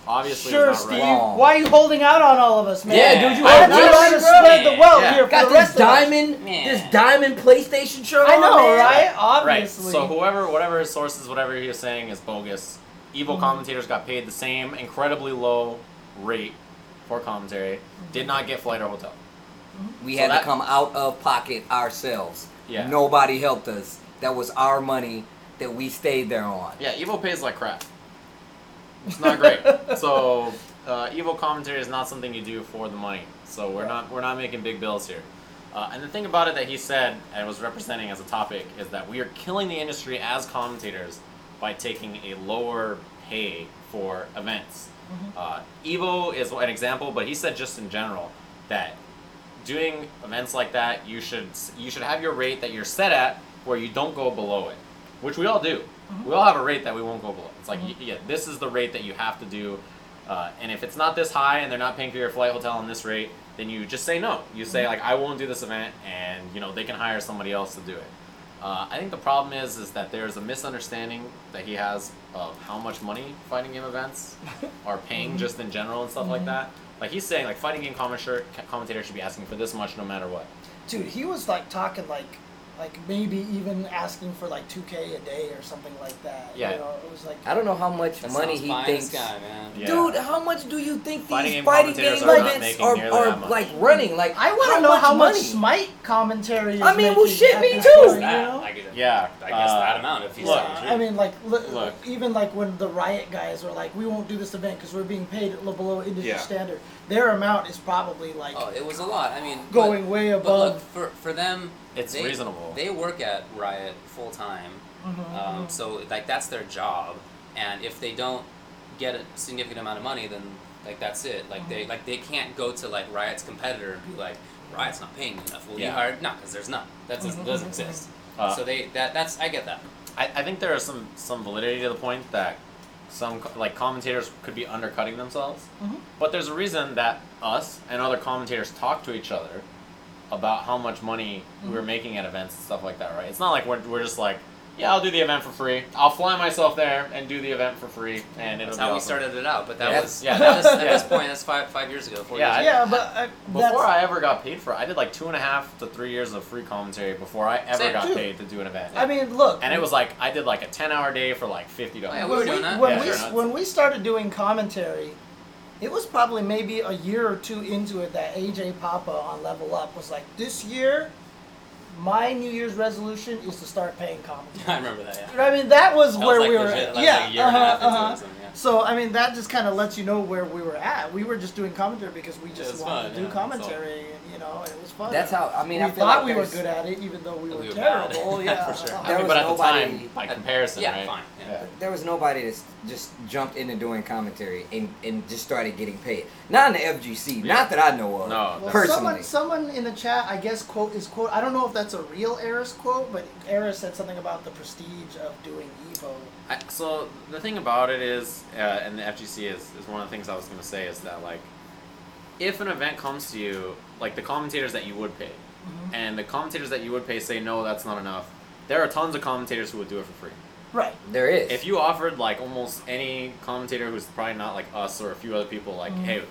S1: obviously
S2: Sure,
S1: was not
S2: Steve.
S1: right.
S4: Wrong.
S2: Why are you holding out on all of us, man?
S4: Yeah, dude, you
S2: I
S4: are
S2: had you
S4: really
S2: trying to
S4: bro.
S2: spread the wealth
S1: Yeah.
S2: here for
S4: got
S2: the rest
S4: this
S2: of us.
S4: diamond,
S3: Man.
S4: this diamond PlayStation shirt.
S2: I
S4: on,
S2: know,
S4: man.
S2: right?
S1: Right.
S2: Obviously.
S1: So whoever, whatever his sources, whatever he was saying is bogus. Evil commentators got paid the same incredibly low rate for commentary. Did not get flight or hotel.
S4: We
S1: So
S4: had
S1: that-
S4: to come out of pocket ourselves.
S1: Yeah.
S4: Nobody helped us. That was our money that we stayed there on.
S1: Yeah, Evo pays like crap. It's not great. so uh, Evo commentary is not something you do for the money. So we're not we're not making big bills here. Uh, and the thing about it that he said and was representing as a topic is that we are killing the industry as commentators by taking a lower pay for events. Uh, Evo is an example, but he said just in general that doing events like that, you should you should have your rate that you're set at where you don't go below it, which we all do. We all have a rate that we won't go below. It's like y- yeah, this is the rate that you have to do, uh, and if it's not this high and they're not paying for your flight hotel on this rate, then you just say no. You say like I won't do this event, and you know they can hire somebody else to do it. Uh, I think the problem is is that there's a misunderstanding that he has of how much money fighting game events are
S3: Mm-hmm.
S1: paying just in general and stuff like that. Like he's saying, like fighting game commentator commentator should be asking for this much no matter what.
S2: Dude, he was like talking like Like maybe even asking for like 2K a day or something like that.
S1: Yeah.
S2: You know, it was like
S4: I don't know how much
S3: That
S4: money
S3: sounds
S4: he
S3: fine as
S4: thinks.
S3: guy, man.
S1: Yeah.
S4: Dude, how much do you think
S1: Fighting
S4: these
S1: game
S4: fighting
S1: commentators
S4: game
S2: are not
S4: events
S1: making
S4: are,
S1: nearly
S4: are
S1: that much.
S4: like running? Like
S2: I want
S4: how
S2: to know how much
S4: money?
S2: Smite commentary. Is
S4: I mean, well,
S2: making
S4: shit,
S2: at
S4: me
S2: this
S4: too.
S2: point,
S3: That,
S2: You know?
S3: I guess-
S1: Yeah,
S3: I guess
S1: uh,
S3: that amount if he's
S1: look,
S3: saying
S2: I mean, like li-
S1: Look.
S2: even like when the Riot guys were like, "We won't do this event because we're being paid at- below industry
S1: Yeah.
S2: standard." Their amount is probably like
S3: Oh, it was a lot. I mean,
S2: going way
S3: But, but look
S2: above.
S3: for for them.
S1: It's
S3: they,
S1: reasonable.
S3: They work at Riot full time,
S2: Mm-hmm,
S3: um, so like that's their job. And if they don't get a significant amount of money, then like that's it. Like
S2: Mm-hmm.
S3: they like they can't go to like Riot's competitor and be like, Riot's not paying me enough. Well, you
S1: Yeah.
S3: hired not because there's none. That
S2: Mm-hmm,
S3: doesn't, doesn't exist.
S1: Uh,
S3: so they that that's I get that.
S1: I, I think there is some some validity to the point that some co- like commentators could be undercutting themselves,
S2: Mhm.
S1: but there's a reason that us and other commentators talk to each other about how much money
S2: Mm-hmm.
S1: we're making at events and stuff like that, right? It's not like we're, we're just like, yeah, I'll do the event for free. I'll fly myself there and do the event for free, and it'll
S3: That's
S1: be
S3: how we
S1: awesome."
S3: started it out. But that
S1: Yeah.
S3: was
S1: Yeah,
S3: that was, at
S1: yeah.
S3: this point that's five five years ago. Four
S1: Yeah, I-
S3: years ago.
S2: yeah, but I, that's,
S1: Before I ever got paid for it, I did like two and a half to three years of free commentary before I ever
S3: Same,
S1: got
S2: too.
S1: paid to do an event.
S2: I mean, look.
S1: and it was like I did like a ten hour day for like fifty
S3: Oh, Yeah,
S1: dollars.
S3: we
S2: when
S3: were
S2: we
S3: doing that.
S2: when
S1: Yeah,
S2: we
S1: sure, no,
S2: when we started doing commentary, it was probably maybe a year or two into it that AJ Papa on Level Up was like, "This year, my New Year's resolution is to start paying commentary."
S3: I remember that. Yeah.
S2: You know what I mean, that was
S3: That was,
S2: where
S3: like,
S2: we were.
S3: legit, like,
S2: yeah,
S3: like, a year
S2: uh-huh,
S3: and a half into
S2: uh-huh.
S3: this, yeah.
S2: So I mean, that just kind of lets you know where we were at. We were just doing commentary because we just
S3: was
S2: wanted
S3: fun,
S2: to do
S3: yeah, that's all.
S2: commentary. You know, and it was fun.
S4: That's how. I mean,
S2: we
S4: I feel
S2: thought
S4: like
S2: we were
S4: there's-
S2: good at it, even though we
S3: We
S2: were
S3: were bad.
S2: terrible.
S3: Yeah,
S2: Yeah,
S3: for sure.
S1: I
S4: There
S1: mean,
S4: was
S1: but at
S4: nobody-
S1: the time, by comparison,
S3: yeah,
S1: right?
S3: fine. Yeah.
S1: Yeah.
S4: There was nobody that just jumped into doing commentary and, and just started getting paid. Not in the FGC. Not that I know of.
S1: No,
S2: Well, someone,
S4: personally.
S2: someone in the chat, I guess, quote is quote. I don't know if that's a real Eris quote, but Eris said something about the prestige of doing Evo.
S1: I, so the thing about it is, uh, and the FGC is, is one of the things I was going to say is that like, if an event comes to you, like the commentators that you would pay, and the commentators that you would pay say no, that's not enough. There are tons of commentators who would do it for free.
S2: Right.
S4: there is.
S1: If you offered like almost any commentator who's probably not like us or a few other people, like, hey,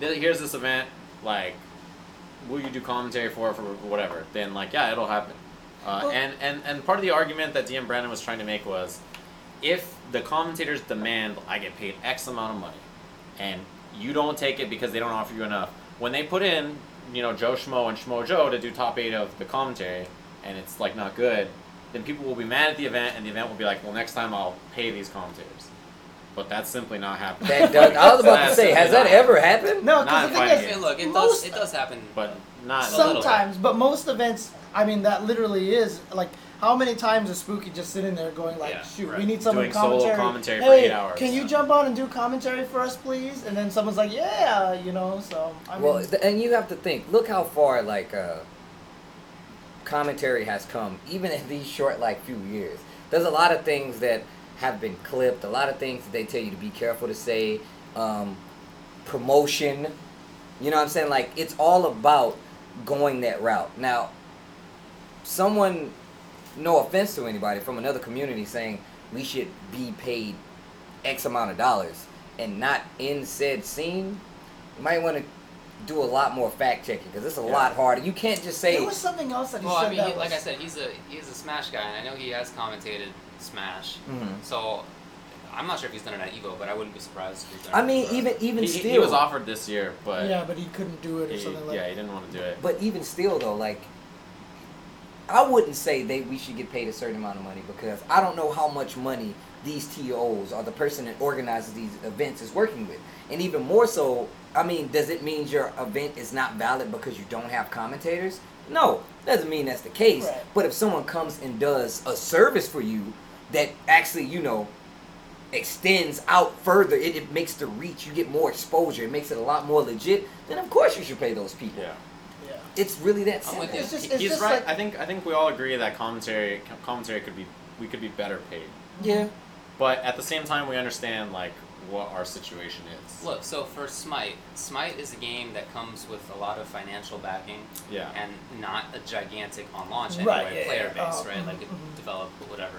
S1: th- here's this event, like, will you do commentary for it for whatever? Then like, yeah, it'll happen. Uh,
S2: Well-
S1: and and and part of the argument that DM Brandon was trying to make was, if the commentators demand I get paid X amount of money, and you don't take it because they don't offer you enough, when they put in, you know, Joe Schmo and Schmo Joe to do top eight of the commentary, and it's like not good, then people will be mad at the event, and the event will be like, well, next time I'll pay these commentators. But that's simply not happening.
S4: that does, I was about to
S1: That's
S4: say, has
S1: simply
S4: that
S1: not-
S4: ever happened?
S2: No,
S1: Not
S2: because the thing
S1: quite
S2: is,
S1: yet.
S3: Hey, look, it
S2: most-
S3: does it does happen.
S1: But not
S3: a little bit.
S2: Sometimes, but most events, I mean, that literally is like, how many times is Spooky just sitting there going like,
S1: Yeah,
S2: "Shoot, we
S1: right.
S2: need someone
S1: Doing solo
S2: commentary.
S1: commentary for
S2: hey,
S1: eight hours."
S2: can you jump on and do commentary for us, please?" And then someone's like, "Yeah," you know. So I mean,
S4: well, th- and you have to think. Look how far like uh, commentary has come, even in these short like few years. There's a lot of things that have been clipped. A lot of things that they tell you to be careful to say. Um, promotion. You know what I'm saying? Like it's all about going that route. Now, someone, no offense to anybody from another community, saying we should be paid X amount of dollars and not in said scene, you might want to do a lot more fact checking because it's a
S1: Yeah.
S4: lot harder. You can't just say
S2: there was something else that he
S3: Well,
S2: said
S3: I mean,
S2: that
S3: he,
S2: was,
S3: like I said, he's a he's a Smash guy, and I know he has commentated Smash.
S2: Mm-hmm.
S4: Mhm.
S3: So I'm not sure if he's done it at Evo, but I wouldn't be surprised. If he's done
S4: I
S3: it
S4: mean,
S3: for-
S4: even even
S1: He,
S4: still,
S1: he was offered this year, but
S2: yeah, but he couldn't do it or
S1: he-
S2: something like.
S1: yeah, he didn't want to do it.
S4: but even still though, like I wouldn't say they we should get paid a certain amount of money because I don't know how much money these TOs or the person that organizes these events is working with, and even more so, I mean, does it mean your event is not valid because you don't have commentators? No, doesn't mean that's the case.
S2: Right.
S4: But if someone comes and does a service for you that actually, you know, extends out further, it, it makes the reach, you get more exposure, it makes it a lot more legit, then of course you should pay those people.
S1: Yeah.
S2: yeah.
S4: It's really that
S3: I'm with
S4: simple.
S3: you.
S2: It's just, it's
S1: He's
S2: just
S1: right.
S2: like
S1: I think I think we all agree that commentary co- commentary could be we could be better paid,
S4: Yeah.
S1: but at the same time we understand like what our situation is.
S3: look. So for Smite, Smite is a game that comes with a lot of financial backing
S1: Yeah.
S3: and not a gigantic on launch anyway
S2: Right,
S4: yeah,
S3: player
S2: yeah.
S3: base,
S2: Oh,
S3: right? Like
S2: mhm,
S3: it
S2: mhm.
S3: developed, but whatever.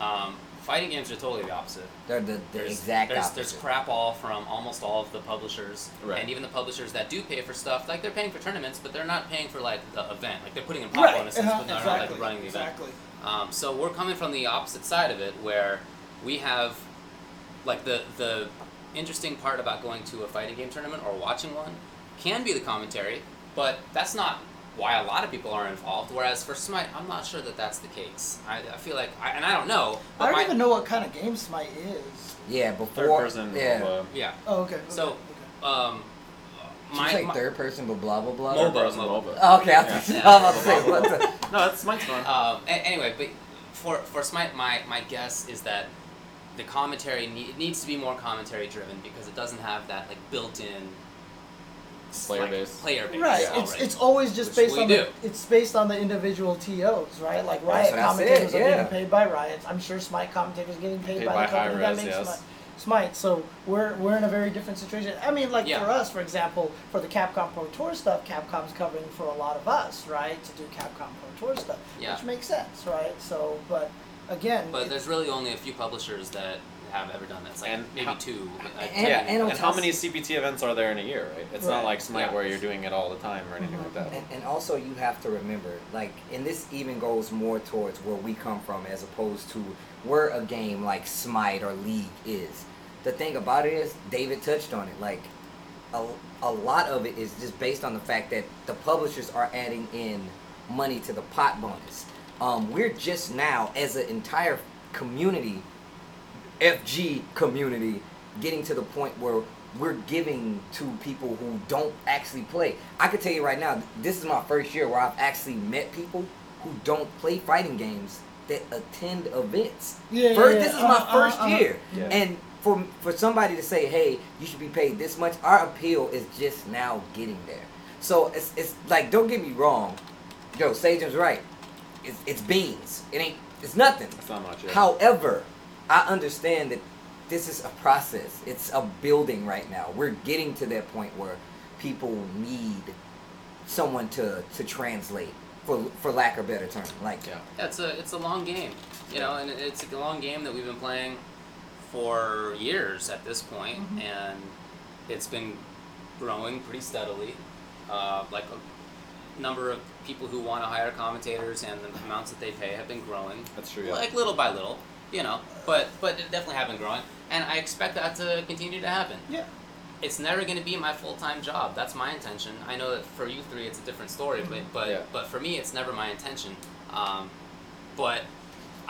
S3: Um, fighting games are totally the opposite.
S4: They're the, the
S3: There's,
S4: exact
S3: there's,
S4: opposite.
S3: there's crap all from almost all of the publishers,
S1: Right.
S3: and even the publishers that do pay for stuff, like they're paying for tournaments, but they're not paying for like the event. Like they're putting in pop
S2: Right.
S3: bonuses,
S2: uh-huh,
S3: but they're not
S2: exactly.
S3: like running the event.
S2: exactly.
S3: Um, so we're coming from the opposite side of it, where we have, like the the interesting part about going to a fighting game tournament or watching one, can be the commentary, but that's not why a lot of people are involved. Whereas for Smite, I'm not sure that that's the case. I, I feel like, I, and I don't know, but
S2: I don't
S3: my-
S2: even know what kind of game Smite is.
S4: yeah,
S1: Third
S4: before.
S1: person.
S4: yeah.
S1: uh,
S3: yeah,
S2: Oh, okay. okay,
S3: So,
S2: okay.
S3: um,
S4: She's
S3: my,
S4: like
S3: my-
S4: third person, but blah blah blah.
S1: third
S3: MOBA,
S1: person
S3: MOBA.
S1: MOBA.
S4: Oh, okay, I was
S3: Yeah.
S4: I was about to say what the.
S1: No, that's Mike's fun.
S3: um, a- anyway, but for for Smite, my my guess is that the commentary ne- it needs to be more commentary driven because it doesn't have that like built-in
S1: Player
S3: like,
S1: base.
S3: Player base.
S2: Right,
S3: already.
S2: it's it's always just
S3: Which
S2: based
S3: we
S2: on
S3: do.
S2: the, it's based on the individual TOs, right? Like Riot
S4: what I said,
S2: commentators are
S4: yeah.
S2: getting paid by Riots. I'm sure Smite commentators getting paid,
S1: Paid
S2: by,
S1: by
S2: the company
S1: Hi-Rez,
S2: that makes
S1: yes.
S2: Smite. Smite. So we're we're in a very different situation. I mean, like
S3: Yeah.
S2: for us, for example, for the Capcom Pro Tour stuff, Capcom's covering for a lot of us, right? To do Capcom Pro Tour stuff,
S3: Yeah.
S2: which makes sense, right? So, but again,
S3: but
S2: it-
S3: there's really only a few publishers that have ever done this. Like
S1: And
S3: maybe
S1: how-
S3: two. uh, I-
S4: and-
S1: yeah,
S4: and
S1: and,
S4: it's
S1: how
S4: also-
S1: many CPT events are there in a year, right? It's
S2: Right.
S1: not like Smite
S3: Yeah.
S1: where you're doing it all the time or anything like that.
S4: And, and also, you have to remember, like, and this even goes more towards where we come from as opposed to where a game like Smite or League is. The thing about it is, David touched on it. Like, a, a lot of it is just based on the fact that the publishers are adding in money to the pot bonus. Um, we're just now, as an entire community, FG community getting to the point where we're giving to people who don't actually play. I could tell you right now, this is my first year where I've actually met people who don't play fighting games that attend events.
S2: Yeah, yeah,
S4: first,
S2: yeah.
S4: This is my
S2: Uh,
S4: 1st
S2: uh, uh.
S4: year,
S1: Yeah.
S4: and for for somebody to say, "Hey, you should be paid this much," our appeal is just now getting there. So it's it's like, don't get me wrong, yo, Sajum's right. It's, it's beans. It ain't. It's nothing.
S1: It's not much. Yeah.
S4: However, I understand that this is a process. It's a building right now. We're getting to that point where people need someone to to translate for for lack of better term. Like
S1: Yeah.
S3: Yeah, it's a it's a long game, you know, and it's a long game that we've been playing for years at this point, and it's been growing pretty steadily. Uh, like a number of people who want to hire commentators and the amounts that they pay have been growing,
S1: That's true. Yeah.
S3: like little by little, you know. But but it definitely have been growing, and I expect that to continue to happen
S2: yeah,
S3: it's never going to be my full-time job that's my intention i know that for you three it's a different story but but,
S1: Yeah.
S3: but for me it's never my intention um, but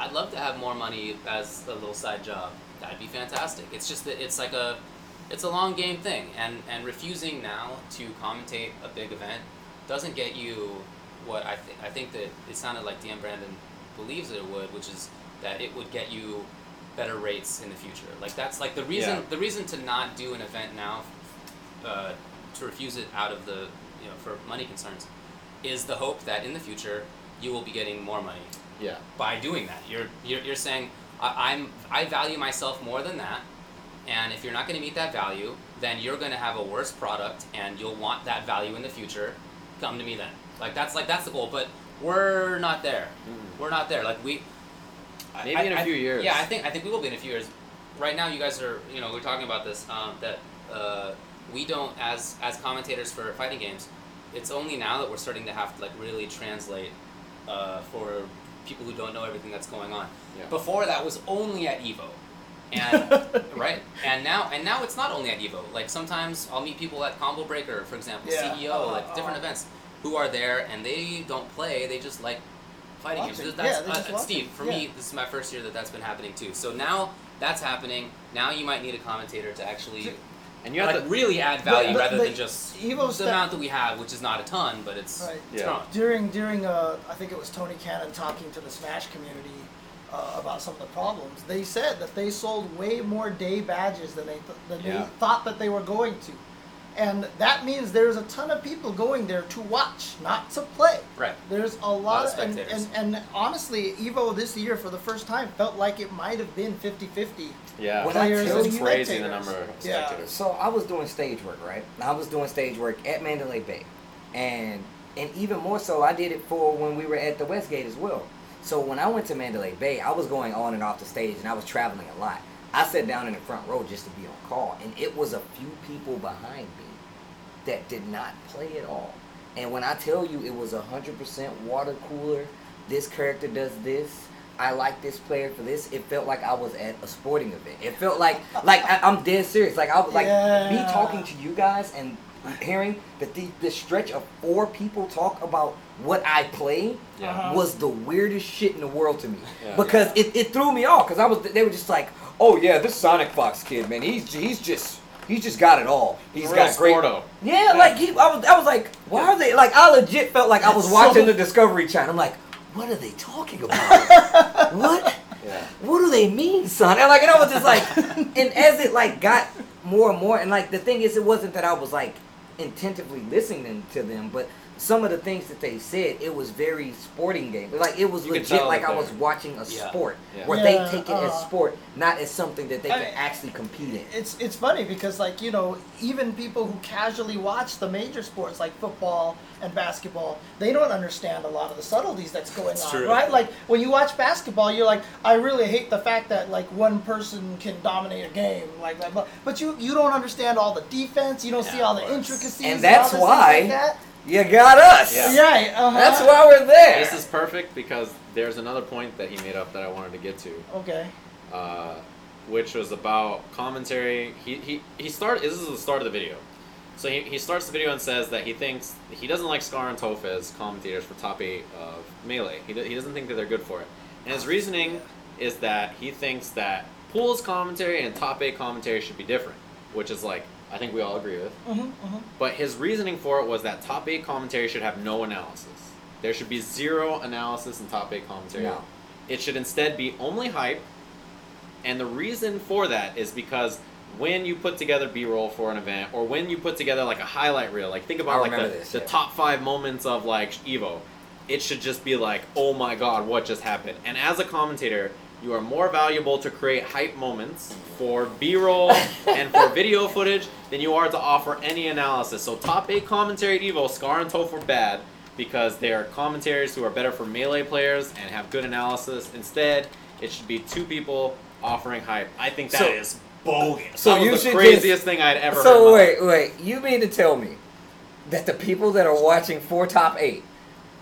S3: i'd love to have more money as a little side job that'd be fantastic it's just that it's like a it's a long game thing and and refusing now to commentate a big event doesn't get you what i think i think that it sounded like dan brandon believes that it would which is that it would get you better rates in the future like that's like the reason
S1: Yeah.
S3: the reason to not do an event now uh, to refuse it out of the you know for money concerns is the hope that in the future you will be getting more money
S1: yeah.
S3: by doing that you're you're, you're saying I, i'm i value myself more than that and if you're not going to meet that value then you're going to have a worse product and you'll want that value in the future come to me then like that's like that's the goal but we're not there
S1: Mm.
S3: we're not there like we I-
S1: Maybe
S3: I-
S1: in a
S3: I-
S1: few years.
S3: yeah i think i think we will be in a few years right now you guys are you know we're talking about this um, that uh, we don't as as commentators for fighting games it's only now that we're starting to have to like really translate uh, for people who don't know everything that's going on
S1: Yeah.
S3: before that was only at evo and right and now and now it's not only at evo like sometimes i'll meet people at combo breaker for example
S2: Yeah.
S3: ceo like
S2: Uh,
S3: different
S2: uh.
S3: events who are there and they don't play they just like fighting games
S2: Watching.
S3: that's
S2: Yeah, they just
S3: uh,
S2: watch
S3: steve
S2: it.
S3: for
S2: Yeah.
S3: me this is my first year that that's been happening too so now that's happening now you might need a commentator to actually
S1: And you have
S3: like
S1: to.
S3: really add value
S2: but-
S3: rather
S2: but
S3: than just
S2: Evo
S3: the
S2: sta-
S3: amount that we have which is not a ton but it's,
S2: Right.
S3: it's
S1: Yeah.
S3: growing.
S2: during during uh, I think it was Tony Cannon talking to the Smash community uh, about some of the problems. They said that they sold way more day badges than they th- than
S1: Yeah.
S2: they thought that they were going to, and that means there's a ton of people going there to watch, not to play.
S3: Right.
S2: There's a lot,
S3: lot of
S2: and,
S3: spectators.
S2: and and honestly, Evo this year for the first time felt like it might have been 50-50.
S1: Yeah.
S4: When I
S1: It's crazy
S4: tell you-
S1: the
S2: spectators.
S1: number of
S2: Yeah.
S1: spectators.
S4: So I was doing stage work, right? I was doing stage work at Mandalay Bay, and and even more so, I did it for when we were at the Westgate as well. So when I went to Mandalay Bay, I was going on and off the stage, and I was traveling a lot. I sat down in the front row just to be on call, and it was a few people behind me that did not play at all. And when I tell you it was 100% water cooler, this character does this. I like this player for this. It felt like I was at a sporting event. It felt like like I, I'm dead serious. Like I was like me
S2: Yeah.
S4: talking to you guys and hearing that the, the stretch of four people talk about what I play
S1: Yeah.
S2: Uh-huh.
S4: was the weirdest shit in the world to me
S1: Yeah.
S4: because it, it threw me off because I was they were just like oh yeah this Sonic Fox kid man he's he's just he's just got it all He's
S1: Real
S4: got great
S1: Squirtle.
S4: yeah, like he, I was, I was like, why are they like? I legit felt like I was
S2: That's
S4: watching
S2: so-
S4: the Discovery Channel. I'm like, what are they talking about? what?
S1: Yeah.
S4: What do they mean, son? And like, and I was just like, and as it like got more and more, and like the thing is, it wasn't that I was like intentively listening to them, but some of the things that they said, it was very sporting game. Like it was
S1: You could
S4: legit,
S1: tell
S4: like
S1: that
S4: I
S1: they-
S4: was watching a
S3: Yeah.
S4: sport
S1: Yeah.
S4: where
S2: Yeah,
S4: they take it as
S2: uh,
S4: sport, not as something that they
S2: I-
S4: can actually compete in.
S2: it's it's funny because like you know even people who casually watch the major sports like football and basketball they don't understand a lot of the subtleties that's going on
S5: true.
S2: right like when you watch basketball you're like i really hate the fact that like one person can dominate a game like that but, but you you don't understand all the defense you don't see
S3: Yeah,
S2: all
S3: of
S2: the
S3: course.
S2: intricacies
S4: And that's
S2: all this things
S4: why-
S2: like that.
S4: You got us.
S1: Yeah.
S2: yeah uh-huh.
S4: That's why we're there.
S1: This is perfect because there's another point that he made up that I wanted to get to.
S2: okay
S1: uh, which was about commentary. He, he, he started, this is the start of the video. So he, he starts the video and says that he thinks he doesn't like Scar and Toph as commentators for top eight of Melee. He, do- he doesn't think that they're good for it. And his reasoning is that he thinks that Pool's commentary and top eight commentary should be different, which is like, I think we all agree with.
S2: hmm hmm
S1: But his reasoning for it was that top eight commentary should have no analysis. There should be zero analysis in top eight commentary.
S4: No.
S1: It should instead be only hype. And the reason for that is because when you put together B roll for an event, or when you put together like a highlight reel, like think
S4: I
S1: about like the,
S4: remember this,
S1: the
S4: yeah.
S1: top five moments of like Evo, it should just be like, oh my god, what just happened? And as a commentator, you are more valuable to create hype moments for B roll and for video footage than you are to offer any analysis. So, top eight commentary at Evo, Scar and Toph were bad because they are commentators who are better for melee players and have good analysis. Instead, it should be two people offering hype. I think that
S4: So-
S1: is bogus.
S4: so
S1: So that
S4: you
S1: was the
S4: should
S1: craziest
S4: just-
S1: thing I'd ever heard. in
S4: So
S1: my
S4: wait, wait. You mean to tell me that the people that are watching four top eight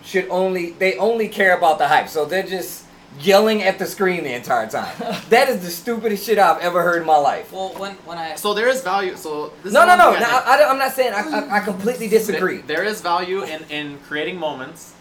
S4: should only they only care about the hype? So they're just yelling at the screen the entire time. that is the stupidest shit I've ever heard in my life.
S3: Well, when when I
S1: So there is value. So this
S4: No,
S1: is
S4: no,
S1: one
S4: no.
S1: thing
S4: no
S1: I think.
S4: I, I, am not saying I, I, I completely disagree.
S1: Th- there is value in in creating moments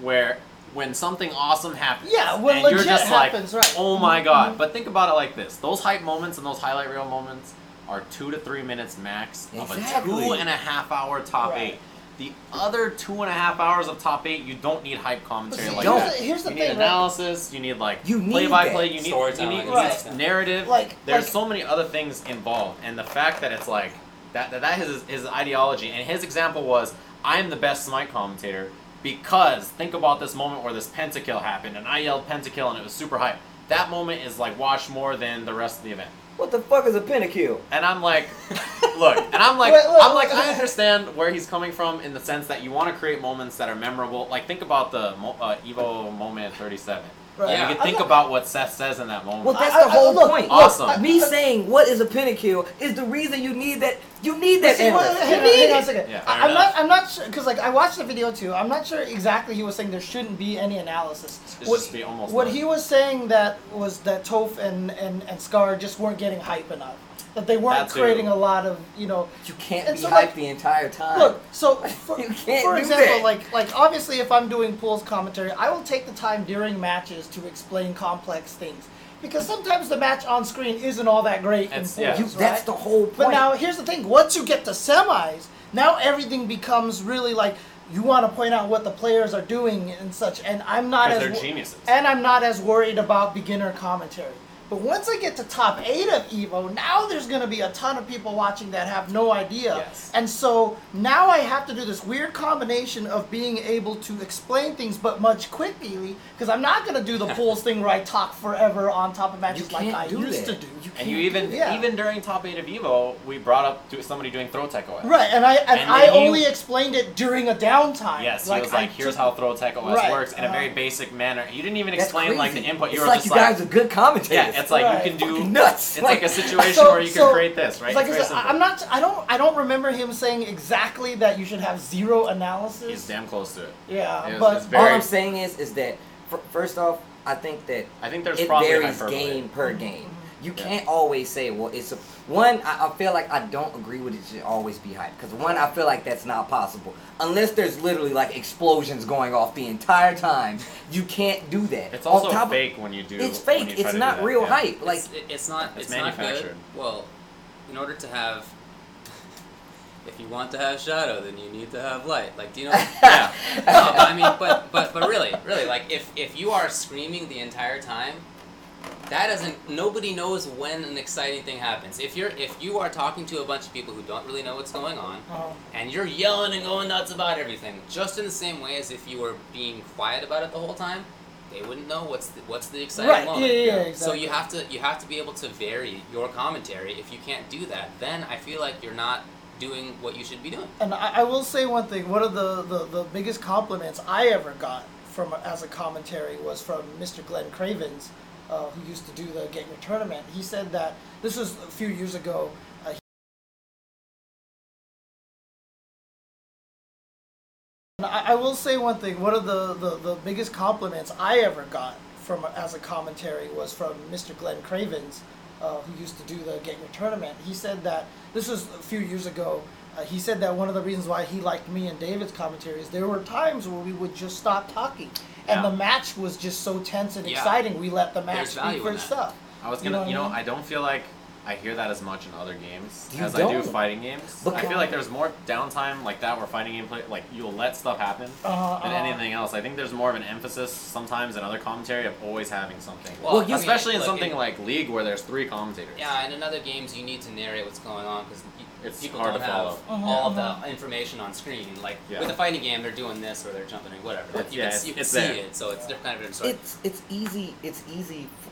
S1: where when something awesome happens.
S2: Yeah, when
S1: and you're
S2: legit
S1: just
S2: happens,
S1: like,
S2: right. Mm-hmm.
S1: Oh my god! But think about it like this: those hype moments and those highlight reel moments are two to three minutes max of a two
S4: Exactly.
S1: and a half hour top
S2: Right.
S1: eight. The other two and a half hours of top eight, you don't need hype commentary
S2: see,
S1: like
S4: here's
S1: that.
S2: the- here's the
S1: you
S2: thing,
S1: need
S2: right?
S1: analysis. You need like
S4: You need
S1: play by play.
S4: that.
S1: You need, you
S3: Storytelling,
S1: need
S2: right.
S1: you need narrative.
S2: Like-
S1: there's
S2: like-
S1: so many other things involved, and the fact that it's like that that, that is his ideology. And his example was, I'm the best Smite commentator because think about this moment where this pentakill happened, and I yelled pentakill, and it was super hype. That moment is like watched more than the rest of the event.
S4: What the fuck is a pentakill?
S1: And I'm like, look, and I'm like,
S2: Wait, look,
S1: I'm like,
S2: look.
S1: I understand where he's coming from in the sense that you want to create moments that are memorable. Like, think about the mo- uh, Evo moment 37.
S2: Right.
S1: You
S2: I'm
S1: can think
S2: not-
S1: about what Seth says in that moment.
S4: Well, that's
S2: I-
S4: the
S2: I-
S4: whole
S2: look,
S4: point.
S1: Awesome. I-
S4: Me saying what is a pentakill is the reason you need that. You need that.
S2: See, well,
S4: analyst.
S2: hang,
S4: You
S2: on,
S4: need
S2: hang on a
S4: it.
S2: second.
S1: Yeah,
S2: I-
S1: fair
S2: I'm not.
S1: enough.
S2: I'm not sure because like I watched the video too. I'm not sure exactly. He was saying there shouldn't be any analysis.
S1: It's just be almost
S2: what
S1: none.
S2: he was saying that was that Toph and, and, and Scar just weren't getting hype enough. That they weren't
S1: That too.
S2: creating a lot of you know.
S4: You can't
S2: And
S4: be
S2: so,
S4: hyped
S2: like,
S4: the entire time.
S2: Look, so for,
S4: You can't
S2: for
S4: do
S2: example,
S4: that.
S2: like like obviously, if I'm doing pools commentary, I will take the time during matches to explain complex things because sometimes the match on screen isn't all that great
S1: It's-
S2: in
S1: yeah.
S2: pools.
S4: You- that's
S2: right?
S4: the whole point.
S2: But now here's the thing: once you get to semis, now everything becomes really like you want to point out what the players are doing and such. And I'm not as
S1: Because they're
S2: wo-
S1: geniuses.
S2: and I'm not as worried about beginner commentary But once I get to top eight of Evo, now there's going to be a ton of people watching that have no idea.
S1: Yes.
S2: And so now I have to do this weird combination of being able to explain things, but much quickly, because I'm not going to do the polls thing where I talk forever on top of matches like
S4: can't
S2: I
S4: do
S2: used
S4: that.
S2: to do.
S1: And you even
S2: Yeah.
S1: even during top eight of Evo, we brought up do- somebody doing throw tech OS.
S2: Right, and I and,
S1: And
S2: I
S1: then you-
S2: only explained it during a downtime.
S1: Yes, he was
S2: I
S1: like, "Here's
S2: did-
S1: how throw tech OS
S2: Right,
S1: works in a very
S2: uh,
S1: basic manner." You didn't even
S4: Uh-huh. That's
S1: explain like the
S4: crazy.
S1: input. You
S4: It's
S1: were
S4: like
S1: just
S4: you
S1: like,
S4: guys are good commentators.
S1: yeah, it's like
S2: Right.
S1: you can do
S4: Fucking nuts.
S1: It's like, a situation
S2: So-
S1: where you can
S2: so-
S1: create this, right?
S2: It's like
S1: It's
S2: I
S1: very
S2: said, I-
S1: simple.
S2: I'm not. I don't. I don't remember him saying exactly that you should have zero analysis.
S1: He's damn close to it.
S2: yeah,
S1: It was-
S2: but
S1: it's very-
S4: All I'm saying is, is that f- first off, I think that
S1: I think there's
S4: it
S1: probably
S4: varies
S1: hyperbole. Mm-hmm.
S4: game per game. You
S1: Yeah.
S4: can't always say, well, it's a one. I, I feel like I don't agree with it should always be hype because one, I feel like that's not possible unless there's literally like explosions going off the entire time. You can't do that.
S1: It's
S4: On
S1: also
S4: top of-
S1: fake when you do.
S4: it's
S1: when
S4: fake.
S1: you try
S4: It's
S1: to do
S4: not
S1: that,
S4: real
S1: yeah.
S4: hype. Like
S3: Like it's, it's not.
S1: It's
S3: It's, not good.
S1: manufactured.
S3: Well, in order to have, if you want to have shadow, then you need to have light. Like, do you know?
S1: Yeah.
S3: no, but I mean, but but but really, really, like if if you are screaming the entire time, that doesn't. Nobody knows when an exciting thing happens. If you're if you are talking to a bunch of people who don't really know what's going on,
S2: Oh,
S3: and you're yelling and going nuts about everything, just in the same way as if you were being quiet about it the whole time, they wouldn't know what's the, what's the exciting
S2: right. Yeah,
S3: moment.
S2: yeah, yeah,
S3: So
S2: exactly.
S3: you have to you have to be able to vary your commentary. If you can't do that, then I feel like you're not doing what you should be doing.
S2: And I, I will say one thing. One of the, the, the biggest compliments I ever got from as a commentary was from Mr. Glenn Cravens, uh, who used to do the Get Your Tournament. He said that this was a few years ago. Uh, And I, I will say one thing. One of the, the, the biggest compliments I ever got from as a commentary was from Mr. Glenn Cravens, uh, who used to do the Get Your Tournament. He said that this was a few years ago. Uh, he said that one of the reasons why he liked me and David's commentaries, there were times where we would just stop talking, and
S1: Yeah.
S2: the match was just so tense and
S3: Yeah.
S2: exciting. We let the match
S3: There's
S2: speak
S3: value
S2: for
S3: in that.
S2: itself.
S1: I was
S2: You
S1: gonna,
S2: know
S1: you know,
S2: what I
S1: I don't feel like I hear that as much in other games
S4: You
S1: as I do
S4: don't.
S1: fighting games.
S4: But
S1: I
S4: c-
S1: feel like there's more downtime like that where fighting game play, like you'll let stuff happen
S2: Uh,
S1: than
S2: uh.
S1: anything else. I think there's more of an emphasis sometimes in other commentary of always having something.
S3: Well,
S4: Well, you-
S1: especially in
S3: look,
S1: something
S3: it-
S1: like League where there's three commentators.
S3: Yeah, and in other games, you need to narrate what's going on because
S1: It's
S3: people
S1: hard
S3: don't
S1: to
S3: have
S1: follow.
S2: Mhm,
S3: all
S2: mhm.
S3: the information on screen. Like
S1: Yeah.
S3: with a fighting game, they're doing this or they're jumping or whatever.
S1: It's-
S3: Like, you
S1: yeah,
S3: can,
S1: it's-
S3: see, you can
S1: it's
S3: see
S1: there.
S3: it, so it's they're kind of different.
S4: it's it's easy. It's easy. f-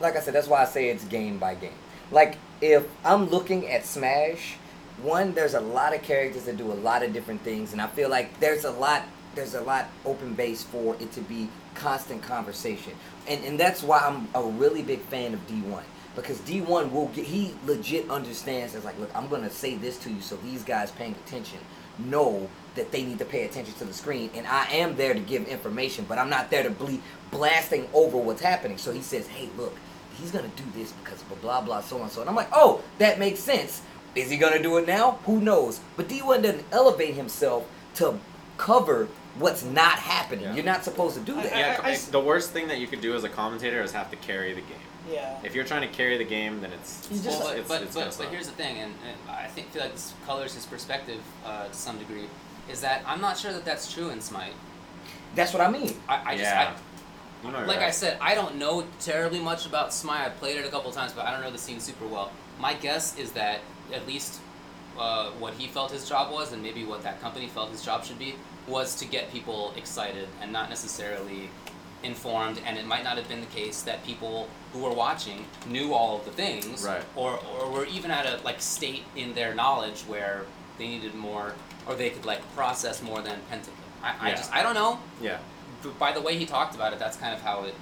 S4: Like I said, that's why I say it's game by game. Like if I'm looking at Smash, one there's a lot of characters that do a lot of different things, and I feel like there's a lot there's a lot open base for it to be constant conversation, and and that's why I'm a really big fan of D1 because D1 will get he legit understands as like look I'm gonna say this to you so these guys paying attention know that they need to pay attention to the screen and I am there to give information but I'm not there to ble- blasting over what's happening so he says hey look he's gonna do this because blah blah blah so and so and I'm like oh that makes sense is he gonna do it now who knows but D1 doesn't elevate himself to cover what's not happening
S1: Yeah.
S4: you're not supposed to do that
S1: Yeah,
S2: I- I- I-
S1: the worst thing that you could do as a commentator is have to carry the game.
S2: mean? Yeah.
S1: If you're trying to carry the game, then it's
S2: You
S1: it's,
S2: just-
S3: Well,
S1: it's,
S3: but,
S1: it's
S3: but,
S1: gonna
S3: but,
S1: suck.
S3: here's the thing, and, and I think feel like this colors his perspective uh, to some degree, is that I'm not sure that that's true in Smite.
S4: that's what I mean
S3: I, I
S1: yeah.
S3: just,
S1: You know
S3: I,
S1: you're
S3: like I
S1: right.
S3: said, I don't know terribly much about Smite. I played it a couple times, but I don't know the scene super well. My guess is that at least uh, what he felt his job was, and maybe what that company felt his job should be, was to get people excited and not necessarily informed. And it might not have been the case that people who were watching knew all of the things,
S1: Right.
S3: or or were even at a like state in their knowledge where they needed more, or they could like process more than Pentakill. I, I
S1: Yeah.
S3: just I don't know
S1: Yeah.
S3: by the way he talked about it, that's kind of how it.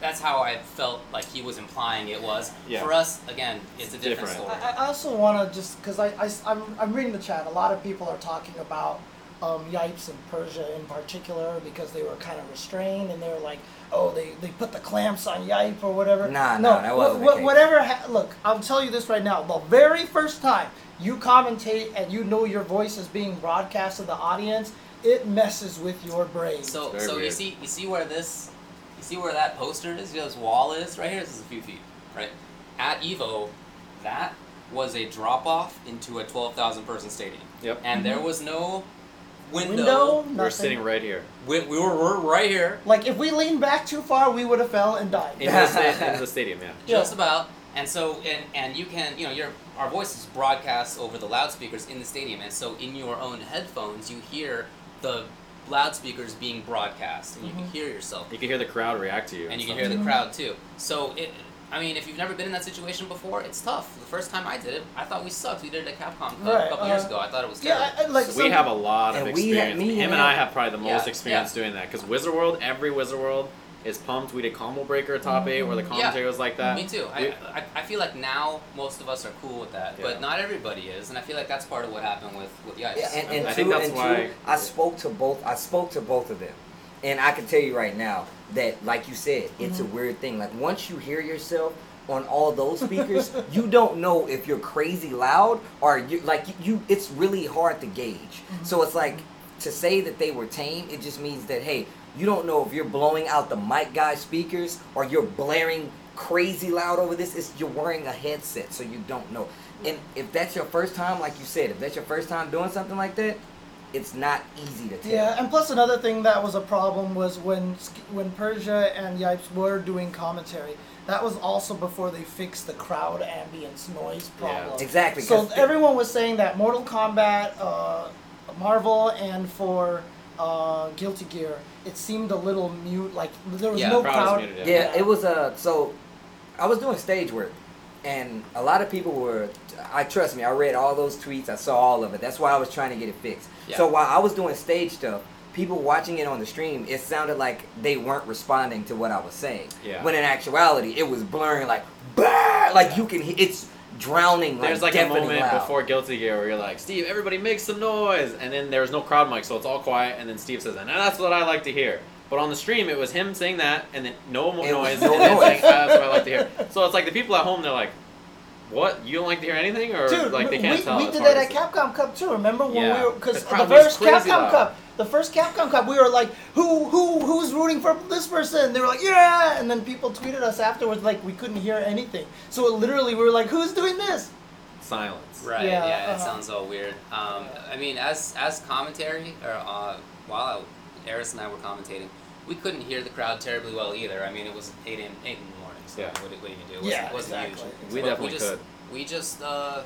S3: That's how I felt like he was implying it was.
S1: Yeah.
S3: For us, again, it's a different,
S1: Different.
S3: story.
S2: I, I also want to just because I, am I'm reading the chat. A lot of people are talking about um, Yipes and Persia in particular because they were kind of restrained and they were like, oh, they, they put the clamps on Yipe or whatever.
S4: Nah,
S2: no,
S4: nah, that wasn't
S2: wha-
S4: the case.
S2: Whatever. Ha- look, I'll tell you this right now. The very first time you commentate and you know your voice is being broadcast to the audience, it messes with your brain.
S1: It's
S3: so,
S1: very
S3: so you
S1: weird.
S3: see, you see where this, you see where that poster is. You know, this wall is right here. This is a few feet, right? At Evo, that was a drop off into a twelve thousand person stadium.
S1: Yep.
S3: and there was no window.
S2: Mm-hmm. window.
S1: We're
S2: nothing.
S1: sitting right here.
S3: We, we were, we're right here,
S2: Like if we leaned back too far, we would have fell and died.
S1: In the, sta- in the stadium, yeah.
S2: Yeah.
S3: just about. And so, and, and you can, you know, your our voices broadcast over the loudspeakers in the stadium, and so in your own headphones, you hear the loudspeakers being broadcast, and you can hear yourself,
S1: You can hear the crowd react to you.
S3: and you can
S1: stuff.
S3: hear the crowd too. So, it, I mean, if you've never been in that situation before, it's tough. The first time I did it, I thought we sucked. We did it at Capcom a
S2: Right,
S3: couple years
S2: uh,
S3: ago. I thought it was terrible.
S2: Yeah, I, I- like
S1: we
S2: some-
S1: have a lot of
S4: And we had-
S1: experience.
S4: me
S1: Him
S4: and
S1: and
S4: I-
S1: I have probably the most
S3: Yeah,
S1: experience doing that because Wizard World, every Wizard World is pumped. We did Combo Breaker top eight where the commentary was like that.
S3: Me too.
S1: We-
S3: I, I, I feel like now most of us are cool with that,
S1: Yeah.
S3: but not everybody is, and I feel like that's part of what happened with with the ice.
S4: Yeah, and, and
S1: I think
S4: two-
S1: that's
S4: and two,
S1: why-
S4: I spoke to both. I spoke to both of them, and I can tell you right now that, like you said, it's a weird thing. Like once you hear yourself on all those speakers, you don't know if you're crazy loud or you like you, you. It's really hard to gauge. So it's like to say that they were tame. It just means that hey, you don't know if you're blowing out the mic guy speakers or you're blaring crazy loud over this. It's you're wearing a headset, so you don't know. And if that's your first time, like you said, if that's your first time doing something like that, it's not easy to tell.
S2: Yeah, and plus another thing that was a problem was when when Persia and Yipes were doing commentary. That was also before they fixed the crowd ambience noise problem.
S4: Exactly,
S2: So
S4: 'cause the-
S2: everyone was saying that Mortal Kombat, uh, Marvel, and for uh, Guilty Gear, it seemed a little mute. Like there was
S3: Yeah,
S2: no
S1: crowd was
S2: crowd.
S1: muted,
S4: Yeah, it was uh so I was doing stage work and a lot of people were I trust me, I read all those tweets, I saw all of it. That's why I was trying to get it fixed.
S3: Yeah.
S4: So while I was doing stage stuff, people watching it on the stream, it sounded like they weren't responding to what I was saying.
S1: Yeah.
S4: When in actuality, it was blurring like bah! like you can he- it's drowning like
S1: There's like a
S4: deafening
S1: moment
S4: loud.
S1: before Guilty Gear where you're like, Steve, everybody make some noise, and then there's no crowd mic, so it's all quiet, and then Steve says, and that's what I like to hear. But on the stream, it was him saying that, and then no more
S4: It was
S1: noise,
S4: no
S1: and then
S4: noise.
S1: saying, "Ah, that's what I like to hear. So it's like the people at home, they're like, what? You don't like to hear anything, or
S2: Dude,
S1: like they
S2: we-
S1: can't
S2: we,
S1: tell?
S2: we
S1: It's
S2: did
S1: hard
S2: that
S1: to
S2: at
S1: say.
S2: Capcom Cup too. Remember when
S1: Yeah.
S2: we were because
S1: The
S2: the,
S1: crowd was
S2: first
S1: crazy
S2: Capcom
S1: loud.
S2: Cup, the first Capcom Cup, we were like, who who who's rooting for this person? They were like, yeah, and then people tweeted us afterwards like we couldn't hear anything. So it literally, we were like, who's doing this?
S1: Silence.
S3: Right. Yeah.
S2: Yeah,
S3: It
S2: uh-huh.
S3: sounds all weird. Um, I mean, as as commentary, or uh, while I, Eris and I were commentating, we couldn't hear the crowd terribly well either. I mean, it was eight in eight in the morning. So
S1: Yeah.
S3: What, do- what do you do? It wasn't,
S2: Yeah,
S3: wasn't
S2: exactly.
S3: huge.
S1: We
S3: But
S1: definitely
S3: just,
S1: could.
S3: We just uh,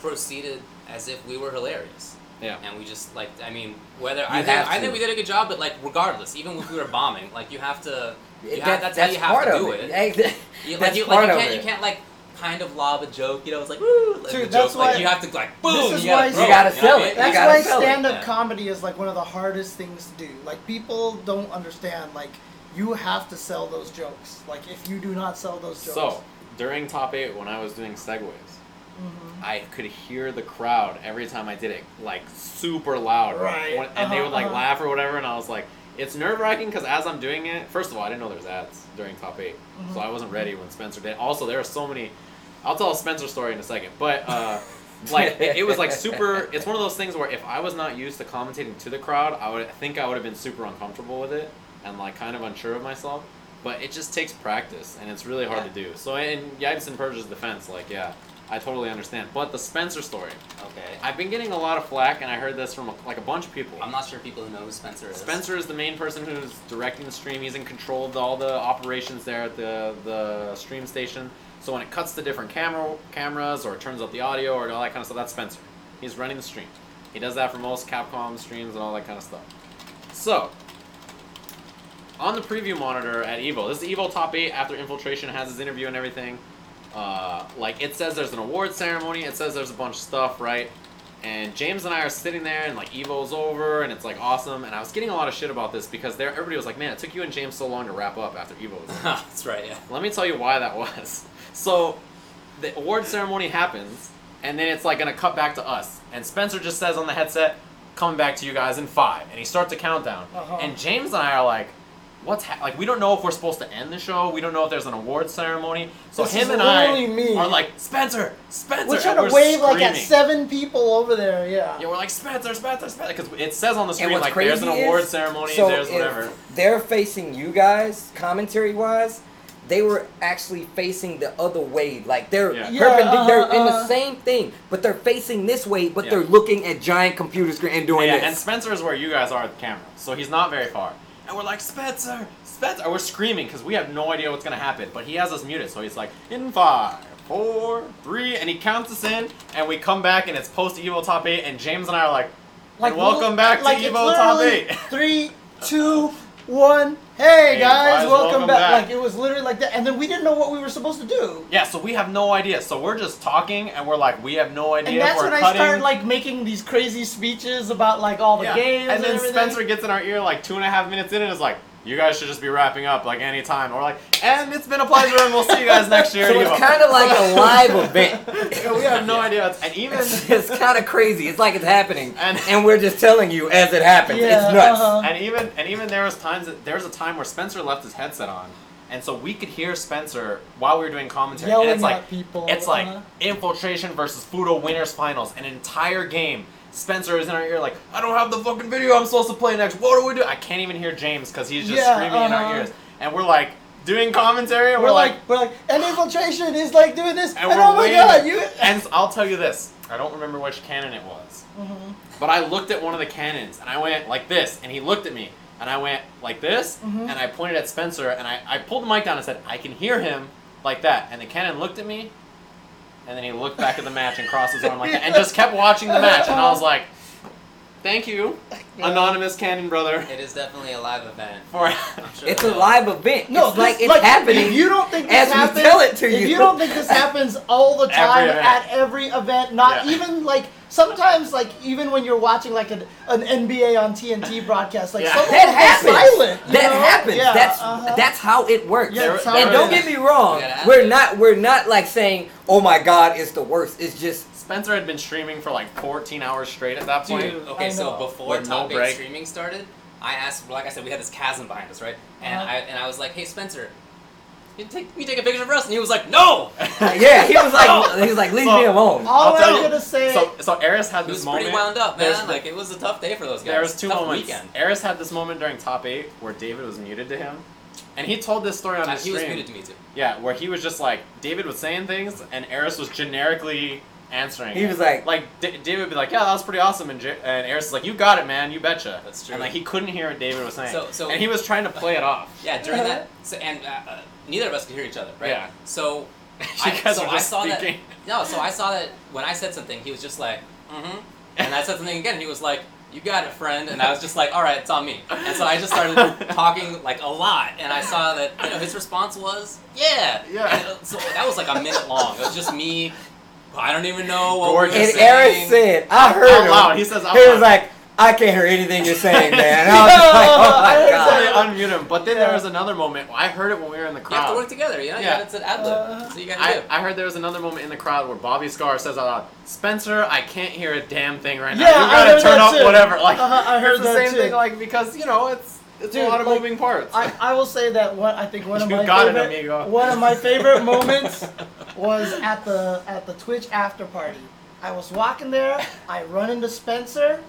S3: proceeded as if we were hilarious.
S1: Yeah.
S3: And we just like I mean whether I think,
S4: have
S3: I
S4: to.
S3: think we did a good job, but like regardless, even if we were bombing, like you have to you
S4: It-
S3: have,
S4: that-
S3: that's, how you have
S4: part
S3: to
S4: of
S3: do
S4: it.
S3: it.
S4: Ex-
S3: You, like
S4: that's
S3: you, like,
S4: part
S3: you
S4: of
S3: can't,
S4: it.
S3: you can't like kind of lob a joke. You know, it's like woo, like,
S2: Dude,
S3: the joke.
S2: that's
S3: like
S2: why-
S3: you have to like boom.
S2: is
S3: you gotta
S2: why-
S3: throw
S2: You
S4: gotta
S3: it, know
S4: sell
S3: what I mean?
S4: it. You
S2: That's
S4: gotta
S2: why
S4: sell it.
S2: stand-up
S3: Yeah.
S2: comedy is like one of the hardest things to do. Like people don't understand. Like you have to sell those jokes. Like if you do not sell those jokes,
S1: So during top eight, when I was doing segues,
S2: Mm-hmm.
S1: I could hear the crowd every time I did it, like super loud,
S2: Right.
S1: When- and they
S2: Uh-huh,
S1: would like
S2: uh-huh.
S1: laugh or whatever, and I was like, it's nerve wracking because as I'm doing it, first of all, I didn't know there was ads during top 8
S2: Mm-hmm.
S1: so I wasn't ready when Spencer did. Also, there are so many. I'll tell a Spencer story in a second, but. Uh, like it, it was like super it's one of those things where if i was not used to commentating to the crowd i would I think i would have been super uncomfortable with it and like kind of unsure of myself but it just takes practice and it's really hard to do so in yipes and persia's defense like yeah i totally understand but the spencer story
S3: Okay.
S1: i've been getting a lot of flack and i heard this from like a bunch of people
S3: I'm not sure people who know who Spencer is.
S1: Spencer is the main person who's directing the stream. He's in control of all the operations there at the the stream station. So when it cuts to different camera cameras or turns up the audio or all that kind of stuff, that's Spencer. He's running the stream. He does that for most Capcom streams and all that kind of stuff. So on the preview monitor at Evo, this is Evo Top Eight after Infiltration has his interview and everything. Uh, like it says there's an award ceremony. It says there's a bunch of stuff, right? And James and I are sitting there, and like Evo's over, and it's like awesome. And I was getting a lot of shit about this because there, everybody was like, "Man, it took you and James so long to wrap up after Evo." Was over."
S3: that's right. Yeah.
S1: Let me tell you why that was. So, the award ceremony happens, and then it's like gonna cut back to us. And Spencer just says on the headset, "Coming back to you guys in five. and he starts a countdown.
S2: Uh-huh.
S1: And James and I are like, "What's ha-? like? We don't know if we're supposed to end the show. We don't know if there's an award ceremony." So
S2: This is
S1: him and I
S2: literally me.
S1: are like, "Spencer, Spencer!"
S2: we're
S1: and
S2: trying to wave like at
S1: screaming.
S2: seven people over there.
S1: Yeah, we're like Spencer, Spencer, Spencer, because it says on the
S4: And
S1: screen
S4: what's
S1: like
S4: crazy
S1: there's an award
S4: is,
S1: ceremony,
S4: so
S1: there's
S4: if
S1: whatever.
S4: They're facing you guys, commentary wise. they were actually facing the other way. Like they're
S1: Yeah.
S4: perpendic-
S2: Yeah, uh-huh,
S4: they're in the
S2: uh-huh.
S4: same thing, but they're facing this way, but
S1: Yeah.
S4: they're looking at giant computer screen and doing
S1: Yeah,
S4: this.
S1: and Spencer is where you guys are at the camera, so he's not very far. And we're like, Spencer, Spencer. And we're screaming because we have no idea what's gonna happen. But he has us muted, so he's like, in five, four, three, and he counts us in. And we come back, and it's post Evo Top Eight, and James and I are like, and welcome
S2: we'll-
S1: back to
S2: like, it's
S1: Evo Top
S2: literally
S1: Eight.
S2: Three, two, one. Hey,
S1: Hey,
S2: guys,
S1: guys,
S2: welcome,
S1: welcome
S2: back.
S1: back.
S2: Like it was literally like that, and then we didn't know what we were supposed to do.
S1: yeah. So we have no idea. So we're just talking, and we're like, we have no idea.
S2: And that's
S1: we're
S2: when
S1: cutting.
S2: I started like making these crazy speeches about like all the
S1: Yeah.
S2: games
S1: Oh, And then
S2: everything.
S1: Spencer gets in our ear like two and a half minutes in and is like, you guys should just be wrapping up like any time. Or like, and it's been a pleasure and we'll see you guys next year.
S4: so it's kind of like a live event.
S1: Yeah, we have no idea. what's- And even
S4: It's, it's kind of crazy. It's like it's happening,
S1: And-
S4: and, we're just telling you as it happens.
S2: Yeah,
S4: it's nuts.
S2: uh-huh.
S1: and even and even there was times that there was a time where Spencer left his headset on, and so we could hear Spencer while we were doing commentary.
S2: Yelling
S1: and it's like
S2: at people,
S1: it's
S2: uh-huh.
S1: like infiltration versus Fudo winners finals, an entire game. Spencer is in our ear like, I don't have the fucking video I'm supposed to play next. What do we do? I can't even hear James because he's just
S2: Yeah,
S1: screaming in our
S2: uh-huh.
S1: ears, and we're like doing commentary, and
S2: we're, like, we're like, and infiltration is like doing this, and,
S1: and we're
S2: oh my
S1: waiting.
S2: god, you.
S1: And I'll tell you this: I don't remember which cannon it was,
S2: Mm-hmm.
S1: but I looked at one of the cannons and I went like this, and he looked at me, and I went like this,
S2: Mm-hmm.
S1: and I pointed at Spencer, and I, I pulled the mic down and said, "I can hear him like that," and the cannon looked at me, and then he looked back at the match and crossed his arm like that, and just kept watching the match, and I was like, "Thank you, anonymous cannon brother."
S3: It is definitely a live event.
S1: For
S3: I'm sure
S4: It's a
S3: they'll-
S4: live event.
S2: No,
S4: it's
S2: this-
S4: like it's
S2: If
S4: happening.
S2: you don't think this
S4: as we
S2: happens,
S4: tell it to
S2: if
S4: you.
S2: you don't think this happens all the
S1: Every
S2: time
S1: event.
S2: at every event, not
S1: Yeah.
S2: even like sometimes, like even when you're watching like an, an NBA on TNT broadcast, like
S1: Yeah.
S2: someone
S4: that
S2: will be
S4: happens.
S2: silent. you
S4: that
S2: know?
S4: happens.
S2: Yeah,
S4: that's
S2: uh-huh.
S4: that's how it works.
S2: Yeah,
S1: that's how
S4: and
S1: it
S4: don't
S1: is.
S4: get me wrong.
S3: We gotta have
S4: We're
S3: it.
S4: not we're not like saying, "Oh my God, it's the worst." It's just
S1: Spencer had been streaming for like 14 hours straight at that point.
S2: Dude. I
S3: Okay, so
S2: know.
S3: before
S1: With no
S3: Top 8
S1: break.
S3: streaming started, I asked, like I said, we had this chasm behind us, right? And
S2: Uh-huh.
S3: I and I was like, hey Spencer, you take you take a picture of us, and he was like, no.
S4: yeah. He was like he was like, "Leave me
S1: So-
S4: alone."
S2: All
S1: I'll tell
S2: I'm
S1: you.
S2: gonna say.
S1: So, so Eris had
S3: He
S1: this
S3: was
S1: moment.
S3: pretty wound up,
S1: There's
S3: man.
S1: the-
S3: Like it was a tough day for those guys.
S1: There was two
S3: tough
S1: moments.
S3: Weekend.
S1: Eris had this moment during top eight where David was muted to him, and he told this story on
S3: Uh,
S1: his
S3: he was
S1: stream.
S3: muted to me too.
S1: Yeah, where he was just like David was saying things, and Eris was generically answering.
S4: He
S1: it.
S4: was like-
S1: like D- David would be like, "Yeah, that was pretty awesome," and, J- and Eris is like, "You got it, man. You betcha."
S3: That's true.
S1: And like he couldn't hear what David was saying,
S3: So- so-
S1: and he was trying to play it off.
S3: Yeah, during
S2: Uh-huh.
S3: that, so, and uh, uh, neither of us could hear each other, right?
S1: Yeah.
S3: So,
S1: You
S3: I,
S1: guys
S3: so
S1: were
S3: I
S1: just
S3: saw
S1: speaking.
S3: that. No, so I saw that when I said something, he was just like, mm-hmm, and I said something again, and he was like, "You got it, friend," and I was just like, "All right, it's on me." And so I just started talking like a lot, and I saw that you know, his response was, "Yeah,
S1: Yeah.
S3: And, uh, so that was like a minute long. It was just me. I don't even know what we were
S1: Gorgeous.
S4: And
S3: saying.
S4: Eric said, "I heard
S1: out
S4: him."
S1: loud. He says out
S4: He was
S1: loud.
S4: like, "I can't hear anything you're saying, man." And I was just like, "Oh
S2: I
S4: my
S2: heard
S4: God."
S2: that.
S1: Somebody unmute him. But then
S2: Yeah.
S1: there was another moment. I heard it when we were in the
S3: You have to
S1: crowd.
S3: work together, you know.
S1: Yeah.
S3: Yeah, it's an ad lib,
S2: Uh,
S3: so you got to do.
S1: I, I heard there was another moment in the crowd where Bobby Scar says out loud, Spencer, I can't hear a damn thing right now.
S2: Yeah,
S1: you
S2: I
S1: gotta
S2: heard
S1: turn
S2: that
S1: up
S2: too.
S1: whatever. Like
S2: Uh-huh, I heard
S1: it's the
S2: that
S1: same
S2: too.
S1: thing, like because you know it's it's
S2: Dude,
S1: a lot of
S2: like,
S1: moving parts.
S2: I, I will say that one. I think one of
S1: You
S2: my
S1: got it,
S2: favorite,
S1: amigo.
S2: one of my favorite moments was at the at the Twitch after party. I was walking there. I run into Spencer,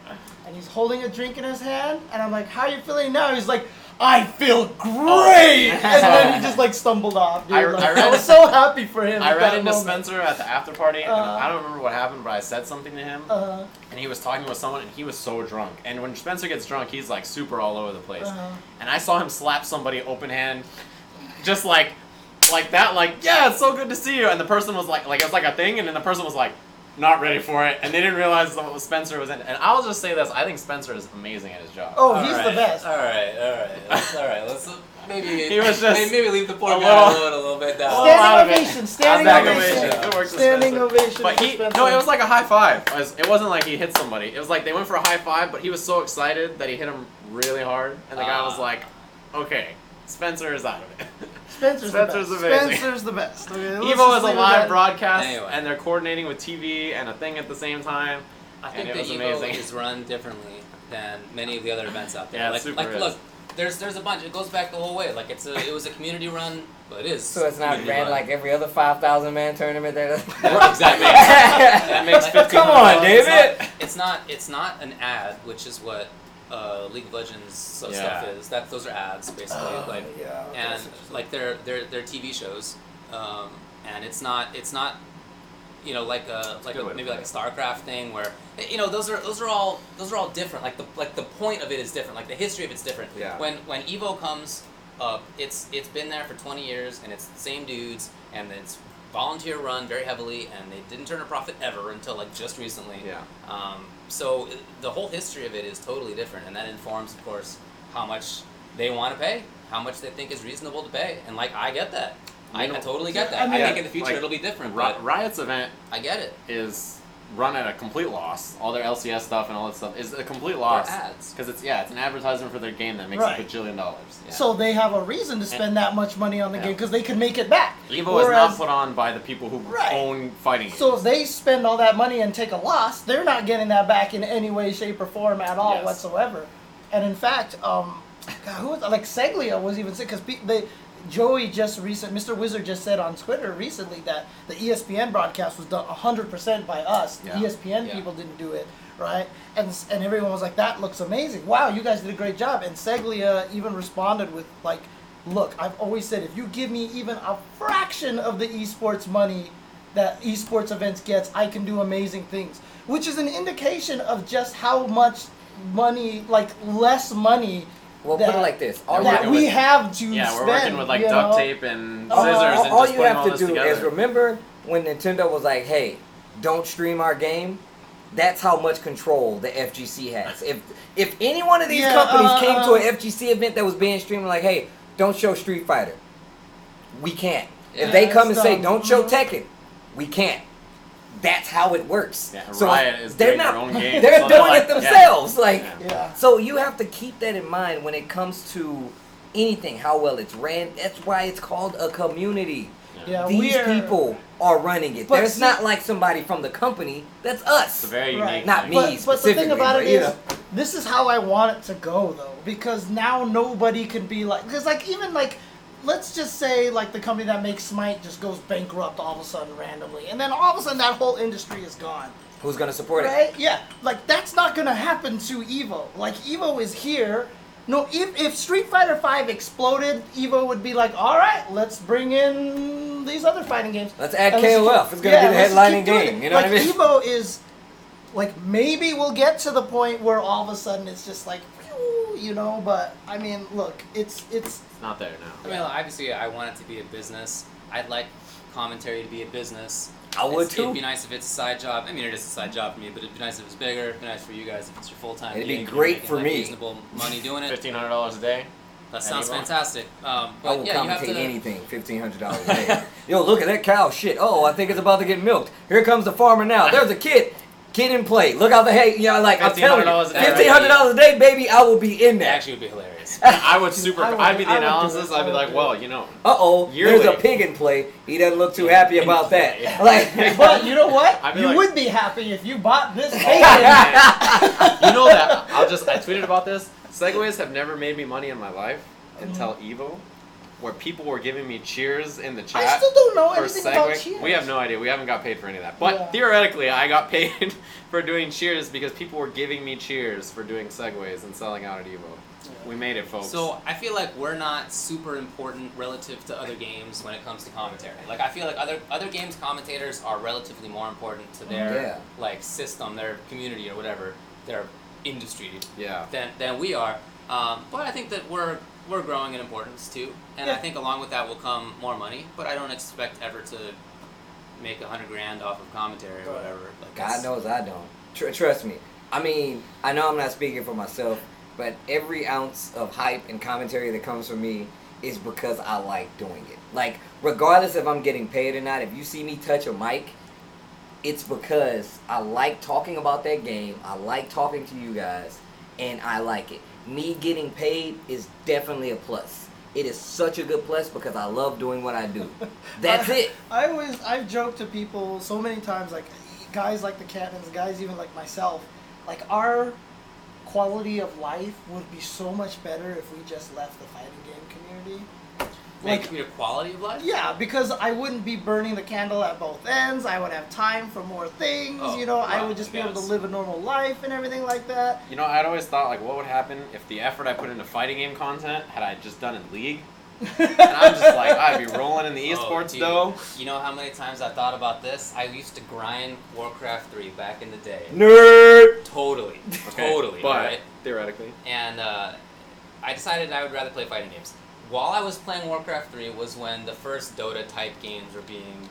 S2: and he's holding a drink in his hand, and I'm like, "How you feeling now?" He's like. I feel great, and then he just like stumbled off. Dude.
S1: I- I
S2: Like, I,
S1: ran-
S2: was so happy for him.
S1: I
S2: at
S1: ran
S2: that
S1: into
S2: moment.
S1: Spencer at the after party, and
S2: Uh-huh.
S1: I don't remember what happened, but I said something to him,
S2: Uh,
S1: and he was talking with someone, and he was so drunk. And when Spencer gets drunk, he's like super all over the place.
S2: Uh-huh.
S1: And I saw him slap somebody open hand, just like, like that, like yeah, it's so good to see you. And the person was like, like it was like a thing, and then the person was like, not ready for it, and they didn't realize that Spencer was in. And I'll just say this: I think Spencer is amazing at his job.
S2: oh,
S3: All
S2: he's
S3: right,
S2: the best.
S3: All right, all right, let's, all right. Let's maybe
S1: He was just
S3: maybe, maybe leave the poor
S1: a
S3: guy
S1: little-
S3: alone a little bit.
S1: a
S3: Down.
S1: little out of
S2: Standing
S1: it.
S2: ovation. Standing
S1: Back
S3: ovation.
S2: ovation.
S1: Good work to
S2: Standing
S1: Spencer.
S2: ovation
S1: But
S2: for
S1: he
S2: Spencer.
S1: no, it was like a high five. It, was, not like he hit somebody. It was like they went for a high five, but he was so excited that he hit him really hard, and the guy was
S3: Ah.
S1: like, "Okay, Spencer is out of it."
S2: Spencer's,
S1: Spencer's
S2: the best.
S1: amazing.
S2: Spencer's the best. Okay, let's just
S1: Evo is a
S2: leave it
S1: live
S2: at-
S1: broadcast,
S3: Anyway.
S1: and they're coordinating with TV and a thing at the same time.
S3: I
S1: and
S3: think
S1: it
S3: the
S1: was
S3: Evo
S1: amazing.
S3: is run differently than many of the other events out there.
S1: Yeah, it
S3: like,
S1: super
S3: like
S1: is.
S3: look, there's there's a bunch. It goes back the whole way. Like it's a it was a community run. Well, it is.
S4: So it's not
S3: community
S4: ran
S3: run.
S4: like every other five thousand man tournament that.
S3: Yeah, exactly.
S1: That makes
S4: Come
S1: 1500
S4: on,
S1: bucks.
S4: David.
S3: It's not it's not an ad, which is what uh, League of Legends so
S1: Yeah.
S3: stuff is. That those are ads basically.
S4: Oh,
S3: like
S2: yeah,
S3: and like they're they're they're TV shows, um, and it's not it's not, you know, like a like
S4: good
S3: a,
S4: way to
S3: maybe
S4: put
S3: like a StarCraft thing where you know those are those are all those are all different. Like the like the point of it is different. Like the history of it's different.
S1: Yeah.
S3: When when Evo comes up, it's it's been there for twenty years and it's the same dudes and it's volunteer run very heavily and they didn't turn a profit ever until like just recently.
S1: Yeah.
S3: Um, so i- the whole history of it is totally different, and that informs, of course, how much they want to pay, how much they think is reasonable to pay, and like I get that, I,
S1: You know-
S3: I totally get that.
S2: I
S3: I,
S2: mean,
S3: think in the future
S1: like,
S3: it'll be different,
S1: Ri-
S3: but
S1: Riot's event
S3: I get it.
S1: is run at a complete loss. All their LCS stuff and all that stuff is a complete
S3: Or
S1: loss.
S3: ads.
S1: Because it's yeah, it's an advertisement for their game that makes a
S2: Right.
S1: bajillion dollars. Yeah.
S2: So they have a reason to spend that much money on the
S1: Yeah.
S2: game because they can make it back.
S1: Evo
S2: Whereas-
S1: is not put on by the people who
S2: Right.
S1: own fighting.
S2: So
S1: games.
S2: if they spend all that money and take a loss, they're not getting that back in any way, shape, or form at all
S1: Yes.
S2: whatsoever. And in fact, um, God, who was like Seglia was even sick because they. Joey just recent, Mr. Wizard just said on Twitter recently that the E ESPN broadcast was done 100% by us. E The
S1: Yeah.
S2: ESPN
S3: Yeah.
S2: people didn't do it, right? And s- and everyone was like, "That looks amazing! Wow, you guys did a great job." And Seglia even responded with like, "Look, I've always said if you give me even a fraction of the esports money that esports events gets, I can do amazing things," which is an indication of just how much money, like less money.
S4: Well,
S2: that,
S4: put it like this. All
S1: we're
S4: you,
S2: that
S1: working
S2: we
S1: with-
S2: have to
S1: yeah, we're
S2: spend.
S1: working with like
S2: you
S1: duct
S2: know?
S1: tape and
S2: Oh,
S1: scissors
S4: all,
S1: and
S4: Uh, all
S1: just
S4: you
S1: putting
S4: have
S1: all
S4: to
S1: this
S4: do
S1: together.
S4: is remember when Nintendo was like, "Hey, don't stream our game." That's how much control the FGC has. If if any one of these
S2: Yeah,
S4: companies
S2: uh,
S4: came
S2: uh,
S4: to an FGC event that was being streamed, like, "Hey, don't show Street Fighter," we can't.
S3: Yeah,
S4: if they come and
S2: that's
S4: say,
S2: dumb.
S4: "Don't show Tekken," we can't. That's how it works.
S1: Yeah,
S4: So
S1: Riot is
S4: they're
S1: doing their
S4: not.
S1: own game.
S4: They're
S1: So
S4: doing
S1: like-
S4: it
S1: yeah.
S4: themselves. Like.
S1: Yeah.
S2: Yeah.
S4: So you have to keep that in mind when it comes to anything, how well it's ran. That's why it's called a community.
S2: Yeah,
S4: These
S2: we're-
S4: people are running it.
S2: But
S4: There's
S2: see-
S4: not like somebody from the company. That's us.
S1: It's a very
S2: Right.
S1: unique.
S4: Not
S1: thing.
S4: me.
S2: But, but the thing
S4: specifically,
S2: about
S4: but,
S2: it
S4: you
S2: is,
S4: know.
S2: this is how I want it to go though, because now nobody can be like, because like even like, let's just say like the company that makes Smite just goes bankrupt all of a sudden randomly, and then all of a sudden that whole industry is gone.
S4: Who's gonna support it?
S2: Right? Yeah. Like that's not gonna happen to Evo. Like Evo is here. No, if, if Street Fighter Five exploded, Evo would be like, all right, let's bring in these other fighting games.
S4: Let's add
S2: And
S4: KOF.
S2: keep-
S4: It's gonna be
S2: let's
S4: the
S2: just keep
S4: headlining
S2: doing
S4: game,
S2: it.
S4: you know
S2: like,
S4: what I mean?
S2: Evo is like maybe we'll get to the point where all of a sudden it's just like, phew, you know. But I mean, look, it's it's
S1: It's not there
S3: I
S1: now.
S3: mean, obviously, I want it to be a business. I'd like commentary to be a business.
S4: I would
S3: It's- It'd be
S4: too.
S3: nice if it's a side job. I mean, it is a side job for me, but it'd be nice if it's bigger. It'd be nice for you guys if it's your full time.
S4: It'd be great for me.
S3: Reasonable money doing it.
S1: Fifteen hundred dollars a day.
S3: That sounds
S1: Anyone?
S3: fantastic. Um,
S4: I
S3: but
S4: will
S3: yeah, you have
S4: commentate
S3: to.
S4: anything. Fifteen hundred dollars a day. Yo, look at that cow. Shit. Oh, I think it's about to get milked. Here comes the farmer now. There's a kid. Kid in play. Look out the hey. You know, like I'm telling
S1: $1,500
S4: you,
S1: a day.
S4: fifteen hundred dollars a day, baby. I will be in
S3: It
S4: that.
S3: actually would be hilarious.
S1: I would super.
S2: I would-
S1: I'd be the
S2: I would do it.
S1: analysis. I'd be
S2: I
S1: like,
S2: would
S1: well, you know,
S4: Uh oh. There's a
S1: Yearly.
S4: pig in play. He doesn't look too happy about that.
S1: Yeah.
S4: Like.
S2: but you know what?
S1: I'd be
S2: You
S1: like-
S2: would be happy if you bought this game.
S1: you know that I'll just I tweeted about this. Segways have never made me money in my life until
S4: Mm-hmm.
S1: Evo, where people were giving me cheers in the chat.
S2: I still don't know
S1: for
S2: anything about
S1: Segway.
S2: Oh, cheers.
S1: We have no idea. We haven't got paid for any of that. But
S2: Yeah.
S1: theoretically, I got paid for doing cheers because people were giving me cheers for doing segways and selling out at Evo. We made it, folks.
S3: So I feel like we're not super important relative to other games when it comes to commentary. Like I feel like other other games commentators are relatively more important to their
S4: Yeah.
S3: like system, their community or whatever, their industry
S1: yeah.
S3: than, than we are. Um, but I think that we're we're growing in importance too, and I
S2: Yeah.
S3: think along with that will come more money. But I don't expect ever to make a hundred grand off of commentary or
S2: Right.
S3: whatever. Like
S4: God
S3: it's-
S4: knows I don't. Tr- trust me. I mean, I know I'm not speaking for myself, but every ounce of hype and commentary that comes from me is because I like doing it. Like, regardless if I'm getting paid or not, if you see me touch a mic, it's because I like talking about that game. I like talking to you guys, and I like it. Me getting paid is definitely a plus. It is such a good plus because I love doing what I do. That's
S2: I-
S4: it.
S2: I always I've joked to people so many times, like guys like the Cannons, guys even like myself, like our quality of life would be so much better if we just left the fighting game community.
S3: Make
S2: Like-
S3: your quality of life?
S2: Yeah, because I wouldn't be burning the candle at both ends. I would have time for more things.
S3: Oh,
S2: you know, I
S3: wow,
S2: would just be able to
S3: yes.
S2: live a normal life and everything like that.
S1: You know, I'd always thought like, what would happen if the effort I put into fighting game content had I just done in League? And I'm just like, I'd be rolling in the
S3: Oh,
S1: esports
S3: dude.
S1: though.
S3: You know how many times I thought about this? I used to grind Warcraft 3 back in the day.
S4: Nerd.
S3: Totally.
S1: Okay,
S3: Totally.
S1: but
S3: right?
S1: theoretically,
S3: and uh, I decided I would rather play fighting games. While I was playing Warcraft 3 was when the first Dota type games were being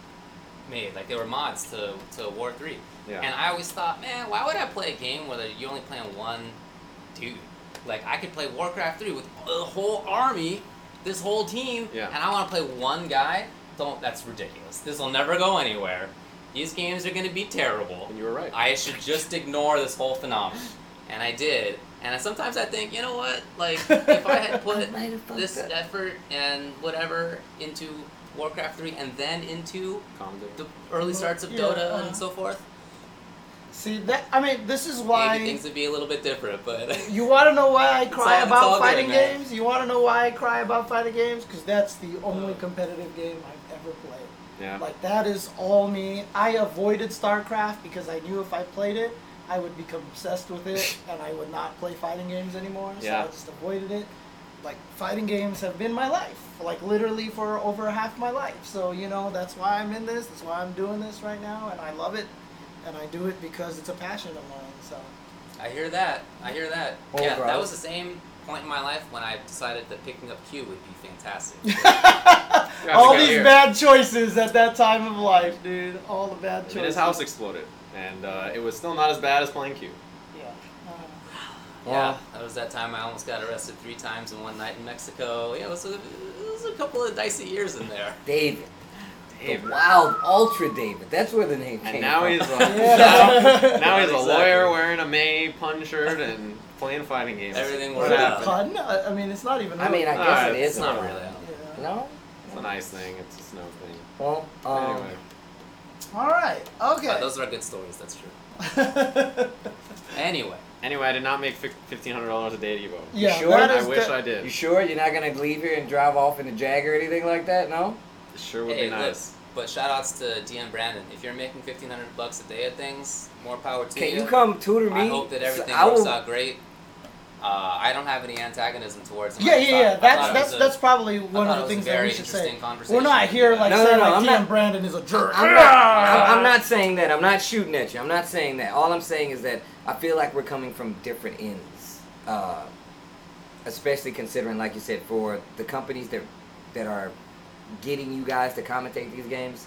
S3: made. Like they were mods to, to War 3.
S1: yeah.
S3: And I always thought, man, why would I play a game where you're only playing one dude? Like I could play Warcraft 3 with a whole army, this whole team,
S1: Yeah.
S3: and I want to play one guy? Don't that's ridiculous. This will never go anywhere. These games are going to be terrible.
S1: and you were right.
S3: I should just ignore this whole phenomenon. And I did. And I, sometimes I think, you know what? Like, if I had put
S4: might have fucked
S3: this
S4: up.
S3: effort and whatever into Warcraft 3 and then into
S1: Comedy.
S3: the early starts of
S2: Yeah,
S3: Dota
S2: uh-huh.
S3: and so forth,
S2: See that? I mean, this is
S3: maybe
S2: why
S3: things would be a little bit different. But
S2: you want to know why I cry
S3: all- it's all
S2: about
S3: good,
S2: fighting
S3: man.
S2: games. You want to know why I cry about fighting games? Because that's the only competitive game I've ever played.
S1: yeah.
S2: Like that is all me. I avoided StarCraft because I knew if I played it, I would become obsessed with it, and I would not play fighting games anymore. So
S1: Yeah.
S2: I just avoided it. Like fighting games have been my life, like literally for over half my life. So you know that's why I'm in this. That's why I'm doing this right now, and I love it, and I do it because it's a passion of mine. So
S3: I hear that. I hear that.
S4: Oh,
S3: yeah,
S4: bro.
S3: that was the same point in my life when I decided that picking up Q would be fantastic.
S1: Yeah,
S2: all
S1: we got
S2: these
S1: here.
S2: bad choices at that time of life, dude. All the bad
S1: And
S2: choices.
S1: then his house exploded, and uh, it was still not as bad as playing Q.
S2: Yeah. Uh,
S3: Yeah, that was that time I almost got arrested three times in one night in Mexico. Yeah, it was a, it was a couple of dicey years in there.
S4: David.
S1: David.
S4: The wild ultra David. That's where the name
S1: And
S4: came
S1: now
S4: from.
S1: he's a, now,
S2: Yeah.
S1: now he's a
S3: Exactly.
S1: lawyer wearing a May pun shirt and playing fighting games.
S3: Everything
S1: What
S2: Was
S3: worked
S2: it
S3: out.
S2: a
S1: happened?
S2: pun? I I mean, it's not even.
S4: I mean, I
S2: really-
S4: guess
S1: Alright,
S4: it is.
S3: It's not
S4: a-
S3: really out.
S2: Yeah.
S4: No.
S1: It's a nice thing. It's a snow thing.
S4: Well, um,
S1: Anyway,
S2: All right. Okay.
S3: But those are good stories, that's true. Anyway,
S1: anyway, I did not make fif- fifteen hundred dollars a day at Evo.
S2: yeah,
S4: sure?
S2: that
S1: I
S2: is
S1: wish
S2: the-
S1: I did.
S4: you sure you're not gonna leave here and drive off in a Jag or anything like that? No.
S1: It sure would
S3: hey,
S1: be nice.
S3: look, but shout outs to DM Brandon. If you're making 1500 bucks a day at things, more power to
S4: Can you come tutor me?
S3: I hope that
S4: So
S3: everything
S4: I
S3: works
S4: will-
S3: out great. Uh, I don't have any antagonism towards him.
S2: Yeah,
S3: I
S2: yeah,
S3: thought- I
S2: yeah.
S3: thought
S2: That's
S3: it
S2: that's
S3: was a-
S2: that's probably
S3: I thought
S2: one of
S3: it
S2: the
S3: was a
S2: things that
S3: very
S2: we should
S3: interesting
S2: say.
S3: Conversation.
S2: We're not here
S3: Yeah.
S2: like
S4: No, no,
S2: saying
S4: no,
S2: like
S4: I'm
S2: DM
S4: not-
S2: Brandon is a jerk.
S4: I'm not, I'm, I'm not saying that. I'm not shooting at you. I'm not saying that. All I'm saying is that I feel like we're coming from different ends, uh, especially considering, like you said, for the companies that that are getting you guys to commentate these games,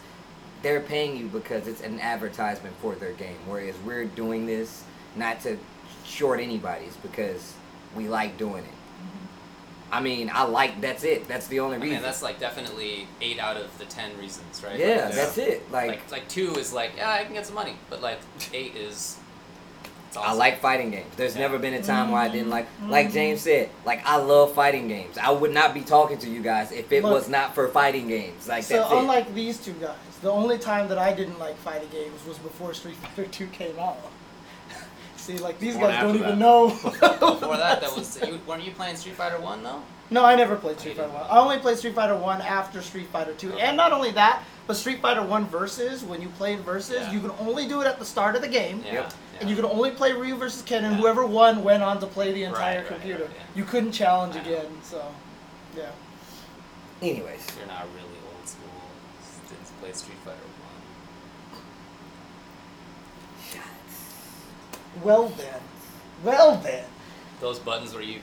S4: they're paying you because it's an advertisement for their game. Whereas we're doing this not to short anybody's because we like doing it. I mean, I like. That's it. That's the only
S3: I
S4: reason.
S3: mean, that's like definitely eight out of the ten reasons, right?
S4: yeah,
S3: Like, it's-
S4: that's it. Like,
S3: like like two is like yeah I can get some money, but like eight is. It's
S4: I
S3: awesome.
S4: like fighting games. There's
S3: Yeah.
S4: never been a time where I didn't like.
S2: Mm-hmm.
S4: Like James said, like I love fighting games. I would not be talking to you guys if it
S2: Look.
S4: was not for fighting games. Like
S2: so
S4: that's it.
S2: unlike these two guys, the only time that I didn't like fighting games was before Street Fighter Two came out. See, like these
S1: One
S2: guys don't
S1: after that.
S2: even know.
S3: Before that, that was you, weren't you playing Street Fighter One though?
S2: No, I never played
S3: you
S2: Street Fighter
S3: didn't?
S2: One. I only played Street Fighter One after Street Fighter Two,
S3: Okay.
S2: and not only that, but Street Fighter One versus when you played versus,
S3: Yeah.
S2: you can only do it at the start of the game,
S3: Yeah.
S4: Yep.
S3: yeah.
S2: and you can only play Ryu versus Ken, and
S3: Yeah.
S2: whoever won went on to play the
S3: Right,
S2: entire
S3: right,
S2: computer.
S3: right, yeah.
S2: You couldn't challenge
S3: I know.
S2: again, so yeah.
S4: Anyways,
S3: You're not really old school. Didn't play Street Fighter One.
S2: Well then, well then.
S3: Those buttons where you.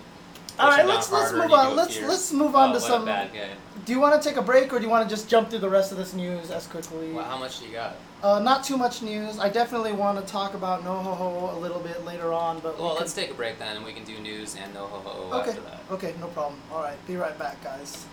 S2: All
S3: push
S2: right,
S3: it down
S2: let's let's
S3: harder and
S2: move
S3: you
S2: on.
S3: go
S2: Let's
S3: here.
S2: let's move on
S3: Oh, what
S2: to
S3: a
S2: some.
S3: bad game.
S2: Do you want to take a break, or do you want to just jump through the rest of this news as quickly?
S3: Well, how much do you got?
S2: Uh, not too much news. I definitely want to talk about NoHoHo a little bit later on, but we
S3: Well,
S2: could-
S3: let's take a break then, and we can do news and no ho ho ho
S2: Okay.
S3: after that.
S2: Okay, no problem. All right, be right back, guys.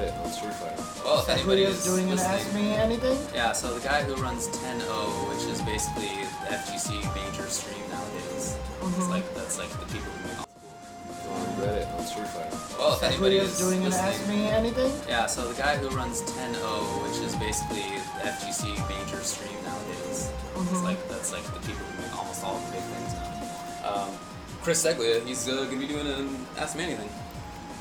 S3: if anybody
S2: Who's
S3: is
S2: doing an
S3: listening.
S2: Ask Me Anything?
S3: Yeah, so the guy who runs 10O, which is basically the FGC major stream nowadays,
S2: Mm-hmm.
S3: it's like that's like the people who make.
S1: On Reddit, on Street Fighter.
S3: Well, if anybody
S2: Who's
S3: is
S2: doing an
S3: listening.
S2: Ask Me Anything?
S3: Yeah, so the guy who runs 10O, which is basically the FGC major stream nowadays,
S2: Mm-hmm.
S3: it's like that's like the people who make almost all the big things now. Um, Chris Seglia, he's uh, gonna be doing an Ask Me Anything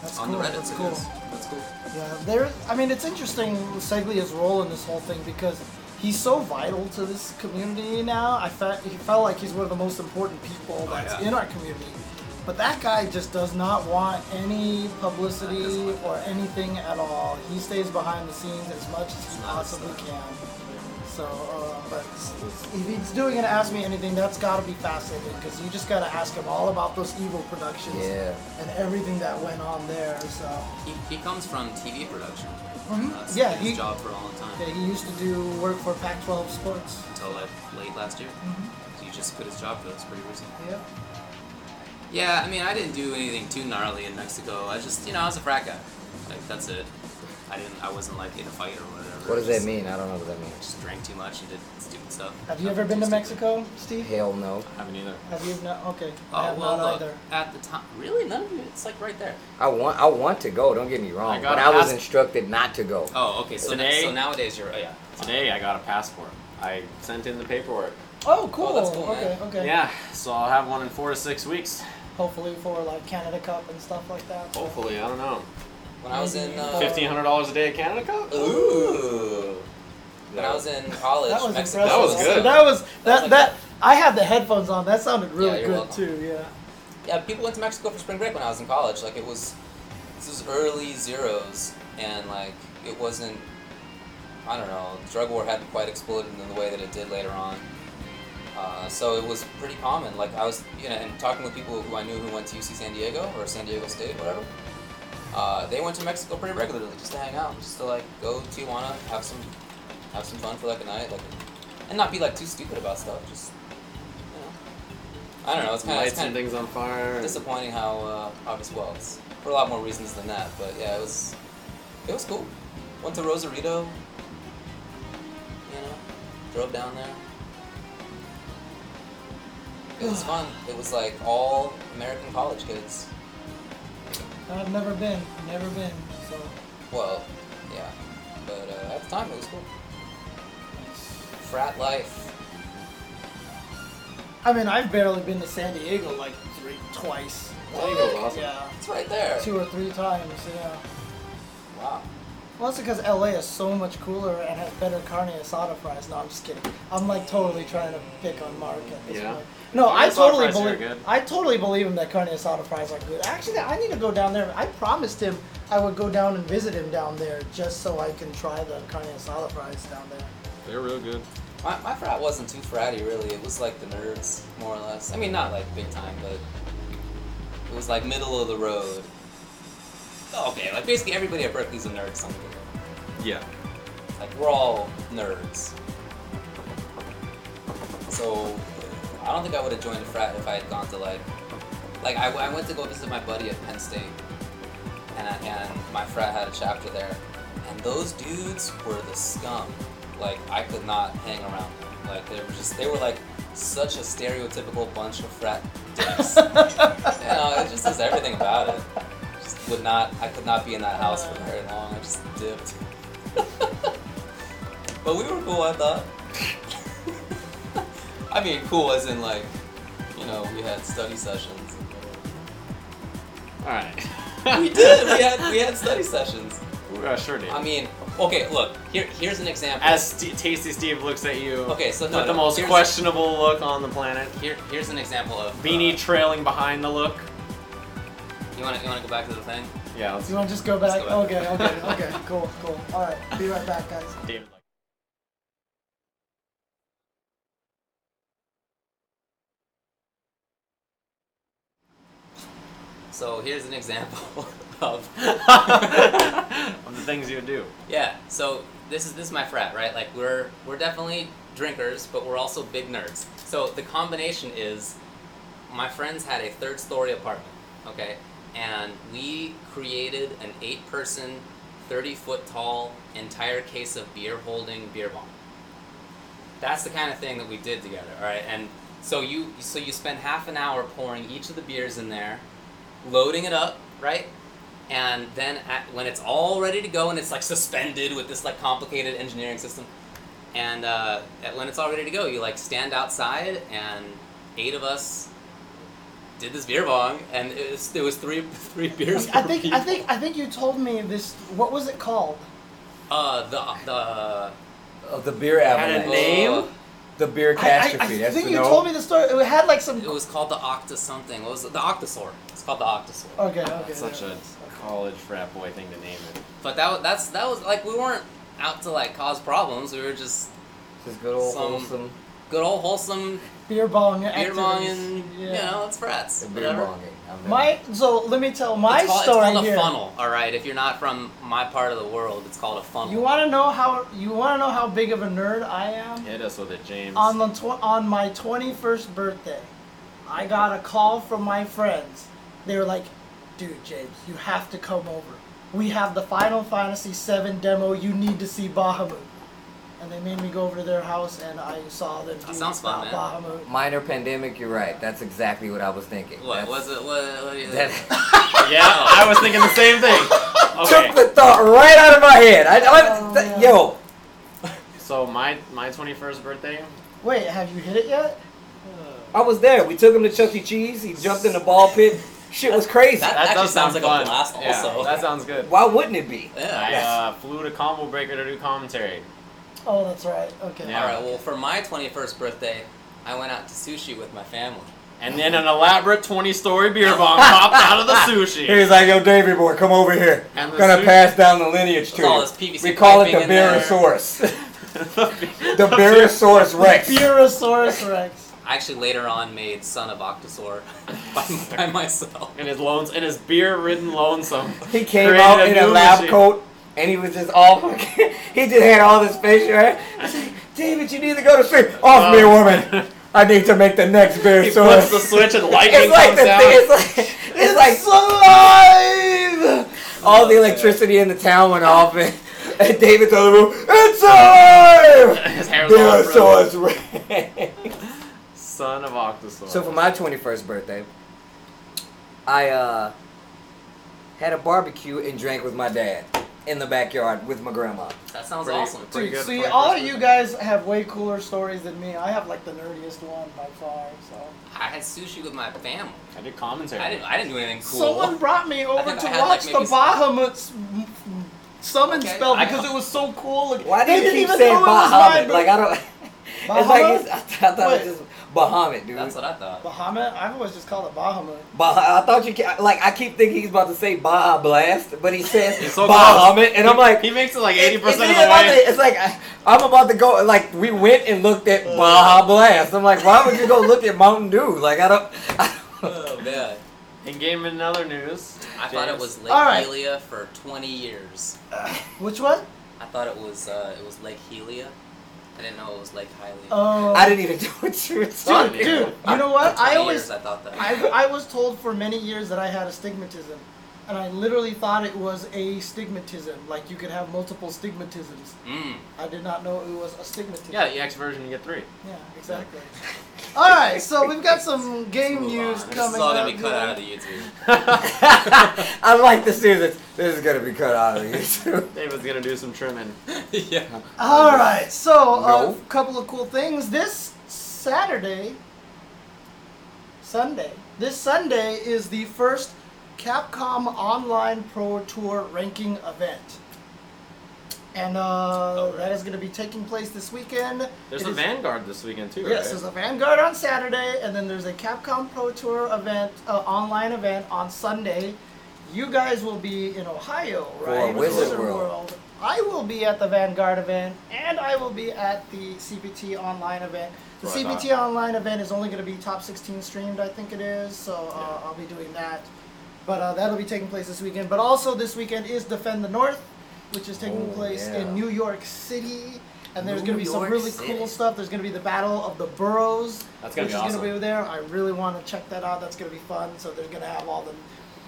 S2: That's
S3: on
S2: cool.
S3: the Reddit.
S2: That's
S3: so
S2: cool.
S3: yes, That's cool.
S2: Yeah, there. I mean, it's interesting Seglia's role in this whole thing because he's so vital to this community now. I felt he felt like he's one of the most important people that's
S3: Oh, yeah.
S2: in our community. But that guy just does not want any
S3: That
S2: publicity
S3: doesn't like
S2: or anything at all. He stays behind the scenes as much as he
S3: not his
S2: possibly can. So, uh, but s- s- if he's doing an Ask Me Anything, that's got to be fascinating because you just got to ask him all about those evil productions
S4: Yeah.
S2: and everything that went on there. So.
S3: He, he comes from TV production. Uh, That's
S2: Mm-hmm. Yeah,
S3: his
S2: he-
S3: job for a long time.
S2: Yeah, he used to do work for Pac-12 Sports.
S3: until like late last year.
S2: Mm-hmm.
S3: So he just quit his job for this pretty recent.
S2: Yeah.
S3: Yeah, I mean, I didn't do anything too gnarly in Mexico. I just, you know, I was a frat guy. Like that's it. I didn't. I wasn't like in a fight or whatever.
S4: What does that
S3: Just-
S4: mean? I don't know what that means.
S3: Just drank too much and did stupid stuff.
S2: Have you ever
S3: Nothing
S2: been
S3: too
S2: to
S3: stupid.
S2: Mexico, Steve?
S4: Hell no.
S1: Haven't either.
S2: Have you not? Okay. I
S3: Oh
S2: have
S3: well,
S2: not
S3: look,
S2: either.
S3: at the time, really, none of you. It's like right there.
S4: I want I want to go. Don't get me wrong,
S1: I got
S4: but
S1: a
S4: I was
S1: pass-
S4: instructed not to go.
S3: Oh, okay. So, na-
S1: Today-
S3: so nowadays you're. Oh, yeah.
S1: Today I got a passport. I sent in the paperwork.
S2: Oh, cool.
S3: that's cool,
S2: okay,
S3: man.
S2: okay.
S1: Yeah, so I'll have one in four to six weeks.
S2: Hopefully for like Canada Cup and stuff like that. so-
S1: Hopefully, I don't know.
S3: When I was in. Uh,
S1: Fifteen hundred dollars a day at Canada Cup.
S3: Ooh. When I was in college,
S2: That was
S3: Mexico.
S2: impressive.
S1: That was good.
S2: That was
S3: That was
S2: that
S3: like
S2: that. I had the headphones on. That sounded
S3: Yeah,
S2: really
S3: you're
S2: good
S3: welcome.
S2: too. Yeah.
S3: Yeah, uh, people went to Mexico for spring break when I was in college. Like it was, this was early zeros, and like it wasn't. I don't know. The drug war hadn't quite exploded in the way that it did later on. Uh, so it was pretty common. Like I was, you know, and talking with people who I knew who went to UC San Diego or San Diego State, whatever. Uh, they went to Mexico pretty regularly just to hang out, just to like go to Tijuana, have some, have some fun for like a night, like, and not be like too stupid about stuff. Just, you know, I don't know. It's kind of
S1: Lights and things on fire. and-
S3: disappointing how uh, August was for a lot more reasons than that. But yeah, it was it was cool. Went to Rosarito, you know, drove down there. It was fun. It was like all American college kids.
S2: I've never been. Never been. So.
S3: Well, yeah, but uh, at the time it was cool. Frat life.
S2: I mean, I've barely been to San Diego like three, twice.
S1: San Diego's awesome.
S2: Yeah.
S3: It's right there.
S2: Two or three times. Yeah.
S3: Wow.
S2: Well, that's because LA is so much cooler and has better carne asada fries. No, I'm just kidding. I'm like totally trying to pick on Mark at this
S1: Yeah.
S2: point. No,
S1: Carne
S2: I
S1: asada
S2: totally
S1: fries here are
S2: believe.
S1: good.
S2: I totally believe him that carne asada fries are good. Actually, I need to go down there. I promised him I would go down and visit him down there just so I can try the carne asada fries down there.
S1: They're real good.
S3: My, my frat wasn't too fratty, really. It was like the nerds, more or less. I mean, not like big time, but it was like middle of the road. Okay, like basically everybody at Berkeley's a nerd. Something
S1: Yeah.
S3: like we're all nerds. So I don't think I would have joined a frat if I had gone to like, like I, I went to go visit my buddy at Penn State, and I, and my frat had a chapter there, and those dudes were the scum. Like I could not hang around. them. Like they were just they were like such a stereotypical bunch of frat dicks. you know, it just says everything about it. Just would not. I could not be in that house for very long. I just dipped. But we were cool, I thought. I mean, cool as in like, you know, we had study sessions.
S1: All right.
S3: We did. We had we had study sessions.
S1: Uh, sure did.
S3: I mean, okay, look. Here here's an example.
S1: As St- Tasty Steve looks at you.
S3: Okay, so
S1: with
S3: no,
S1: the
S3: no,
S1: most
S3: here's-
S1: questionable look on the planet.
S3: here here's an example of uh,
S1: Beanie trailing behind the look.
S3: you want to you want to go back to the thing?
S1: Yeah.
S2: Do you want to just go back?
S3: go
S2: Okay, okay, okay. Cool, cool. All right, be right back, guys.
S1: David. Like,
S3: So here's an example of
S1: of the things you would do.
S3: yeah. So this is this is my frat, right? Like we're we're definitely drinkers, but we're also big nerds. So the combination is my friends had a third story apartment, okay? And we created an eight person 30 foot tall entire case of beer holding beer bomb. That's the kind of thing that we did together, all right? And so you so you spend half an hour pouring each of the beers in there, loading it up, right? And then at, when it's all ready to go and it's like suspended with this like complicated engineering system, and uh, at- when it's all ready to go, you like stand outside and eight of us did this beer bong, and it was, it was three three beers.
S2: I
S3: per
S2: think
S3: people.
S2: I think I think you told me this. What was it called?
S3: Uh, the the
S4: Of Uh, the beer
S1: Oh. a
S4: avalanche.
S1: name?
S3: uh,
S4: The
S2: I,
S4: beer
S2: I,
S4: catastrophe.
S2: I
S4: That's
S2: think
S4: the
S2: you
S4: no-
S2: told me the story. It had like some.
S3: it was called the Octa something. What was it? The Octosaur. It's called the Octosaur.
S2: Okay, okay.
S1: That's such
S2: there
S1: a
S2: it is.
S1: college frat boy thing to name it.
S3: But that wa- that's that was like we weren't out to like cause problems. We were just
S4: Just good old
S3: Some-
S4: wholesome
S3: good old wholesome
S2: beer bong.
S3: beer
S2: activities.
S3: bong and
S2: yeah.
S3: you know it's frats.
S4: beer
S3: whatever.
S4: bonging. I remember.
S2: My so let me tell my
S3: it's called,
S2: story
S3: it's called
S2: here.
S3: a funnel. All right, if you're not from my part of the world, it's called a funnel.
S2: You want to know how you want to know how big of a nerd I am?
S1: Hit us with it, James.
S2: On the tw- on my 21st birthday, I got a call from my friends. They were like, "Dude, James, you have to come over. We have the Final Fantasy VII demo. You need to see Bahamut." And they made me go over to their house, and I saw them. do
S3: sounds fun,
S2: about Bahamut.
S4: minor pandemic. You're right. That's exactly what I was thinking.
S3: what
S4: That's-
S3: was it? What, what do you
S4: That
S1: yeah, I was thinking the same thing.
S4: took
S1: Okay,
S4: the thought right out of my head. I, I-
S2: Oh,
S4: th-
S2: yeah.
S4: Yo,
S1: so my my twenty first birthday,
S2: Wait, have you hit it yet?
S4: I was there. We took him to Chuck E. Cheese. He jumped in the ball pit. Shit was crazy.
S3: That-
S1: That
S3: actually
S1: does
S3: sounds
S1: sound
S3: like
S1: fun.
S3: a blast
S1: Yeah,
S3: also.
S1: that sounds good.
S4: Why wouldn't it be?
S3: Yeah.
S1: I uh, flew to Combo Breaker to do commentary.
S2: Oh, that's right. Okay.
S1: Yeah.
S3: All right. Well, for my 21st birthday, I went out to sushi with my family.
S1: And then an elaborate 20 story beer bomb popped out of the sushi.
S4: He was like, yo, David boy, come over here.
S1: And the
S4: gonna
S1: sushi-
S4: pass down the lineage to
S3: all
S4: you.
S3: this PVC
S4: We call it
S3: piping
S4: the
S3: in there.
S4: Berosaurus. the
S1: the
S4: Berosaurus Rex.
S2: Furosaurus Rex.
S3: I actually later on made Son of Octosaur by, by myself.
S1: And his loans and his beer ridden lonesome.
S4: He came
S1: Created
S4: out
S1: a
S4: in a
S1: new
S4: lab
S1: machine.
S4: coat and he was just all he just had all this facial hair. He's like, David, you need to go to sleep. Off me,
S1: Oh.
S4: woman. I need to make the next
S1: He
S4: Berosaurus.
S1: flips the switch and lightning
S4: It's like
S1: comes
S4: the
S1: down.
S4: thing, it's like it's like alive. All the electricity in the town went off, and, and David's on the room. It's alive.
S1: His hair's all frozen.
S4: Berosaurus Rex.
S1: Son of Octosaurus.
S4: So for my 21st birthday, I uh, had a barbecue and drank with my dad in the backyard with my grandma.
S3: That sounds
S1: Pretty-
S3: awesome.
S1: pretty
S2: Dude,
S1: good
S2: see,
S1: 21st
S2: all you
S1: birthday.
S2: guys have way cooler stories than me. I have like the nerdiest one by far. So
S3: I had sushi with my family.
S1: I did commentary.
S3: I didn't. I didn't do anything cool.
S2: someone brouut me over
S3: think
S2: to
S3: I had, like,
S2: watch
S3: maybe
S2: the
S3: some-
S2: Bahamut's m- m- summon
S3: Okay.
S2: spell
S1: I-
S2: because it was so cool. Like,
S4: Why do
S2: they
S4: you
S2: didn't
S4: keep
S2: even
S4: saying
S2: know it was
S4: Bahamut?
S2: mine, but-
S4: Like I don't. It's like
S2: Bahamut?
S4: it's, I, th- I thought it was
S2: Wait.
S4: just Bahamut, dude.
S3: That's what I thought.
S2: Bahamut? I've always just called it Bahamut.
S4: Bah- I thought you ca- like. I keep thinking he's about to say Baja Blast, but he says
S1: It's so
S4: Bahamut, and I'm like,
S1: He makes it like 80%
S4: it-
S1: of the
S4: it is about
S1: way.
S4: to- it's like I, I'm about to go. Like we went and looked at
S2: Uh.
S4: Baja Blast. I'm like, why would you go look at Mountain Dew? Like I don't. I don't
S2: Uh.
S3: Oh man.
S1: In game and other news,
S3: I thought it
S1: James,
S3: was Lake
S2: All right.
S3: Helia for 20 years.
S2: Which one?
S3: I thought it was uh, it was Lake Helia. I didn't know it was Lake Hylia.
S2: Oh,
S4: I didn't even know what you were
S2: dude,
S4: talking
S2: dude,
S4: about.
S2: you know what?
S3: For 20
S2: I always
S3: years I thought that.
S2: I, I was told for many years that I had astigmatism, and I literally thought it was astigmatism. Like you could have multiple stigmatisms.
S3: Mm.
S2: I did not know it was astigmatism.
S1: Yeah, the EX version, you get three.
S2: Yeah, exactly. All right, so we've got some game
S3: Move
S2: news
S3: on. This is
S2: coming
S3: all
S2: up.
S3: gonna be cut out of the YouTube.
S4: I like this series. It's- This is gonna be cut out of YouTube.
S1: David's gonna do some trimming.
S3: yeah.
S2: All right, so a
S4: No.
S2: couple of cool things this Saturday, Sunday. This Sunday is the first Capcom Online Pro Tour ranking event. And uh, that is going to be taking place this weekend.
S1: There's
S2: It
S1: a
S2: is-
S1: Vanguard this weekend too,
S2: Yes,
S1: right?
S2: there's a Vanguard on Saturday, and then there's a Capcom Pro Tour event, uh, online event on Sunday. You guys will be in Ohio, right?
S4: Wizard World.
S2: I will be at the Vanguard event, and I will be at the CPT online event. The
S1: Right on.
S2: CPT online event is only going to be top 16 streamed, I think it is, so uh, I'll be doing that. But uh, that'll be taking place this weekend. But also this weekend is Defend the North, which is taking
S4: Oh,
S2: place
S4: yeah.
S2: in New York City. And there's
S4: New
S2: going to be some
S4: York
S2: really
S4: City.
S2: cool stuff. There's going to be the Battle of the Boroughs,
S1: That's gonna
S2: which
S1: be
S2: is
S1: awesome.
S2: going to be there. I really want to check that out. That's going to be fun. So they're going to have all the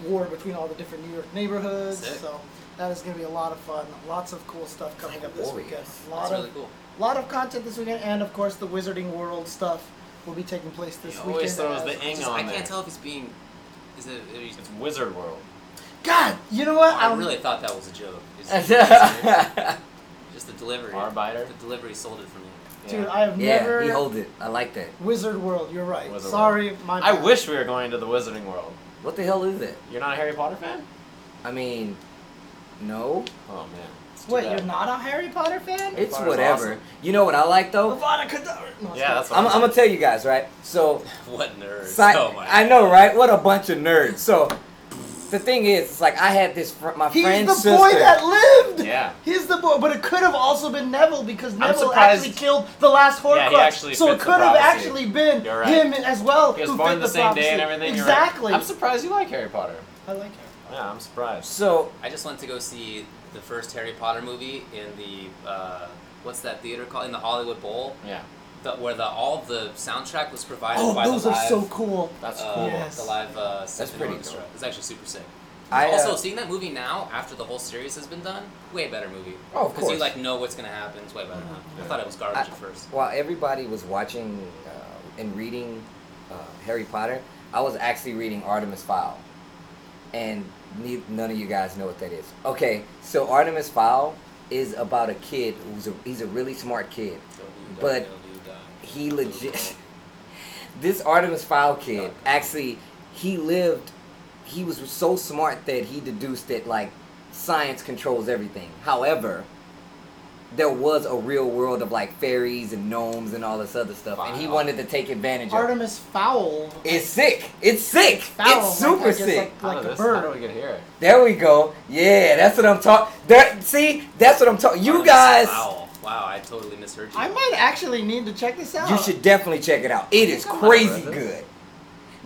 S2: war between all the different New York neighborhoods.
S3: Sick.
S2: So That is going to be a lot of fun. Lots of cool stuff coming up this
S4: Warriors.
S2: weekend. A lot
S3: That's
S2: of
S3: really cool.
S2: lot of content this weekend, and of course the Wizarding World stuff will be taking place this
S1: He
S2: weekend.
S1: always throws
S2: as-
S1: the ing
S3: Just-
S1: on
S3: I
S1: there.
S3: can't tell if he's being. Is it? is-
S1: It's Wizard World.
S2: God, you know
S1: Oh,
S2: what?
S3: I
S2: I'm-
S3: really thought that was a joke. It's- just the delivery.
S1: Arbiter.
S3: The delivery sold it for me.
S2: dude.
S1: Yeah.
S2: I have
S4: yeah,
S2: never
S4: he holds it. I like that.
S2: Wizard World. You're right.
S1: Wizard
S2: Sorry, my.
S1: I
S2: bad.
S1: wish we were going to the Wizarding World.
S4: What the hell is that?
S1: You're not a Harry Potter fan?
S4: I mean, no.
S1: Oh man. It's too
S2: Wait,
S1: bad.
S2: you're not a Harry Potter fan?
S4: It's
S1: Potter's
S4: whatever.
S1: awesome.
S4: You know what I like though?
S2: Avada Kedavra. No, it's
S1: Yeah,
S2: not.
S1: that's what
S4: I'm, I'm gonna tell you guys, right? So,
S3: What nerds?
S4: sci-
S3: oh my.
S4: I know, right? What a bunch of nerds. So, the thing is, it's like I had this fr- my
S2: He's
S4: friend's
S2: the
S4: sister.
S2: boy that lived.
S1: Yeah.
S2: He's the boy, but it could have also been Neville because Neville
S1: surprised-
S2: actually killed the last Horcrux.
S1: Yeah, he actually
S2: so it
S1: fits the
S2: could have
S1: prophecy.
S2: actually been
S1: You're right.
S2: him as well.
S1: He was
S2: who
S1: born
S2: fit
S1: the, same day
S2: prophecy.
S1: and everything. you're right.
S2: Exactly.
S1: I'm surprised you like Harry Potter.
S2: I like him.
S1: Yeah, I'm surprised.
S4: So,
S3: I just went to go see the first Harry Potter movie in the uh, what's that theater called in the Hollywood Bowl,
S1: Yeah,
S3: the, where the all the soundtrack was provided
S2: Oh,
S3: by
S2: those
S3: the
S2: are
S3: live.
S2: so cool.
S1: that's
S3: uh,
S1: cool.
S2: Yes.
S3: The live uh, symphony
S4: pretty
S3: orchestra.
S4: cool.
S3: It's actually super sick.
S4: I uh,
S3: also, seeing that movie now after the whole series has been done, way better movie.
S4: Oh, of
S3: Because you
S4: course.
S3: like know what's gonna happen. It's way better now. I thought it was garbage
S4: I-
S3: at first.
S4: While everybody was watching uh, and reading uh, Harry Potter, I was actually reading Artemis Fowl, and ne- none of you guys know what that is. Okay, so Artemis Fowl is about a kid who's a, he's a really smart kid. But He legit. this Artemis Fowl kid actually he lived. He was so smart that he deduced that like science controls everything. However. There was a real world of like fairies and gnomes and all this other stuff, and he
S1: Wow.
S4: wanted to take advantage of. it.
S2: Artemis Fowl.
S4: It's sick. It's sick.
S2: Fowl,
S4: it's
S2: like, I
S4: super
S2: guess,
S4: sick.
S2: Like,
S1: how,
S2: like
S1: did
S2: a
S1: this,
S2: bird.
S1: how did we get here?
S4: There we go. Yeah, that's what I'm talking. See, that's what I'm talking. You guys,
S3: Wow! Wow! I totally misheard you.
S2: I might actually need to check this out.
S4: you should definitely check it out. It is
S1: Come on,
S4: crazy
S1: brother.
S4: good.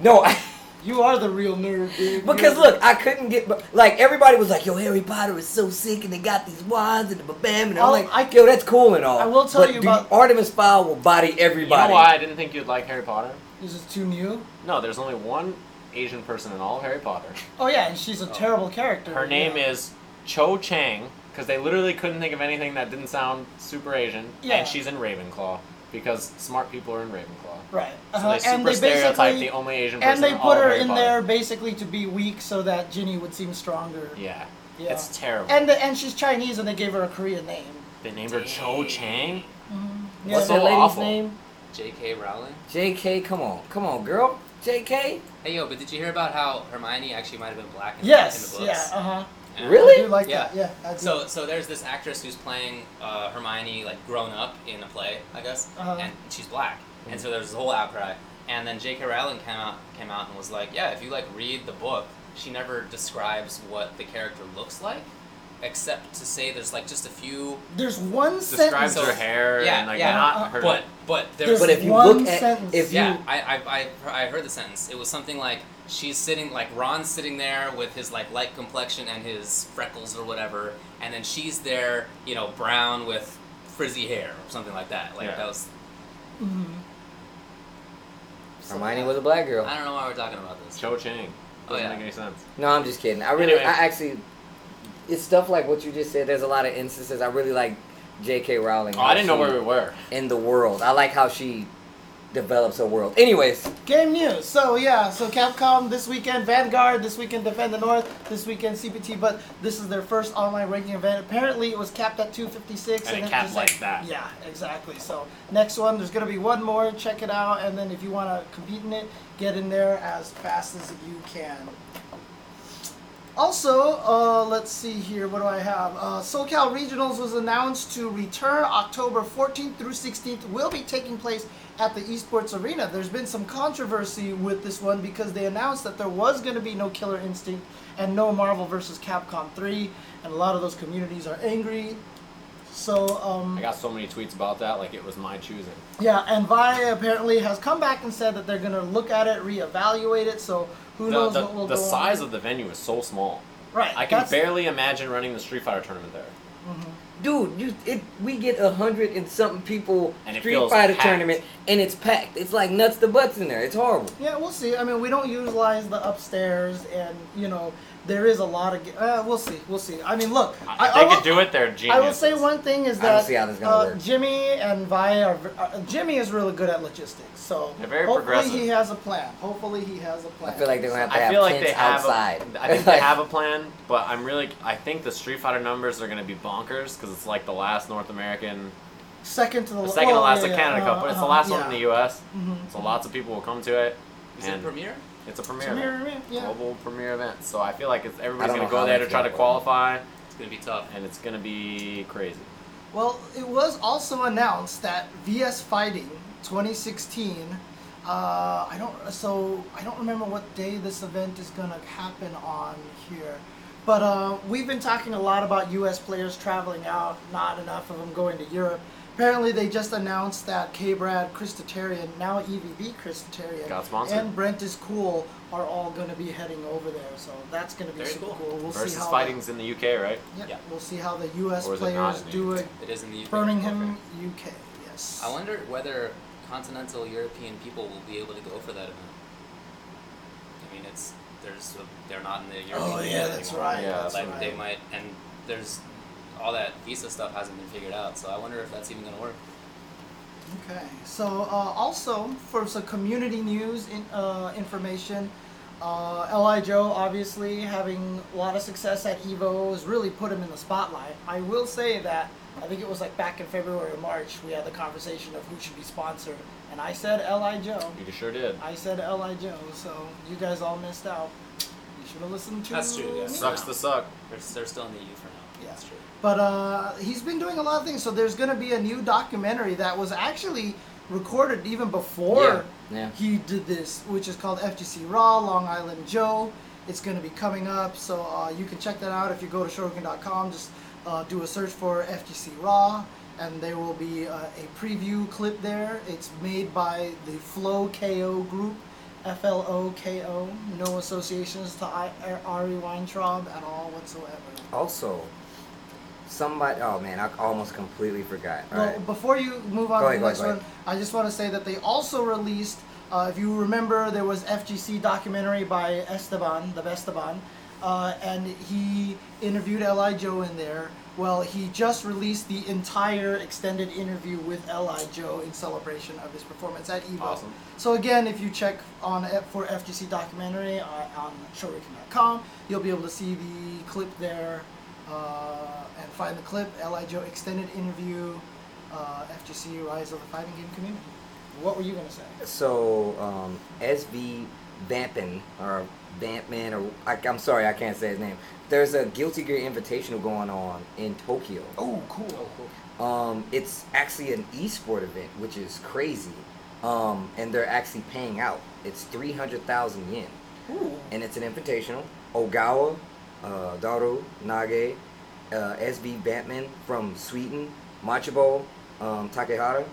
S4: No, I,
S2: You are the real nerd, dude. You're-
S4: because look, I couldn't get like everybody was like, "Yo, Harry Potter is so sick," and they got these wands and the bam, and I'm
S2: I'll-
S4: like,
S2: I-
S4: "Yo, that's cool and all."
S2: I will tell
S4: but
S2: you
S4: do
S2: about-
S4: Artemis Fowl will body
S1: You
S4: everybody.
S1: know why I didn't think you'd like Harry Potter?
S2: This is too new.
S1: No, there's only one Asian person in all of Harry Potter.
S2: Oh yeah, and she's a terrible character.
S1: Her name is Cho Chang because they literally couldn't think of anything that didn't sound super Asian.
S2: Yeah.
S1: And she's in Ravenclaw because smart people are in Ravenclaw.
S2: right.
S1: So
S2: Uh-huh.
S1: they super
S2: and they
S1: stereotype
S2: basically
S1: the only Asian person
S2: and they
S1: in all
S2: put
S1: of
S2: her
S1: Harry
S2: in
S1: Potter.
S2: there basically to be weak so that Ginny would seem stronger.
S1: Yeah.
S2: Yeah.
S1: It's terrible.
S2: And the, and she's Chinese and they gave her a Korean name.
S1: they named her Cho Chang.
S2: Yeah.
S1: What's
S4: What's
S1: so
S4: that lady's
S1: awful?
S4: name?
S3: J.K. Rowling.
S4: J.K. Come on, come on, girl. J.K.
S3: Hey yo! But did you hear about how Hermione actually might have been black in,
S2: Yes.
S3: in the
S2: yeah.
S3: books?
S2: Uh huh.
S3: Yeah.
S4: Really?
S2: I do like
S3: Yeah.
S2: that. Yeah. I do.
S3: So, so there's this actress who's playing uh, Hermione, like grown up in a play, I guess,
S2: Uh-huh.
S3: and she's black. And so there's this whole outcry. And then J.K. Rowling came out, came out and was like, yeah, if you like read the book, she never describes what the character looks like, except to say there's like just a few.
S2: there's one
S1: Describes
S2: sentence.
S1: her hair
S3: Yeah,
S1: and like
S3: yeah.
S1: not her.
S3: But but there's
S4: But if you
S2: one
S4: look at
S2: sentence.
S4: if you
S3: yeah, I, I, I, I heard the sentence. It was something like she's sitting, like Ron's sitting there with his like light complexion and his freckles or whatever, and then she's there, you know, brown with frizzy hair or something like that. Like
S1: Yeah.
S3: that was.
S4: Hermione was a black girl.
S3: I don't know why we're talking about this.
S1: Cho Chang.
S3: Oh,
S1: Doesn't
S3: yeah.
S1: make any sense.
S4: No, I'm just kidding. I really,
S1: Anyway.
S4: I actually, it's stuff like what you just said. There's a lot of instances. I really like J.K. Rowling.
S1: Oh, I didn't know
S4: how
S1: where
S4: she-
S1: we were.
S4: in the world. I like how she develops her world. Anyways,
S2: Game news. So yeah, so Capcom this weekend, Vanguard this weekend, Defend the North this weekend, CPT. But this is their first online ranking event. Apparently, it was capped at 256,
S1: And it
S2: it
S1: capped
S2: just
S1: like that.
S2: Yeah, exactly. So next one, there's gonna be one more. Check it out, and then if you wanna compete in it, get in there as fast as you can. Also, uh, let's see here. What do I have? Uh, SoCal Regionals was announced to return October 14th through 16th. Will be taking place at the Esports Arena. There's been some controversy with this one because they announced that there was going to be no Killer Instinct and no Marvel vs. Capcom 3, and a lot of those communities are angry. So, um,
S1: I got so many tweets about that, like it was my choosing.
S2: yeah, and Vi apparently has come back and said that they're going to look at it, reevaluate it. So who
S1: The,
S2: knows
S1: the,
S2: what will
S1: the
S2: go on.
S1: size of the venue is so small.
S2: right?
S1: I can
S2: that's-
S1: barely imagine running the Street Fighter tournament there.
S4: dude, you it we get a hundred and something people
S1: And it
S4: Street
S1: feels
S4: Fighter
S1: packed.
S4: tournament, and it's packed. It's like nuts to butts in there. It's horrible.
S2: Yeah, we'll see. I mean, we don't utilize the upstairs, and you know, there is a lot of. ga- Uh, we'll see. We'll see. I mean, look.
S1: I,
S2: I,
S1: they
S2: I will,
S1: could do it. They're genius.
S2: I will say one thing is
S4: I don't
S2: that
S4: see how this is gonna
S2: uh,
S4: work.
S2: Jimmy and Vi are. v- Uh, Jimmy is really good at logistics, so
S1: They're very
S2: hopefully
S1: progressive.
S2: he has a plan. Hopefully he has a plan.
S4: I feel like they're gonna have to
S1: I
S4: have
S1: feel like
S4: tents
S1: they have.
S4: outside.
S1: A, I think they have a plan, but I'm really. I think the Street Fighter numbers are going to be bonkers because it's like the last North American,
S2: second to the,
S1: the second to
S2: oh,
S1: last
S2: yeah,
S1: of Canada
S2: yeah,
S1: Cup, but it's the
S2: uh-huh,
S1: last
S2: yeah. Mm-hmm.
S1: one in the U.S. So lots of people will come to it.
S3: Is
S1: and
S3: it premiere?
S1: It's a premiere.
S2: Premier
S1: event.
S2: event, yeah.
S1: Global premiere event. So I feel like it's, everybody's
S4: I don't
S1: going to go
S4: know how
S1: there to
S4: that's
S1: try to
S4: gonna work.
S1: qualify,
S3: It's gonna be tough.
S1: and it's going to be crazy.
S2: Well, it was also announced that VS Fighting 2016. Uh, I don't so I don't remember what day this event is gonna happen on here, but uh, we've been talking a lot about U.S. players traveling out, not enough of them going to Europe. Apparently, they just announced that K-Brad, Christatarian, now E EVB Christatarian,
S1: Got sponsored.
S2: and Brent is cool are all going to be heading over there. So that's going to be
S3: Very
S2: super
S3: cool.
S2: cool. We'll
S1: Versus
S2: see how
S1: fighting's in the UK, right?
S2: The, yeah,
S3: Yeah.
S2: we'll see how the U.S.
S1: Or is it not
S2: players
S1: in E the
S2: do
S1: UK?
S2: it.
S3: It is in the UK.
S2: Birmingham, UK. Yes.
S3: I wonder whether continental European people will be able to go for that event. I mean, it's there's a, they're not in the European
S2: Oh
S3: Union
S2: yeah, that's
S3: anymore.
S2: right.
S1: Yeah,
S2: that's
S3: like
S2: right.
S3: they might, and there's all that visa stuff hasn't been figured out. So I wonder if that's even gonna work.
S2: Okay. So uh, also for some community news in, uh, information, uh, Li Joe obviously having a lot of success at Evo has really put him in the spotlight. I will say that I think it was like back in February or March we had the conversation of who should be sponsored, and I said Li Joe.
S1: You sure did.
S2: I said Li Joe. So you guys all missed out. You should have listened to.
S3: That's true, yeah.
S2: me.
S1: Sucks to suck.
S3: They're, they're still in the EU for now.
S2: Yeah.
S3: That's true.
S2: But uh, he's been doing a lot of things. So there's going to be a new documentary that was actually recorded even before
S4: Yeah, yeah.
S2: he did this, which is called FGC Raw Long Island Joe. It's going to be coming up. So uh, you can check that out if you go to shoryuken.com. Just uh, do a search for FGC Raw, and there will be uh, a preview clip there. It's made by the Flow KO group. F L O K O, no associations to I- E Ari Weintraub at all whatsoever.
S4: Also, somebody. Oh man, I almost completely forgot. All
S2: Well,
S4: right.
S2: before you move on
S4: Go
S2: to
S4: ahead,
S2: the
S4: go
S2: next
S4: ahead, go
S2: one, I just want to say that they also released, uh, if you remember, there was FGC documentary by Esteban, the Besteban, uh, and he interviewed Li Joe in there. Well, he just released the entire extended interview with Li Joe in celebration of his performance at Evo.
S1: Awesome.
S2: So again, if you check on F- for FGC documentary uh, on showriken.com, you'll be able to see the clip there uh, and find the clip. Li Joe extended interview, uh, FGC Rise of the Fighting Game Community. What were you gonna say?
S4: So, um, SV Vampin or Vampman or I, I'm sorry, I can't say his name. There's a Guilty Gear Invitational going on in Tokyo.
S2: Oh, cool.
S4: Um, it's actually an esport event, which is crazy. Um, and they're actually paying out. It's three hundred thousand yen,
S2: Ooh.
S4: and it's an invitational. Ogawa, uh, Daru Nage, uh, SB Batman from Sweden, Machibo, um, Takehara,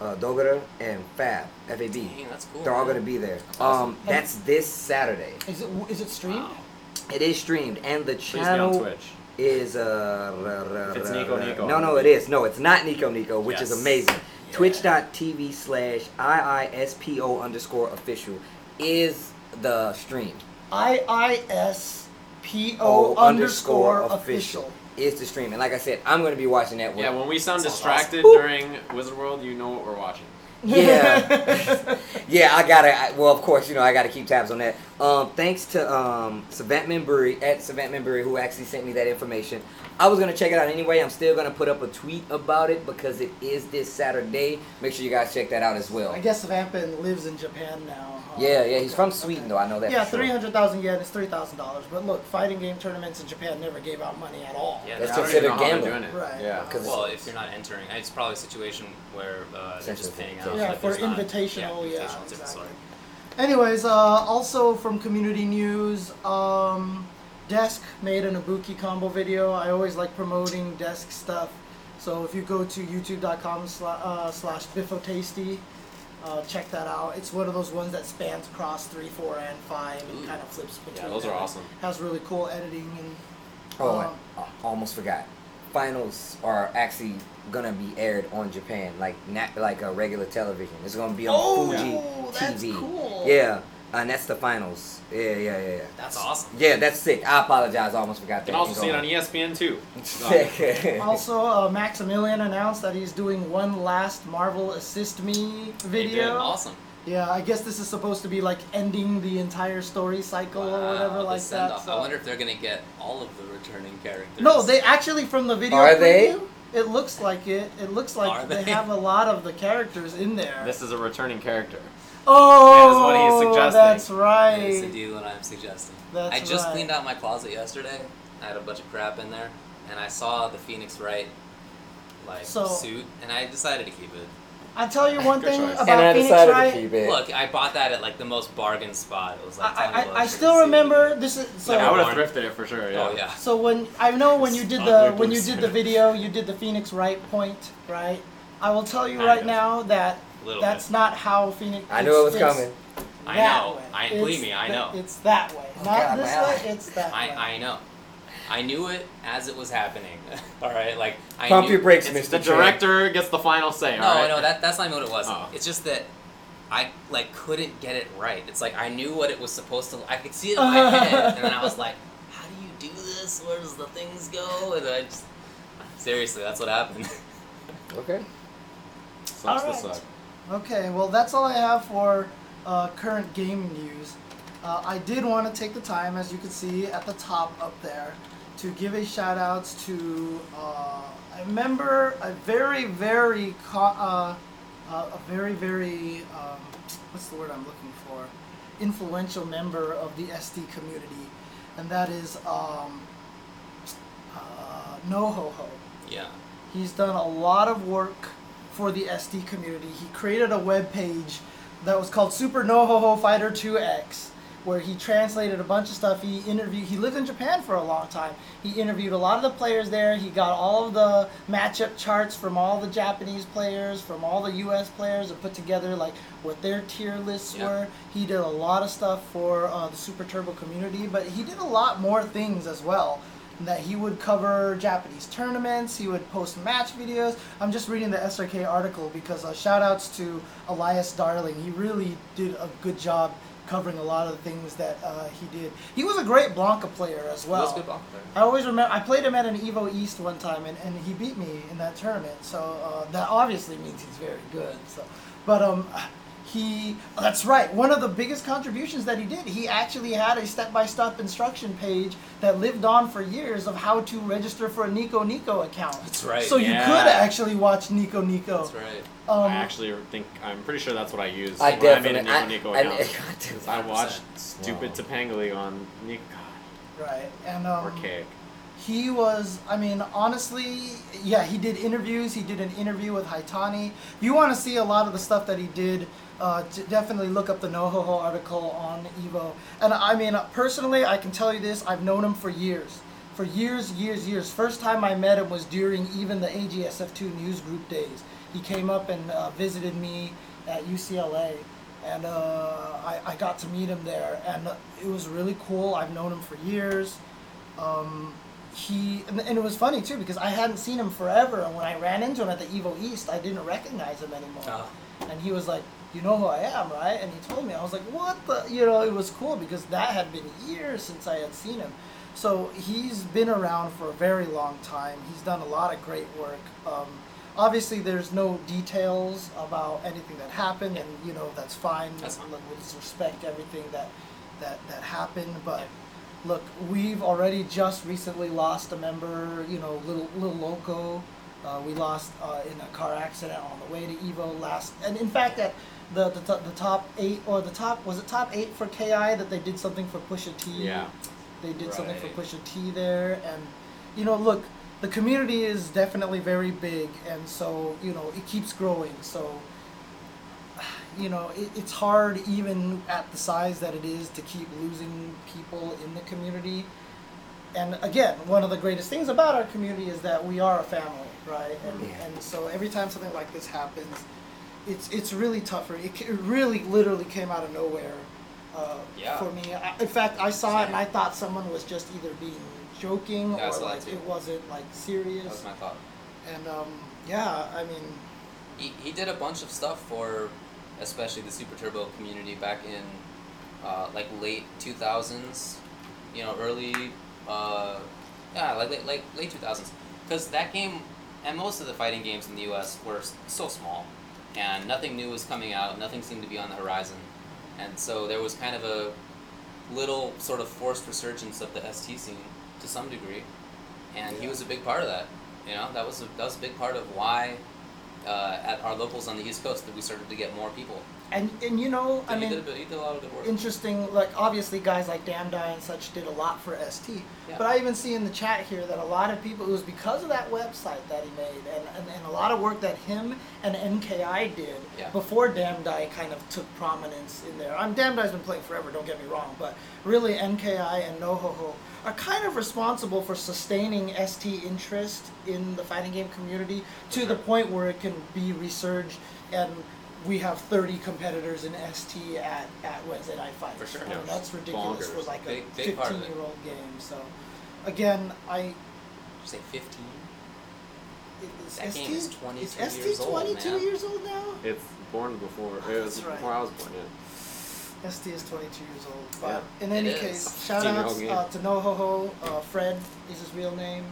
S4: uh, Dogara, and Fab Fab.
S3: Dang, that's cool.
S4: They're all
S3: man.
S4: gonna be there.
S3: awesome.
S4: Um, that's this Saturday.
S2: Is it is it streamed?
S3: Wow.
S4: It is streamed, and the
S1: Please be on
S4: channel
S1: Twitch.
S4: is uh. ra- ra-
S1: If it's
S4: ra-
S1: Nico
S4: ra-
S1: Nico.
S4: No, no, it is. No, it's not Nico Nico, which
S1: Yes.
S4: is amazing. Twitch.tv slash iispo underscore official is the stream.
S2: I I S P O underscore official.
S4: is the stream, and like I said, I'm gonna be watching that one.
S1: Yeah, when we sound
S3: Sounds
S1: distracted
S4: awesome.
S1: during Wizard World, you know what we're watching.
S4: Yeah. yeah, I gotta. I, well, of course, you know, I gotta keep tabs on that. Um, thanks to um, Savantman Brewery at Savantman Brewery who actually sent me that information. I was gonna check it out anyway. I'm still gonna put up a tweet about it because it is this Saturday. Make sure you guys check that out as well.
S2: I guess Vampin lives in Japan now. huh?
S4: Yeah, yeah, he's from Sweden though. I know that.
S2: Yeah,
S4: for sure.
S2: three hundred thousand yen is three thousand dollars. But look, fighting game tournaments in Japan never gave out money at all.
S3: Yeah,
S4: That's
S1: I don't
S4: considered
S1: even know how they're
S4: gambling.
S1: doing it.
S2: Right.
S1: Yeah.
S4: 'Cause
S3: Well, if you're not entering, it's probably a situation where uh, they're just paying out.
S2: Yeah,
S3: like,
S2: for
S3: there's not-
S2: invitational, yeah,
S3: yeah, invitational, it's a different
S2: exactly.
S3: story.
S2: Anyways, uh, also from community news, um, Desk made an Ibuki combo video. I always like promoting Desk stuff. So if you go to youtube.com sla- uh, slash bifotasty, uh, check that out. It's one of those ones that spans across 3, 4, and 5 and
S3: Ooh.
S2: kind of flips between
S1: Yeah, those are
S2: them.
S1: awesome.
S2: Has really cool editing and
S4: Oh,
S2: Um,
S4: I, I almost forgot. Finals are actually gonna be aired on Japan, like not like a regular television. It's gonna be on
S2: Oh,
S4: Fuji
S2: that's
S4: TV.
S2: cool.
S4: Yeah, uh, and that's the finals. Yeah, yeah, yeah, yeah.
S3: That's awesome.
S4: Yeah, that's sick. I apologize. I almost forgot
S1: You
S4: that.
S1: can also see it on E ESPN too.
S4: Sick.
S2: Also, uh, Maximilian announced that he's doing one last Marvel Assist Me
S3: They did
S2: video.
S3: Awesome.
S2: Yeah, I guess this is supposed to be like ending the entire story cycle or
S3: Wow,
S2: whatever
S3: the
S2: like that.
S3: send-off.
S2: so-
S3: I wonder if they're gonna get all of the returning characters.
S2: No, they actually from the video.
S4: Are they?
S2: preview, It looks like it. It looks like
S3: Are
S2: they?
S3: they?
S2: have a lot of the characters in there.
S1: This is a returning character.
S2: oh,
S1: That is what he's suggesting.
S2: that's
S3: It's a
S2: right.
S3: deal that I'm suggesting.
S2: That's
S3: I just
S2: right.
S3: cleaned out my closet yesterday. I had a bunch of crap in there, and I saw the Phoenix Wright like
S2: So-
S3: suit, and I decided to keep it.
S2: I'll tell you one
S1: Good
S2: thing
S1: choice.
S2: about
S4: and I
S2: Phoenix
S4: decided
S2: Wright.
S4: to keep it.
S3: Look, I bought that at like the most bargain spot. It was like
S2: I, I-
S3: 20
S2: I,
S3: bucks
S2: I
S3: for
S2: still
S3: the suit.
S2: remember this is so.
S1: yeah, I would have
S3: Warren.
S1: thrifted it for sure. Yeah.
S3: Oh yeah.
S2: So when I know when you did the
S1: Ugly
S2: when you
S1: boots.
S2: did the video, you did the Phoenix Wright point, right? I will tell you
S3: Kind
S2: right
S3: of.
S2: now that
S3: Little
S2: that's
S3: bit.
S2: not how Phoenix.
S4: I knew it was
S2: it's- it's
S4: coming.
S3: I
S2: that
S3: know.
S2: way.
S3: I
S2: It's
S3: believe me. I
S2: tha-
S3: know.
S2: It's that way,
S4: Oh,
S2: not
S4: God,
S2: this
S4: my
S2: way.
S4: eye.
S2: It's that way.
S3: I, I know. I knew it as it was happening. all right, like I
S4: Pump
S3: knew-
S4: your brakes,
S3: it's-
S4: Mr.
S1: The
S4: Chan.
S1: director gets the final say.
S3: No,
S1: all right?
S3: no, that that's not even what it was.
S1: Oh.
S3: It's just that I like couldn't get it right. It's like I knew what it was supposed to. I could see it in my head, and then I was like, "How do you do this? Where does the things go?" And I just seriously, that's what happened.
S4: Okay.
S1: Sucks to
S2: Alright.
S1: suck.
S2: Okay, well, that's all I have for uh, current gaming news. Uh, I did want to take the time, as you can see at the top up there, to give a shout out to uh, a member, a very, very, co- uh, uh, a very, very, um, what's the word I'm looking for? Influential member of the SD community, and that is um, uh, NoHoHo.
S3: yeah,
S2: He's done a lot of work for the SD community. He created a web page that was called Super Nohoho Fighter 2X, where he translated a bunch of stuff. He interviewed. He lived in Japan for a long time. He interviewed a lot of the players there. He got all of the matchup charts from all the Japanese players, from all the U.S. players, and put together like what their tier lists
S3: Yeah.
S2: were. He did a lot of stuff for uh, the Super Turbo community, but he did a lot more things as well that he would cover Japanese tournaments. He would post match videos. I'm just reading the SRK article because uh, shout outs to Elias Darling. He really did a good job covering a lot of the things that uh, he did. He was a great Blanca player as well.
S3: that was good ball.
S2: I always remember I played him at an Evo East one time, and, and he beat me in that tournament. So uh, that obviously means he's very good. So, but um, he oh, that's right. One of the biggest contributions that he did, he actually had a step-by-step instruction page that lived on for years of how to register for a Nico Nico account.
S3: That's right.
S2: So
S1: yeah.
S2: you could actually watch Nico Nico.
S3: That's right.
S2: Um,
S1: I actually think I'm pretty sure that's what I used.
S4: I
S1: when
S4: definitely.
S1: I made a Nico Nico
S4: I, I,
S1: account.
S4: dude,
S1: I,
S3: 100%.
S1: watched stupid
S4: Wow.
S1: Topanga League on Nico.
S2: right. And um,
S1: Archaic.
S2: he was i mean honestly yeah he did interviews he did an interview with haitani if you want to see a lot of the stuff that he did uh, d- definitely look up the nohoho article on evo and i mean personally i can tell you this i've known him for years for years years years first time i met him was during even the agsf2 news group days he came up and uh, visited me at ucla and uh, I, I got to meet him there and it was really cool i've known him for years he and, and it was funny too because I hadn't seen him forever, and when I ran into him at the Evo East, I didn't recognize him anymore.
S3: Oh.
S2: And he was like, "You know who I am, right?" And he told me, I was like, "What the?" You know, it was cool because that had been years since I had seen him. So he's been around for a very long time. He's done a lot of great work. Um, obviously, there's no details about anything that happened, and you know that's fine.
S3: That's fine.
S2: Like, we'll just respect everything that that that happened, but. Look, we've already just recently lost a member, you know, little little loco. Uh, we lost uh, in a car accident on the way to Evo last, and in fact, at the the, to- the top eight or the top was it top eight for Ki that they did something for Pusha T.
S1: Yeah.
S2: they did something for
S3: Right.
S2: Pusha T there, and you know, look, the community is definitely very big, and so you know it keeps growing. So you know, it, it's hard even at the size that it is to keep losing people in the community. And again, one of the greatest things about our community is that we are a family, right? And,
S4: Yeah.
S2: and so every time something like this happens, it's it's really tougher. It, ca- it really literally came out of nowhere uh,
S3: Yeah.
S2: for me. I, in fact, I saw it and I thought someone was just either being joking
S3: Yeah, I
S2: or
S3: saw that
S2: like
S3: too.
S2: it wasn't like serious.
S3: That was my thought.
S2: and um, yeah, I mean,
S3: He, he did a bunch of stuff for, especially the Super Turbo community back in uh, like late two thousands, you know, early, uh, yeah, like late like late two thousands, because that game and most of the fighting games in the U.S. were s- so small, and nothing new was coming out. Nothing seemed to be on the horizon, and so there was kind of a little sort of forced resurgence of the ST scene to some degree, and he was a big part of that. You know, that was a, that was a big part of why uh, at our locals on the East Coast that we started to get more people.
S2: And and you know, I
S3: he,
S2: mean,
S3: did a, bit- he did a lot of good work.
S2: interesting. Like obviously, guys like Damdai and such did a lot for ST.
S3: Yeah.
S2: But I even see in the chat here that a lot of people it was because of that website that he made, and and, and a lot of work that him and NKI did
S3: Yeah.
S2: before Damdai kind of took prominence in there. I'm Damdai's been playing forever. Don't get me wrong, but really NKI and NoHoHo are kind of responsible for sustaining ST interest in the fighting game community to the point where it can be resurged and. We have 30 competitors in ST at, at Wednesday Night Fight.
S3: For sure.
S2: I mean,
S1: Yeah.
S2: that's ridiculous
S1: Bonkers.
S2: for like a
S3: Big- big part of it.
S2: 15 year old game. So, again, I.
S3: Say fifteen.
S2: It's
S3: That
S2: ST,
S3: game is 22
S2: it's ST
S3: years old,
S2: 22
S3: man.
S2: years old now?
S1: It's born before. It
S2: That's
S1: was
S2: right.
S1: before I was born. Yeah.
S2: ST is 22 years old. But
S1: Yeah.
S2: in any
S3: It is.
S2: case, shout
S1: 15-year-old
S2: outs
S1: game.
S2: uh, to NoHoHo. Uh, Fred is his real name.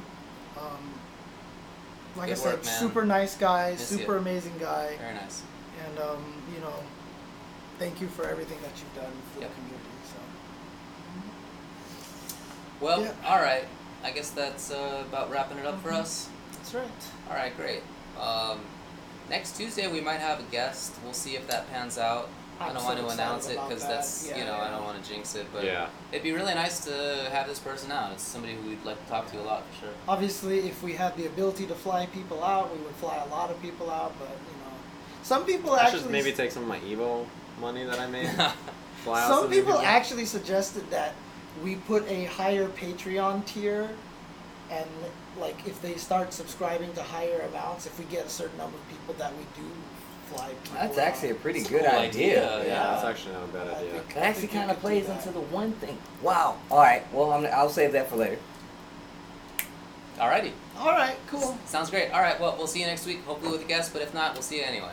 S2: Um, like I
S3: Good
S2: said,
S3: work, man.
S2: super nice guy,
S3: Miss
S2: super
S3: you.
S2: amazing guy.
S3: Very nice.
S2: And, um, you know, thank you for everything that you've done for
S3: Yep.
S2: the community. So,
S3: Well,
S2: Yeah. Mm-hmm.
S3: all right. I guess that's uh, about wrapping it up for us.
S2: that's right.
S3: All right, great. Um, next Tuesday we might have a guest. We'll see if that pans out. I
S2: I'm
S3: don't
S2: so
S3: want to
S2: excited
S3: announce it
S2: about
S3: because
S2: that.
S3: that's
S2: Yeah,
S3: you know I
S2: yeah.
S3: don't want to jinx it, but
S1: yeah.
S3: it'd be really nice to have this person out. It's somebody who we'd like to talk to a lot for sure.
S2: Obviously, if we had the ability to fly people out, we would fly a lot of people out. But you know, some people
S1: I
S2: actually
S1: should maybe take some of my Evo money that I made. Fly out
S2: some
S1: new
S2: people actually suggested that we put a higher Patreon tier, and like if they start subscribing to higher amounts, if we get a certain number of people that we do fly people.
S4: That's actually a
S2: out.
S4: pretty
S3: It's a
S4: good
S3: cool
S4: idea.
S3: idea,
S1: Uh, Yeah,
S3: yeah.
S1: that's actually not a bad
S2: I
S1: idea.
S2: think-
S4: That actually
S2: think we
S4: kind of
S2: could do
S4: plays
S2: that.
S4: into the one thing. Wow. All right. Well, I'm, I'll save that for later.
S3: Alrighty.
S2: All right, cool.
S3: Sounds great. All right. Well, we'll see you next week, hopefully with a guest, but if not, we'll see you anyway.